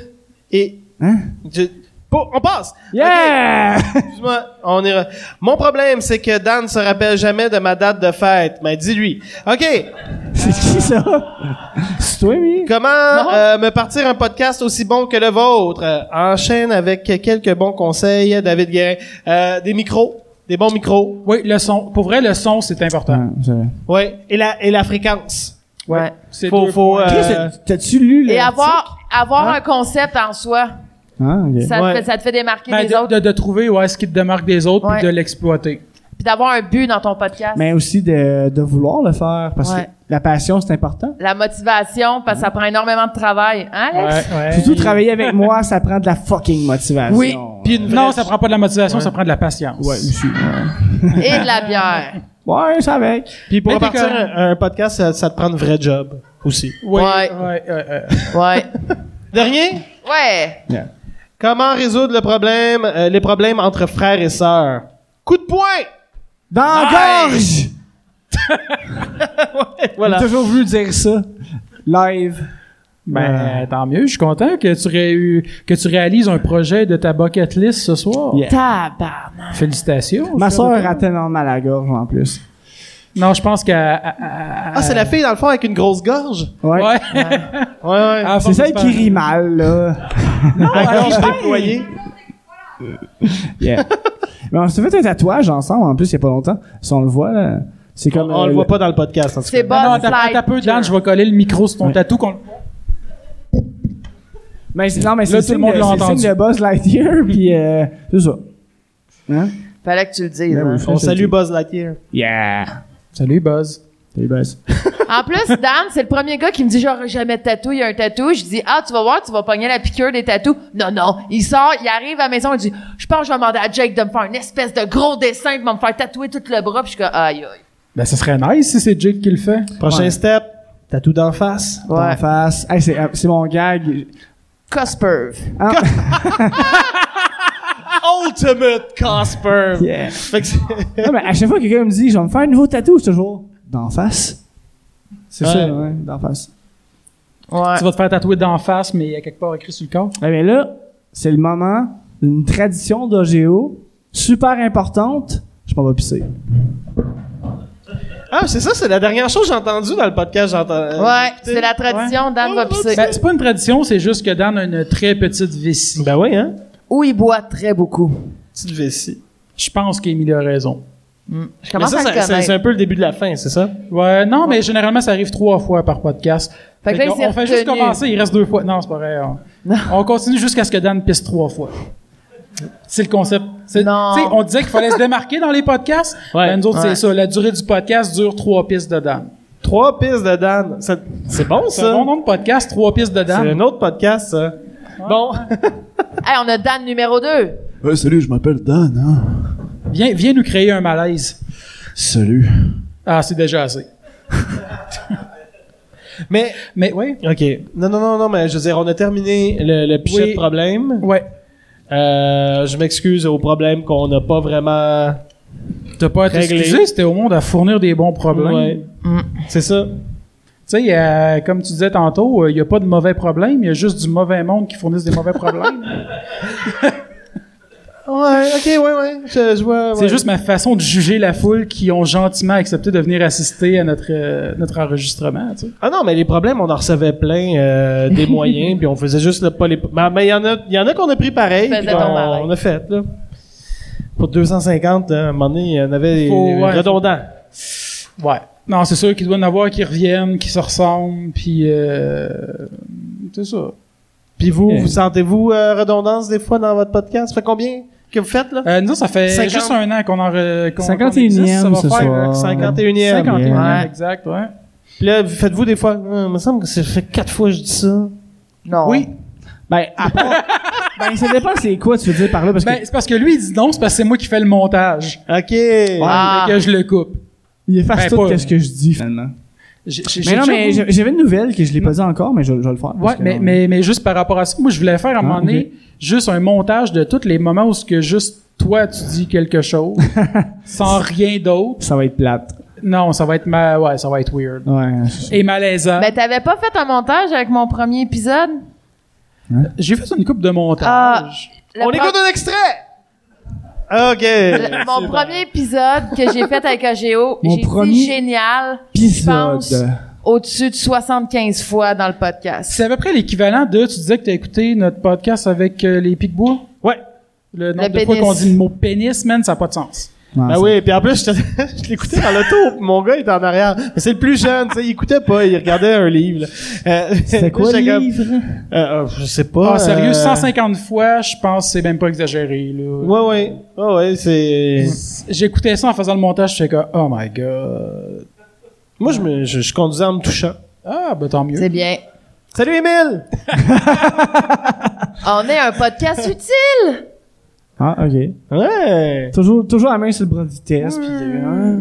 S5: et...
S2: Hein?
S5: Je- Bon, on passe!
S2: Yeah!
S5: Excuse-moi, on est. re- Mon problème, c'est que Dan se rappelle jamais de ma date de fête. Mais dis-lui. OK.
S2: C'est qui ça? C'est toi, lui?
S5: Comment euh, me partir un podcast aussi bon que le vôtre? Euh, Enchaîne avec quelques bons conseils, David Guérin. Euh, des micros. Des bons micros.
S4: Oui, le son. Pour vrai, le son, c'est important.
S2: Ah, c'est vrai.
S5: Ouais. Et la, et la fréquence.
S6: Ouais.
S4: C'est
S5: Faut-
S4: deux
S5: faut,
S4: points.
S5: euh,
S2: Chris, T'as-tu lu le.
S6: Et avoir, avoir
S4: Ah.
S6: un concept en soi,
S2: Ah, ok.
S6: ça,
S5: Ouais.
S6: te, fait, ça te fait démarquer
S4: Ben,
S6: des
S4: de,
S6: autres.
S4: de- de trouver ouais, ce qui te démarque des autres
S6: Ouais.
S4: puis de l'exploiter.
S6: Puis d'avoir un but dans ton podcast.
S2: Mais aussi de, de vouloir le faire parce
S6: Ouais.
S2: que la passion, c'est important.
S6: La motivation, parce que ça prend énormément de travail. Hein, Alex?
S2: Surtout travailler avec moi, ça prend de la fucking motivation.
S6: Oui.
S5: Puis une vraie-
S4: Non, ça prend pas de la motivation, ça prend de la patience.
S2: Ouais, aussi. Ouais,
S6: Et de la bière.
S2: ouais ça avec.
S5: Puis pour
S4: Mais t'es
S5: partir
S4: correct.
S5: un, un podcast, ça, ça te prend un vrai job aussi.
S4: Ouais,
S6: Ouais.
S4: ouais, ouais, <laughs> ouais.
S6: Ouais.
S5: Dernier.
S6: Ouais.
S2: Yeah.
S5: Comment résoudre le problème, euh, les problèmes entre frères et sœurs? Coup de poing!
S2: Dans la gorge!
S5: Voilà.
S2: J'ai toujours voulu dire ça. Live.
S4: <laughs>
S2: Euh,
S4: Ben, tant mieux. Je suis content que tu, ré- eu- que tu réalises un projet de ta bucket list ce soir.
S2: Yeah.
S6: Tabarnak.
S5: euh,
S4: Félicitations.
S2: Ma
S4: je suis
S2: soeur
S4: content.
S2: a tellement mal à la gorge en plus.
S4: Non, je pense qu'à. à- à-
S5: Ah, c'est la fille, dans le fond, avec une grosse gorge? Ah,
S2: Ouais.
S4: Ouais.
S5: Ouais, ouais.
S4: À
S2: C'est
S4: force de
S2: celle qui
S4: parler.
S2: rit mal, là.
S5: la
S4: elle
S5: gorge
S4: rit
S5: déployée.
S2: Yeah. <laughs> Mais on s'est fait un tatouage ensemble, en plus, il y a pas longtemps. Si on le voit, là, c'est comme...
S5: On
S2: euh,
S5: le voit pas dans le podcast, en tout
S3: C'est
S5: cas.
S3: bon,
S4: Non, non, t'as t'as peu de je vais coller le micro sur ton
S2: Ouais.
S4: tatou. qu'on-
S2: Mais c'est- non, mais c'est
S4: Là,
S2: le
S4: tout le
S2: signe
S4: monde
S2: de-
S4: l'a
S2: c'est le
S4: entendu.
S2: signe de Buzz Lightyear, <laughs> puis euh, c'est ça. Hein?
S6: Fallait que tu le dises.
S2: Ben
S6: hein.
S2: oui.
S5: On salue Buzz Lightyear.
S2: Yeah!
S4: Salut, Buzz.
S2: Salut, Buzz.
S6: En plus, Dan, c'est le premier gars qui me dit j'aurais jamais de tatou, il y a un tatou. Je dis ah tu vas voir, tu vas pogner la piqûre des tatous. Non non, il sort, il arrive à la maison, il dit je pense que je vais demander à Jake de me faire une espèce de gros dessin, de me faire tatouer tout le bras. Puis je suis comme aïe aïe.
S4: Ben, ce serait nice si c'est Jake qui le fait.
S5: Prochain
S2: Ouais.
S5: step, tatou d'en face.
S2: En face. Hey, c'est euh, c'est mon gag. Ah,
S6: Cosperve.
S5: Ultimate Cosper!
S2: <laughs> Yeah.
S5: Fait que c'est-
S2: Non, mais à chaque fois que quelqu'un me dit, je vais me faire un nouveau tatou, je suis toujours d'en face. C'est
S5: Ouais.
S2: ça, ouais, d'en face.
S6: Ouais.
S4: Tu vas te faire tatouer d'en face, mais il y a quelque part écrit sur le corps.
S2: Eh bien là, c'est le moment d'une tradition d'OGO super importante. Je m'en vais pisser.
S5: Ah, c'est ça, c'est la dernière chose que j'ai entendue dans le podcast. j'entends-
S6: Ouais,
S5: écoutez.
S6: c'est la tradition, Dan va pisser.
S4: Ben, c'est pas une tradition, c'est juste que Dan a une très petite vessie.
S5: Ben oui, hein?
S6: Ou il boit très beaucoup.
S5: Petite vessie.
S4: Je pense qu'Émilie a raison.
S6: Je
S5: Mais
S6: commence
S5: ça,
S6: à le
S5: ça- c'est c'est
S6: connaître.
S5: un peu le début de la fin, c'est ça?
S4: Ouais, non, mais généralement, ça arrive trois fois par podcast.
S6: Fait que là, il
S4: qu'on-
S6: s'est
S4: on fait juste
S6: retenu.
S4: commencer, il reste deux fois. Non, c'est pas vrai. On,
S6: Non.
S4: on continue jusqu'à ce que Dan pisse trois fois. C'est le concept. C'est-
S6: Non.
S4: tu sais, On disait qu'il fallait se démarquer dans les podcasts.
S5: Ouais.
S4: Ben, nous autres,
S6: Ouais.
S4: c'est ça. La durée du podcast dure trois pistes de Dan.
S5: Trois pistes de Dan. Ça- C'est bon,
S4: C'est un
S5: ça?
S4: bon nom de podcast, trois pistes de
S5: C'est
S4: Dan.
S5: un autre podcast, ça. Bon.
S6: Hey, on a Dan numéro 2.
S7: Ouais, salut, je m'appelle Dan. hein.
S4: Viens, viens nous créer un malaise.
S7: Salut.
S4: Ah, c'est déjà assez.
S5: mais,
S4: Mais oui.
S5: OK. Non, non, non, non, mais je veux dire, on a terminé le, le pichet
S4: Oui.
S5: de problème.
S4: Ouais.
S5: Euh, je m'excuse aux problèmes qu'on n'a pas vraiment...
S4: T'as pas à
S5: Réglé.
S4: t'excuser, c'était au monde à fournir des bons problèmes.
S5: Ouais. C'est ça.
S4: Tu sais, euh, comme tu disais tantôt, euh, il n'y a pas de mauvais problèmes, il y a juste du mauvais monde qui fournissent des mauvais problèmes.
S5: Ouais, OK, ouais, ouais. Je, je vois...
S4: C'est
S5: ouais.
S4: juste ma façon de juger la foule qui ont gentiment accepté de venir assister à notre, euh, notre enregistrement. tu sais.
S5: Ah non, mais les problèmes, on en recevait plein
S4: <laughs>
S5: euh, des moyens, puis on faisait juste là, pas les. Mais mais il y en a, il y en a qu'on a pris pareil,
S6: Faisait
S5: puis
S6: ton
S5: qu'on-
S6: pareil.
S5: on, a fait là. Pour 250, là, euh, à un moment donné, il y en avait des
S4: Faut- ouais,
S5: redondants.
S4: Ouais. Non, c'est sûr qu'il doit y en avoir qui reviennent, qui se ressemblent, puis euh, c'est ça.
S5: Puis vous,
S4: Euh.
S5: vous sentez-vous euh, redondance des fois dans votre podcast? Ça fait combien que vous faites là?
S4: Euh, nous, autres, ça fait
S5: 50.
S4: juste un an qu'on en re- qu'on- qu'on
S2: 51e
S4: existe, ça va
S2: ce
S4: faire,
S2: soir.
S4: euh,
S5: 51e.
S4: 51e,
S6: Ouais.
S4: exact, ouais.
S5: Puis là, vous- faites-vous des fois? Hum, il me semble que ça fait quatre fois que je dis ça.
S6: Non.
S4: Oui.
S2: Ben, à part- ben, ça dépend c'est quoi tu veux dire par là, parce
S4: Ben,
S2: que
S4: c'est parce que lui, il dit non, c'est parce que c'est moi qui fais le montage.
S5: OK.
S6: Ah.
S4: Fait que je le coupe.
S2: il efface
S4: ben,
S2: tout
S4: pas-
S2: quest ce que je dis, finalement.
S4: J'ai- j'ai-
S2: Mais
S4: j'ai
S2: non,
S4: déjà
S2: mais
S4: voulu-
S2: j'ai- j'avais une nouvelle que je l'ai pas dit encore, mais je, je vais le faire. parce
S4: Ouais,
S2: que
S4: mais,
S2: non.
S4: mais, mais juste par rapport à ça, moi, je voulais faire à un moment donné
S2: ok.
S4: juste un montage de tous les moments où ce que juste toi, tu dis quelque chose, sans rien d'autre.
S2: Ça va être plate.
S4: Non, ça va être ma... ouais, ça va être weird.
S2: Ouais. c'est-
S4: Et malaisant.
S6: Mais Ben, t'avais pas fait un montage avec mon premier épisode?
S4: J'ai fait une coupe de montage.
S6: Le
S5: On
S6: pro-
S5: écoute un extrait! Ah,
S2: Ah,
S5: OK.
S6: Le- mon premier épisode que j'ai fait avec AGO,
S2: Mon
S6: j'ai
S2: premier-
S6: dit génial pense-
S2: Épisode.
S6: au-dessus de 75 fois dans le podcast.
S4: C'est à peu près l'équivalent de, tu disais que t'as écouté notre podcast avec euh, les Picbois?
S5: Ouais.
S4: Le nombre de
S6: pénis.
S4: fois qu'on dit le mot pénis, man, ça n'a pas de sens.
S2: Ouais,
S5: Ben
S2: ça-
S5: oui, puis en plus, je, te- <laughs> je l'écoutais dans l'auto, puis mon gars était en arrière. Mais c'est le plus jeune, tu sais, il écoutait pas, il regardait un livre. là. Euh, <laughs>
S2: C'était quoi
S5: j'étais
S2: le
S5: comme,
S2: livre?
S5: euh, euh, Je sais
S4: Ah,
S5: pas.
S4: sérieux,
S5: euh,
S4: 150 fois, je pense que c'est même pas exagéré, là.
S5: Ouais, ouais. Ouais, ouais, c'est...
S4: J'écoutais ça en faisant le montage, je fais comme, oh my god.
S5: Moi, je, me, je, je conduisais en me touchant.
S4: Ah, ben tant mieux.
S6: C'est bien.
S5: Salut, Émile!
S6: On est un podcast utile!
S2: Ah, ok.
S5: Ouais!
S2: Toujours, toujours la main sur le bras de vitesse. puis, euh,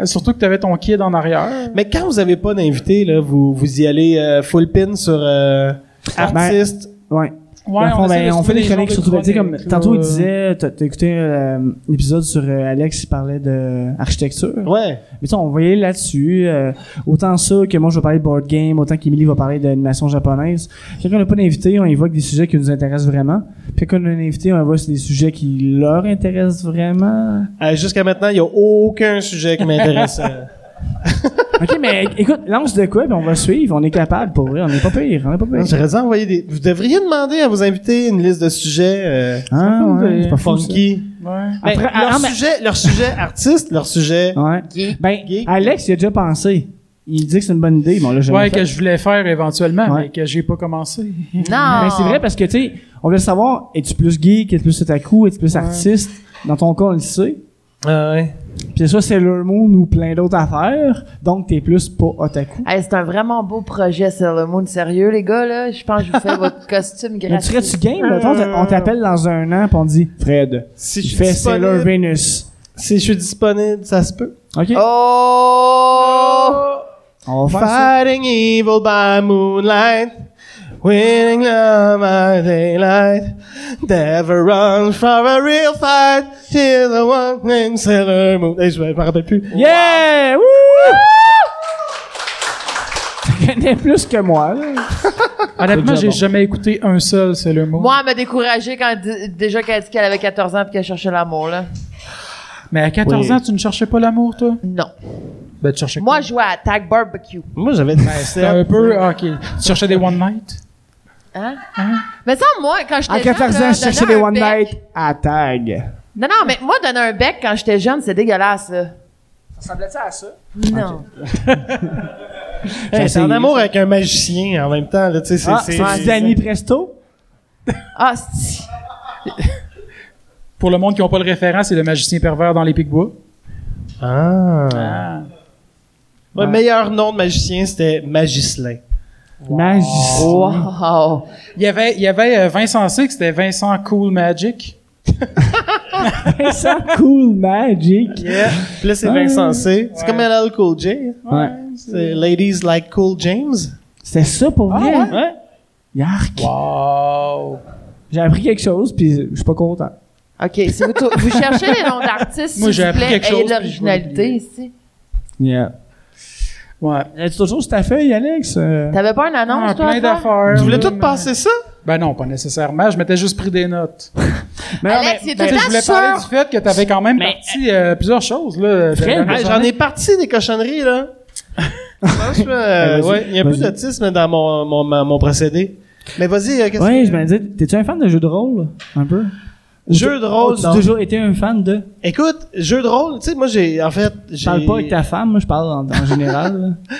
S4: Euh, Surtout que t'avais ton kid en arrière.
S5: Mais quand vous avez pas d'invité, là, vous, vous y allez euh, full pin sur euh, artiste.
S2: ouais.
S4: Ouais,
S2: Dans le fond,
S4: essaie
S2: ben,
S4: de
S2: on fait
S4: trouver
S2: des
S4: genres
S2: chroniques
S4: de
S2: sur tout. Tu sais, comme
S4: chroniques,
S2: tantôt, il
S4: là.
S2: disait, t'as t'as écouté euh, l'épisode sur euh, Alex, il parlait d'architecture.
S5: Ouais.
S2: Mais ça, on va y aller là-dessus. euh, autant ça que moi, je vais parler de board game, autant qu'Emily va parler d'animation japonaise. Quand on n'a pas d'invité, on évoque des sujets qui nous intéressent vraiment. Puis quand on a un invité, on évoque des sujets qui leur intéressent vraiment.
S5: Euh, Jusqu'à maintenant, il n'y a aucun sujet qui m'intéresse. euh.
S2: OK, mais écoute, lance de quoi, puis on va suivre. On est capable, pour vrai. On n'est pas pire. On est pas
S5: Non,
S2: pire.
S5: <laughs> J'aurais dû envoyer des. Vous devriez demander à vos invités une liste de sujets euh,
S2: Ah, ouais, c'est pas fou, ça.
S5: funky.
S4: Ouais.
S5: Mais
S2: Après-
S5: Ben, leur,
S2: ah, mais-
S5: sujet, leur sujet artiste, leur sujet.
S2: Ouais.
S6: Gay.
S2: Ben,
S5: Gay.
S2: Alex, il a déjà pensé. Il dit que c'est une bonne idée. Bon, là, j'ai
S4: Ouais,
S2: fait.
S4: que je voulais faire éventuellement,
S2: Ouais.
S4: mais que j'ai pas commencé.
S6: Non.
S5: <laughs>
S2: Ben, c'est vrai parce que, tu sais, on veut savoir, es-tu plus geek, es-tu plus otaku, es-tu plus artiste? Dans ton cas, on le sait.
S5: Ah ouais.
S2: Puis soit c'est le Moon ou plein d'autres affaires, donc t'es plus pas otaku.
S6: Hey, c'est un vraiment beau projet, Sailor Moon. Sérieux, les gars, là? Je pense que je vous fais votre costume
S2: Mais tu
S6: gratuit.
S2: serais-tu game? mettons,
S5: Euh.
S2: on t'appelle dans un an pis on dit Fred,
S5: Si
S2: tu
S5: je
S2: fais
S5: fais
S2: Sailor Venus.
S5: Si je suis disponible, ça se peut.
S2: OK?
S6: Oh!
S2: On va faire ça.
S5: Fighting evil by moonlight. Winning love by daylight. Never run from a real fight. Till the one named Sailor Moon. Hey, je me je me rappelle plus.
S2: Yeah! Wouh! Tu connais plus que moi, là.
S4: Honnêtement,
S2: déjà
S4: j'ai
S2: bon.
S4: jamais écouté un seul, c'est le mot.
S6: Moi, elle m'a découragée quand, d- déjà qu'elle a dit qu'elle avait 14 ans et qu'elle cherchait l'amour, là.
S4: Mais à 14
S5: Oui.
S4: ans, tu ne cherchais pas l'amour, toi?
S6: Non.
S4: Ben, tu cherchais
S6: Moi, je jouais à Tag Barbecue.
S5: Moi, j'avais
S4: C'était un peu, ah, ok. Tu cherchais des one night?
S6: Hein? Mais ça, moi, quand j'étais
S2: À
S6: jeune.
S2: 14
S6: là,
S2: ans, je cherchais
S6: donner
S2: des
S6: un
S2: One
S6: bec-
S2: Night à tag.
S6: Non, non, mais moi, donner un bec quand j'étais jeune, c'est dégueulasse, là.
S2: Ça ressemblait à ça?
S6: Non.
S5: Hey, c'est en amour avec un magicien en même temps. Là, tu sais, c'est,
S2: Ah,
S5: c'est,
S2: c'est Danny Presto?
S6: Ah, si.
S4: Pour le monde qui n'a pas le référent, c'est le magicien pervers dans les Picbois.
S5: Ah.
S4: Ah.
S5: Ouais, meilleur nom de magicien, c'était Magislin.
S2: Magicien.
S6: Wow.
S4: Il y avait, il y avait euh, Vincent C, que c'était Vincent Cool Magic.
S2: <laughs> Ça, cool magic.
S5: Yeah. Puis là, c'est Vincent C. C'est comme LL Cool J. hein.
S2: Ouais.
S5: C'est Ladies Like Cool James.
S2: C'était ça pour vrai?
S5: Ah, Ouais.
S2: Yark.
S4: Wow.
S2: J'ai appris quelque chose puis je suis pas content.
S6: OK. Si vous, tou- vous cherchez les noms d'artistes,
S4: Moi,
S6: s'il
S4: j'ai
S6: vous
S4: appris
S6: plaît,
S4: quelque
S6: ayez
S4: chose,
S6: de
S4: puis je vais
S6: l'originalité
S4: l'oublier.
S6: ici.
S2: Yeah.
S4: Ouais.
S2: As-tu d'autres choses sur ta feuille, Alex? Euh,
S6: T'avais pas une annonce,
S4: Ah,
S6: toi?
S4: plein
S6: Antoine?
S4: d'affaires.
S5: Tu voulais
S4: là,
S5: tout
S4: mais-
S5: passer ça?
S4: Ben non, pas nécessairement. Je m'étais juste pris des notes.
S2: <laughs> mais non,
S6: Alex, il est tout
S4: Tu
S6: le
S4: sais, je voulais
S6: temps
S4: parler
S6: sûr.
S4: du fait que t'avais quand même parti euh, plusieurs choses, là. de
S2: Fred,
S4: la dernière
S5: Hey, J'en
S4: journée.
S5: ai parti des
S2: <laughs>
S5: cochonneries, là. Franchement, euh,
S2: Vas-y,
S5: ouais, il y a un peu
S2: vas-y.
S5: d'autisme dans mon, mon, mon, mon procédé. Mais vas-y, euh, qu'est-ce
S2: Ouais,
S5: que-
S2: je me disais, t'es-tu un fan de jeux de rôle? Un peu?
S5: Jeux de rôle,
S2: As-tu
S5: non.
S2: toujours été un fan de?
S5: Écoute, jeu de rôle, tu sais, moi, j'ai, en fait,
S2: Je
S5: j'ai...
S2: parle pas avec ta femme, moi, je parle en, en général. là.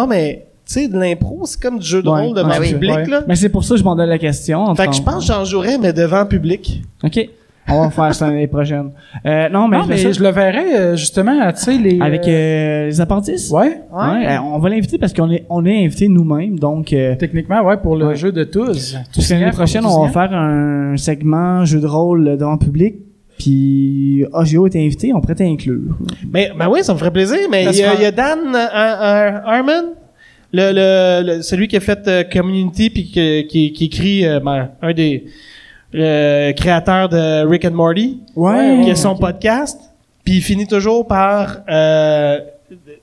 S5: Non, mais, tu sais, de l'impro, c'est comme du jeu de
S2: Ouais,
S5: rôle
S2: ouais,
S5: devant
S2: ouais.
S5: public,
S4: Ouais.
S5: là.
S2: mais Ben, c'est pour ça que je m'en donne la question. en
S5: Fait que
S2: fond.
S5: je pense que j'en jouerais, mais devant public.
S2: OK. On va faire ça l'année prochaine. Euh, non, mais,
S4: Non, mais
S2: je fais
S4: je
S2: ça
S4: le verrais, euh, justement, tu sais, les... euh,
S2: avec euh, les appendices.
S4: Ouais.
S2: Ouais, euh, on va l'inviter parce qu'on est, on est invité nous-mêmes, donc... euh,
S4: Techniquement, ouais, pour le
S2: Ouais.
S4: jeu de tous.
S2: Parce que l'année prochaine, on va faire un segment jeu de rôle devant le public. Puis AGO est invité, on pourrait t'inclure.
S5: Mais, ben oui, ça me ferait plaisir, mais
S4: Ça
S5: il y, a-
S4: sera-
S5: il y a Dan euh, euh, Harmon, le, le, le- celui qui a fait euh, Community, puis que- qui, qui écrit, euh, ben, un des euh, créateurs de Rick and Morty.
S4: Ouais,
S5: qui a son podcast, puis il finit toujours par euh,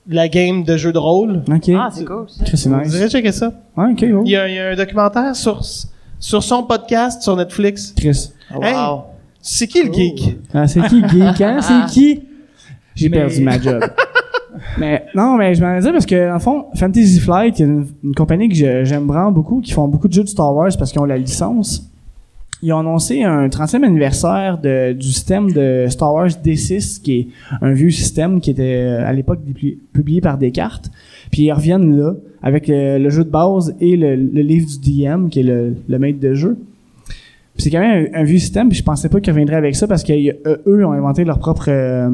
S5: la game de jeu de rôle.
S2: Ok.
S6: Ah, c'est cool, ça.
S2: Ça, c'est
S5: Vous
S2: nice.
S5: direz checker ça.
S2: Ouais, ok, oh.
S5: Il y, a, il y a un documentaire sur sur son podcast sur Netflix.
S2: Chris.
S5: Hey,
S6: Wow.
S5: c'est qui le geek
S2: Ah, c'est qui, Geek? Hein? C'est qui? J'ai perdu ma job. mais non, mais je m'en disais parce que, dans le fond, Fantasy Flight, il y a une, une compagnie que je- j'aime vraiment beaucoup, qui font beaucoup de jeux de Star Wars parce qu'ils ont la licence. Ils ont annoncé un 30e anniversaire de- du système de Star Wars D6, qui est un vieux système qui était euh, à l'époque dépli- publié par Descartes. Puis ils reviennent là avec euh, le jeu de base et le, le livre du DM, qui est le, le maître de jeu. Puis c'est quand même un, un vieux système, puis je pensais pas qu'ils reviendraient avec ça parce qu'eux ont inventé leur propre euh,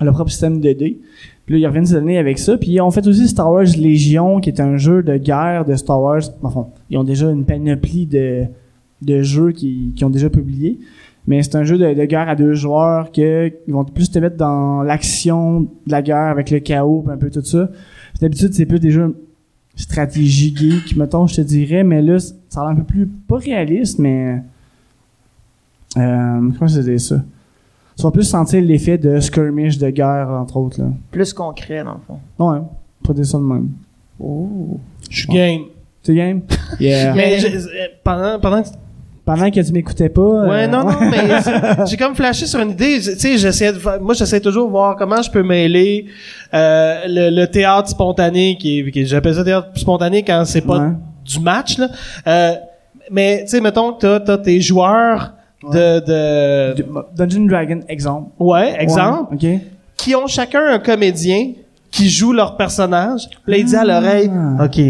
S2: leur propre système de dés. Puis là, ils reviennent cette année avec ça. Puis ils ont fait aussi Star Wars Légion, qui est un jeu de guerre de Star Wars. Enfin, ils ont déjà une panoplie de, de jeux qui, qui ont déjà publié. Mais c'est un jeu de, de guerre à deux joueurs que, ils vont plus te mettre dans l'action de la guerre avec le chaos, puis un peu tout ça. Puis D'habitude, c'est plus des jeux stratégie geek, mettons, je te dirais, mais là, c- ça a l'air un peu plus, pas réaliste, mais. Euh, comment je te dirais ça? Tu vas plus sentir l'effet de skirmish de guerre, entre autres, là.
S8: Plus concret, dans le fond.
S2: Non, hein? Pas des ça de même.
S5: Je suis game.
S2: Tu game? Yeah.
S5: Mais j'ai- pendant, pendant que
S2: Pendant que tu m'écoutais pas. euh,
S5: Ouais, non, non, mais c'est- j'ai comme flashé sur une idée. Tu sais, j'essayais de faire- moi, j'essaie toujours de voir comment je peux mêler euh, le, le théâtre spontané, qui, est- qui est- j'appelle ça théâtre spontané quand c'est
S2: <laughs>
S5: pas
S2: Ouais.
S5: du match, là. Euh, mais, tu sais, mettons que t'as, t'as tes joueurs de, de,
S2: De- Dungeon Dragon, exemple.
S5: ouais, exemple,
S2: Ouais, ok.
S5: qui ont chacun un comédien qui joue leur personnage. Puis Là, il dit à l'oreille,
S2: Ah.
S5: OK,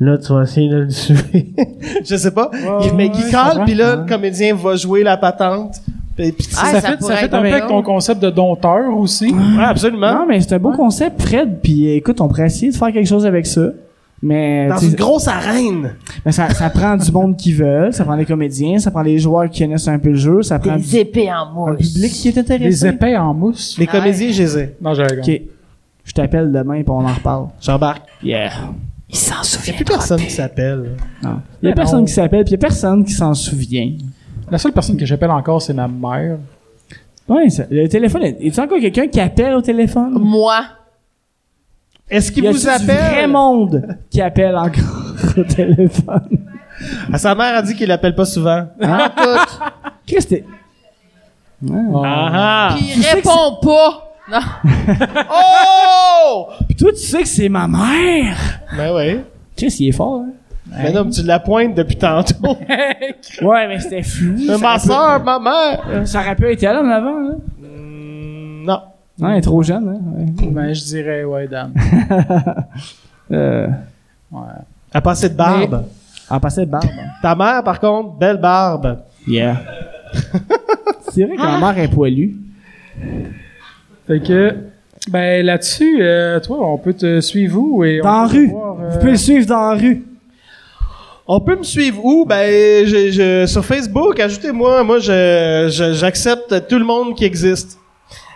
S5: là, tu vas essayer de le tuer. <laughs> je sais pas. Il- mais qui
S2: ouais, je
S5: colle,
S2: comprends.
S5: puis là,
S2: Ouais.
S5: le comédien va jouer la patente. Puis, puis
S6: Ah,
S4: ça,
S6: ça
S4: fait, ça
S6: pourrait
S4: fait
S6: être
S4: un peu
S6: bien
S4: avec ton
S6: drôle.
S4: concept de dompteur aussi.
S5: Ouais, absolument.
S2: Non, mais c'est un beau concept, Fred. Puis euh, écoute, on pourrait essayer de faire quelque chose avec ça. Mais,
S5: Dans
S2: tu
S5: une
S2: sais,
S5: grosse arène.
S2: mais ça, ça prend du monde qui veulent, ça prend des comédiens, ça prend des joueurs qui connaissent un peu le jeu, ça prend
S8: Des
S2: du,
S8: épées en
S2: un
S8: mousse.
S2: public qui est
S4: Les
S2: intéressé.
S4: épées en mousse.
S5: Les comédiens, je les ai.
S4: Non, j'ai raison.
S2: Ok. Je t'appelle demain et on en reparle.
S5: J'embarque.
S2: Yeah.
S8: Il
S5: Il
S8: s'en
S5: n'y a
S8: souvient.
S5: plus personne qui s'appelle.
S2: Non. Il y a
S4: Mais
S2: personne
S4: non.
S2: qui s'appelle, puis il y a personne qui s'en souvient.
S4: La seule personne que j'appelle encore, c'est ma mère.
S2: Ouais, ça- le téléphone, est-ce encore quelqu'un qui appelle au téléphone?
S6: Moi.
S5: Est-ce
S2: Il
S5: qu'il
S2: y a
S5: vous
S2: du vrai
S5: appelle?
S2: monde qui appelle encore au téléphone.
S5: Ah, sa mère a dit qu'il l'appelle pas souvent.
S6: Écoute.
S2: Qu'est-ce que t'es-
S5: Ah
S6: Puis
S2: Tu sais que
S6: réponds pas. Non.
S5: Oh!
S2: Puis toi, tu sais que c'est ma mère!
S5: Ben oui.
S2: Chris, il est fort, hein?
S5: Mais non, mais tu la pointes depuis
S8: <laughs>
S5: tantôt.
S2: Ouais, mais c'était
S5: <laughs>
S2: flou.
S5: Mais ma soeur, ma mère.
S2: Ça aurait pu être elle en avant, là.
S5: Mm, Non.
S2: Non, elle est trop jeune, hein? ouais.
S4: Ben, je dirais, ouais, Dan.
S2: <laughs> Euh,
S5: Elle a pas assez de barbe.
S2: en passant de barbe. hein.
S5: Ta mère, par contre, belle barbe.
S2: Yeah. c'est vrai que ma mère est poilue.
S4: Fait que, ben, là-dessus, euh, toi, on peut te suivre où et. on
S2: Dans la
S4: peut te
S2: rue!
S4: voir, euh,
S2: Vous pouvez le suivre dans la rue.
S5: On peut me suivre où? Ben, je, je- sur Facebook, ajoutez-moi. Moi, je, je- j'accepte tout le monde qui existe.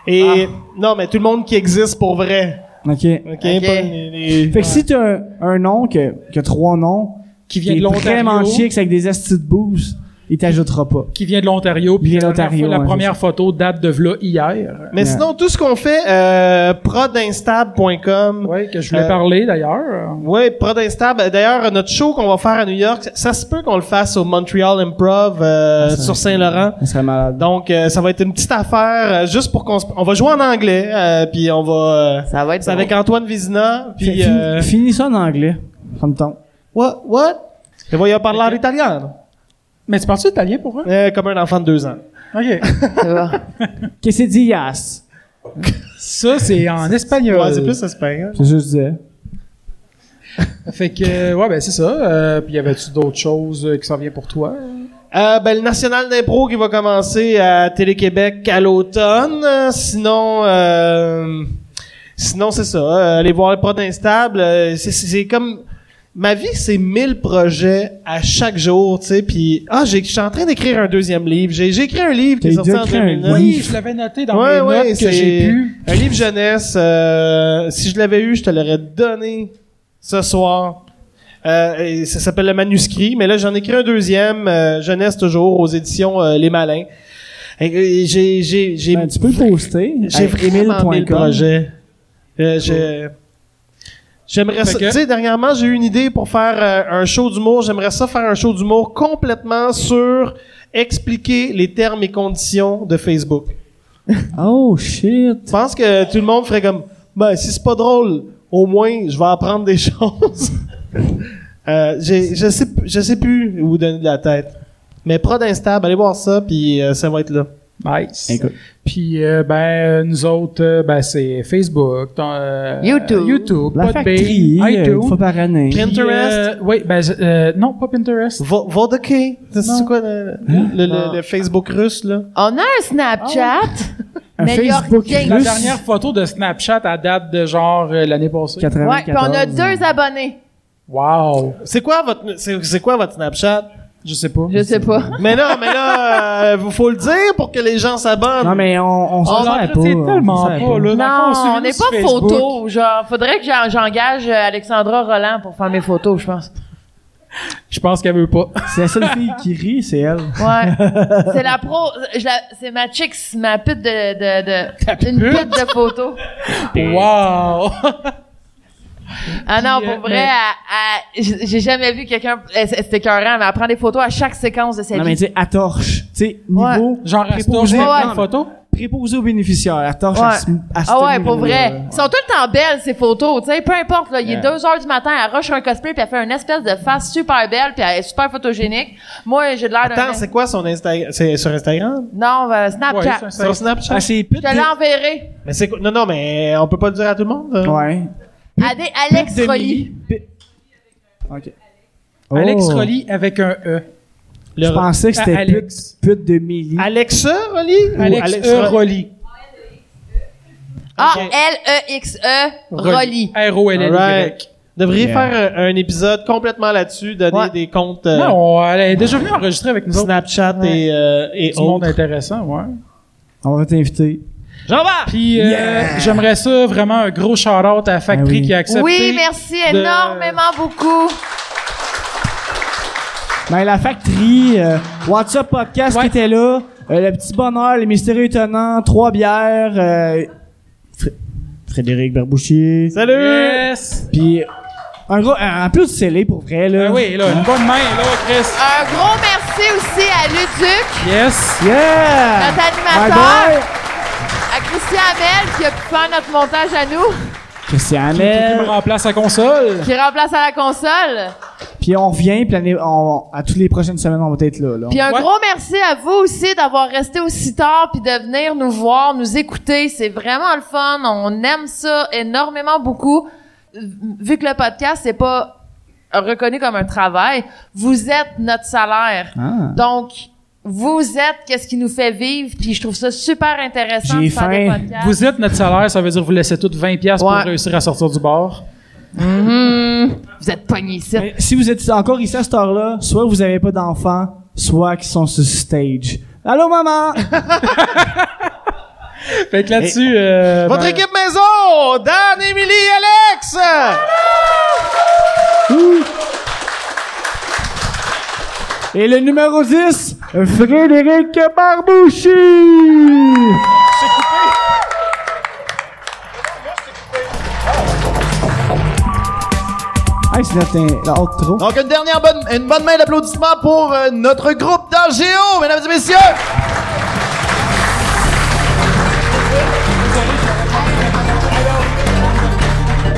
S5: Et non, mais tout le monde qui existe pour vrai.
S2: OK. Fait
S5: Ah. OK? Pas les- les-
S2: que si t'as un, un nom, que, que trois noms,
S4: qui
S2: qui
S4: vient
S2: est
S4: de l'Ontario.
S2: vraiment chic, c'est avec des estis de bouse, il t'ajoutera pas.
S4: Qui vient de l'Ontario. Puis
S2: Vient
S4: la première
S2: d'Ontario,
S4: fois-
S2: ouais,
S4: La première photo date de v'là hier.
S5: Mais
S2: Ouais.
S5: sinon, tout ce qu'on fait, euh, prodinstab.com. Ouais.
S4: Ouais, que je voulais
S5: Euh,
S4: parler d'ailleurs.
S5: prodinstab. D'ailleurs, notre show qu'on va faire à New York, ça se peut qu'on le fasse au Montreal Improv euh,
S2: Ah, ça-
S5: sur Saint-Laurent.
S2: Ça serait malade.
S5: Donc, euh, ça va être une petite affaire, euh, juste pour qu'on se- on va jouer en anglais, euh, puis on va. euh,
S6: Ça va être
S5: c'est avec Antoine Vizina,
S2: Fait-
S5: puis.
S2: fin-
S5: euh,
S2: Finis ça en anglais. Ça me tombe.
S5: What? What? Le voyons parler en italien.
S4: Mais tu parles-tu italien pour vrai?
S5: Euh, comme un enfant de deux ans.
S4: Ok.
S2: Qu'est-ce que c'est dit, Yas?
S4: <laughs> Ça, c'est en espagnol.
S5: Ouais, c'est plus espagnol.
S2: C'est juste dire.
S4: Fait que, euh, ouais, ben, c'est ça. Euh, puis y avait-tu d'autres choses euh, qui s'en viennent pour toi?
S5: Euh, ben, le National d'impro qui va commencer à Télé-Québec à l'automne. Euh, Sinon, euh, sinon c'est ça. Euh, Allez voir le Prod Instable. Euh, c'est- C'est c'est comme... Ma vie, c'est 1000 projets à chaque jour, tu sais. Puis, ah, j'ai- je suis en train d'écrire un deuxième livre. J'ai j'ai écrit un livre qui est
S2: T'as
S5: sorti
S2: déjà
S5: en
S2: écrit un
S5: 2009.
S2: livre?
S4: Oui, je l'avais noté dans
S5: Ouais,
S4: mes
S5: ouais,
S4: notes
S5: c'est-
S4: que j'ai pu.
S5: Un livre jeunesse. euh, si je l'avais eu, je te l'aurais donné ce soir. Euh, et ça s'appelle Le Manuscrit, mais là j'en ai écrit un deuxième, euh, jeunesse toujours, aux éditions euh, Les Malins. Et, et j'ai j'ai j'ai
S2: Ben, tu peux le poster.
S5: j'ai
S2: à
S5: vraiment mille
S2: emile.com.
S5: projets. Euh, je- J'aimerais
S4: Fait
S5: ça.
S4: que-
S5: Tu sais, dernièrement, j'ai eu une idée pour faire euh, un show d'humour. J'aimerais ça faire un show d'humour complètement sur expliquer les termes et conditions de Facebook.
S2: Oh, shit.
S5: Je pense que tout le monde ferait comme ben si c'est pas drôle, au moins je vais apprendre des <laughs> choses. euh, j'ai- je sais p- je sais plus où donner de la tête. Mais prod instable, allez voir ça puis euh, ça va être là.
S4: Nice.
S2: Écoute.
S4: Puis, euh, ben, euh, nous autres, euh, ben, c'est Facebook, ton, euh,
S6: YouTube.
S4: YouTube,
S2: La
S4: Podbean,
S2: factory, euh, une fois
S4: iTunes.
S2: par année.
S5: Puis- Pinterest.
S4: oui, ben, je- euh, non, pas Pinterest.
S5: Va- Vodka, c'est c'est quoi le,
S2: Hein?
S5: le- le- le Facebook russe là
S6: On a un Snapchat.
S4: Ah
S2: Un
S6: Mais il y a
S2: Facebook
S6: rien.
S4: La
S2: russe.
S4: dernière photo de Snapchat, à date de genre euh, l'année passée.
S2: 94.
S6: Ouais, puis on a deux abonnés.
S4: Wow!
S5: C'est quoi votre c'est c'est quoi votre Snapchat
S4: Je sais pas.
S6: Je sais pas.
S5: Mais non, mais là, euh, vous faut le dire pour que les gens s'abonnent.
S2: Non, mais on, on s'en
S4: On
S2: sert
S4: l'entretient
S2: pas.
S4: tellement
S2: on
S4: pas,
S2: s'en
S4: là. Dans
S2: sert
S4: le fond,
S6: Non, on
S4: suivez-nous
S6: n'est
S4: sur
S6: pas
S4: Facebook.
S6: photo. Genre, faudrait que j'en- j'engage euh, Alexandra Roland pour faire mes photos, je pense.
S4: Je pense qu'elle veut pas.
S5: <laughs>
S2: C'est la seule fille qui rit, c'est elle.
S6: Ouais.
S4: <laughs>
S6: c'est la pro. je la- C'est ma chicks, ma pute de. de, de une
S4: pute?
S6: pute de photos.
S4: Wow!
S6: Ah non,
S4: Puis, euh,
S6: pour vrai,
S4: mais-
S6: elle- elle- j'ai j'ai jamais vu quelqu'un. elle- C'était écœurant, mais elle prend des photos à chaque séquence de sa
S2: Non,
S6: vie.
S2: mais tu sais, à torche. Tu sais, niveau
S4: Genre, restaure
S2: Préposé.
S6: Ouais,
S4: une
S6: ouais.
S4: photo?
S2: préposé aux bénéficiaires. À torche,
S6: Ouais.
S2: à, ce- à ce
S6: Ah ouais,
S2: niveau-là,
S6: pour vrai.
S2: là.
S6: Ils sont tout le temps belles, ces photos, tu sais. Peu importe, là. Il est 2 heures du matin, elle rush un cosplay, puis elle fait une espèce de face super belle, puis elle est super photogénique. Moi, j'ai de l'air d'un...
S5: Attends, c'est quoi son Instagram? C'est sur Instagram?
S6: Non, euh,
S4: Ouais,
S6: Snapchat.
S4: c'est ça.
S5: Sur Snapchat?
S2: Ah, c'est
S6: Je
S2: pute.
S6: te l'enverrai.
S5: Mais c'est quoi- Non, non, mais on peut pas le dire à tout le monde. euh.
S2: Ouais.
S6: À des Alex
S2: Pute de
S6: Rolly.
S2: mi- pi- OK.
S4: Alex
S2: Oh.
S4: Rolly avec un E.
S5: Le-
S2: Je pensais que
S4: Ah,
S2: c'était pute,
S4: Alex.
S2: pute de Millie.
S5: Alexa, Rolly? Ou
S4: Alex, E.
S5: Ro-
S4: Rolly.
S6: Ah, E A-L-E-X-E Rolly.
S4: R-O-L-L-Y.
S5: Alright. Devriez
S2: Yeah.
S5: faire un, un épisode complètement là-dessus, donner
S6: Ouais.
S5: des comptes euh,
S4: Non, elle est déjà venue enregistrer avec nous autres.
S5: Snapchat et, euh, et
S4: Du monde
S5: autres.
S4: intéressant, ouais.
S2: On va t'inviter.
S5: Jean-Bart!
S4: Puis euh, j'aimerais ça vraiment un gros shout-out à Factory
S2: Ah oui.
S4: qui a accepté.
S6: Oui, merci énormément beaucoup.
S2: Ben, la factory, euh, What's Up Podcast
S4: Ouais.
S2: qui était là, euh, le petit bonheur, les mystérieux étonnants, trois bières, euh, Fré- Frédéric Barbouchier.
S5: Salut!
S4: Yes!
S2: Puis un gros, un, un peu de scellé pour vrai là.
S4: Ben oui, là, une bonne main, là, Chris.
S6: Un gros merci aussi à Luduc,
S4: Yes!
S5: Ah.
S2: Yeah.
S6: notre
S2: Bye
S6: animateur,
S2: bye.
S6: à Christian Amel qui a pu faire notre montage à nous.
S2: Christian
S4: Qui me
S2: Amel.
S4: remplace à console.
S6: qui remplace à la console.
S2: Puis on revient, puis l'année- on- à toutes les prochaines semaines on va être là. là.
S6: Puis un
S4: Ouais.
S6: gros merci à vous aussi d'avoir resté aussi tard puis de venir nous voir, nous écouter. C'est vraiment le fun. On aime ça énormément beaucoup. Vu que le podcast c'est pas reconnu comme un travail, vous êtes notre salaire.
S2: Ah.
S6: Donc vous êtes qu'est-ce qui nous fait vivre. Puis je trouve ça super intéressant
S2: J'ai
S6: de faire des
S2: faim.
S6: podcasts.
S4: Vous êtes notre salaire, ça veut dire que vous laissez toutes 20$ piastres
S6: Ouais.
S4: pour réussir à sortir du bar.
S6: Mhm. Vous êtes pognés ici.
S2: Mais si vous êtes encore ici à cette heure-là, soit vous avez pas d'enfants, soit qu'ils sont sur stage. Allô maman.
S4: Fait que là-dessus... euh,
S5: Votre
S4: ben,
S5: équipe maison! Dan, Émilie, Alex!
S2: Et le numéro 10, Frédéric Barbouchi. Hey, c'est notre la haute trop.
S1: Donc, une dernière bonne, une bonne main d'applaudissements pour euh, notre groupe dans le Géo, mesdames et messieurs!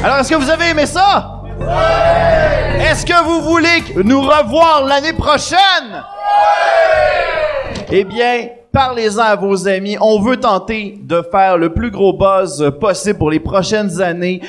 S1: Alors, est-ce que vous avez aimé ça? Est-ce que vous voulez nous revoir l'année prochaine? Eh bien, parlez-en à vos amis. On veut tenter de faire le plus gros buzz euh, possible pour les prochaines années.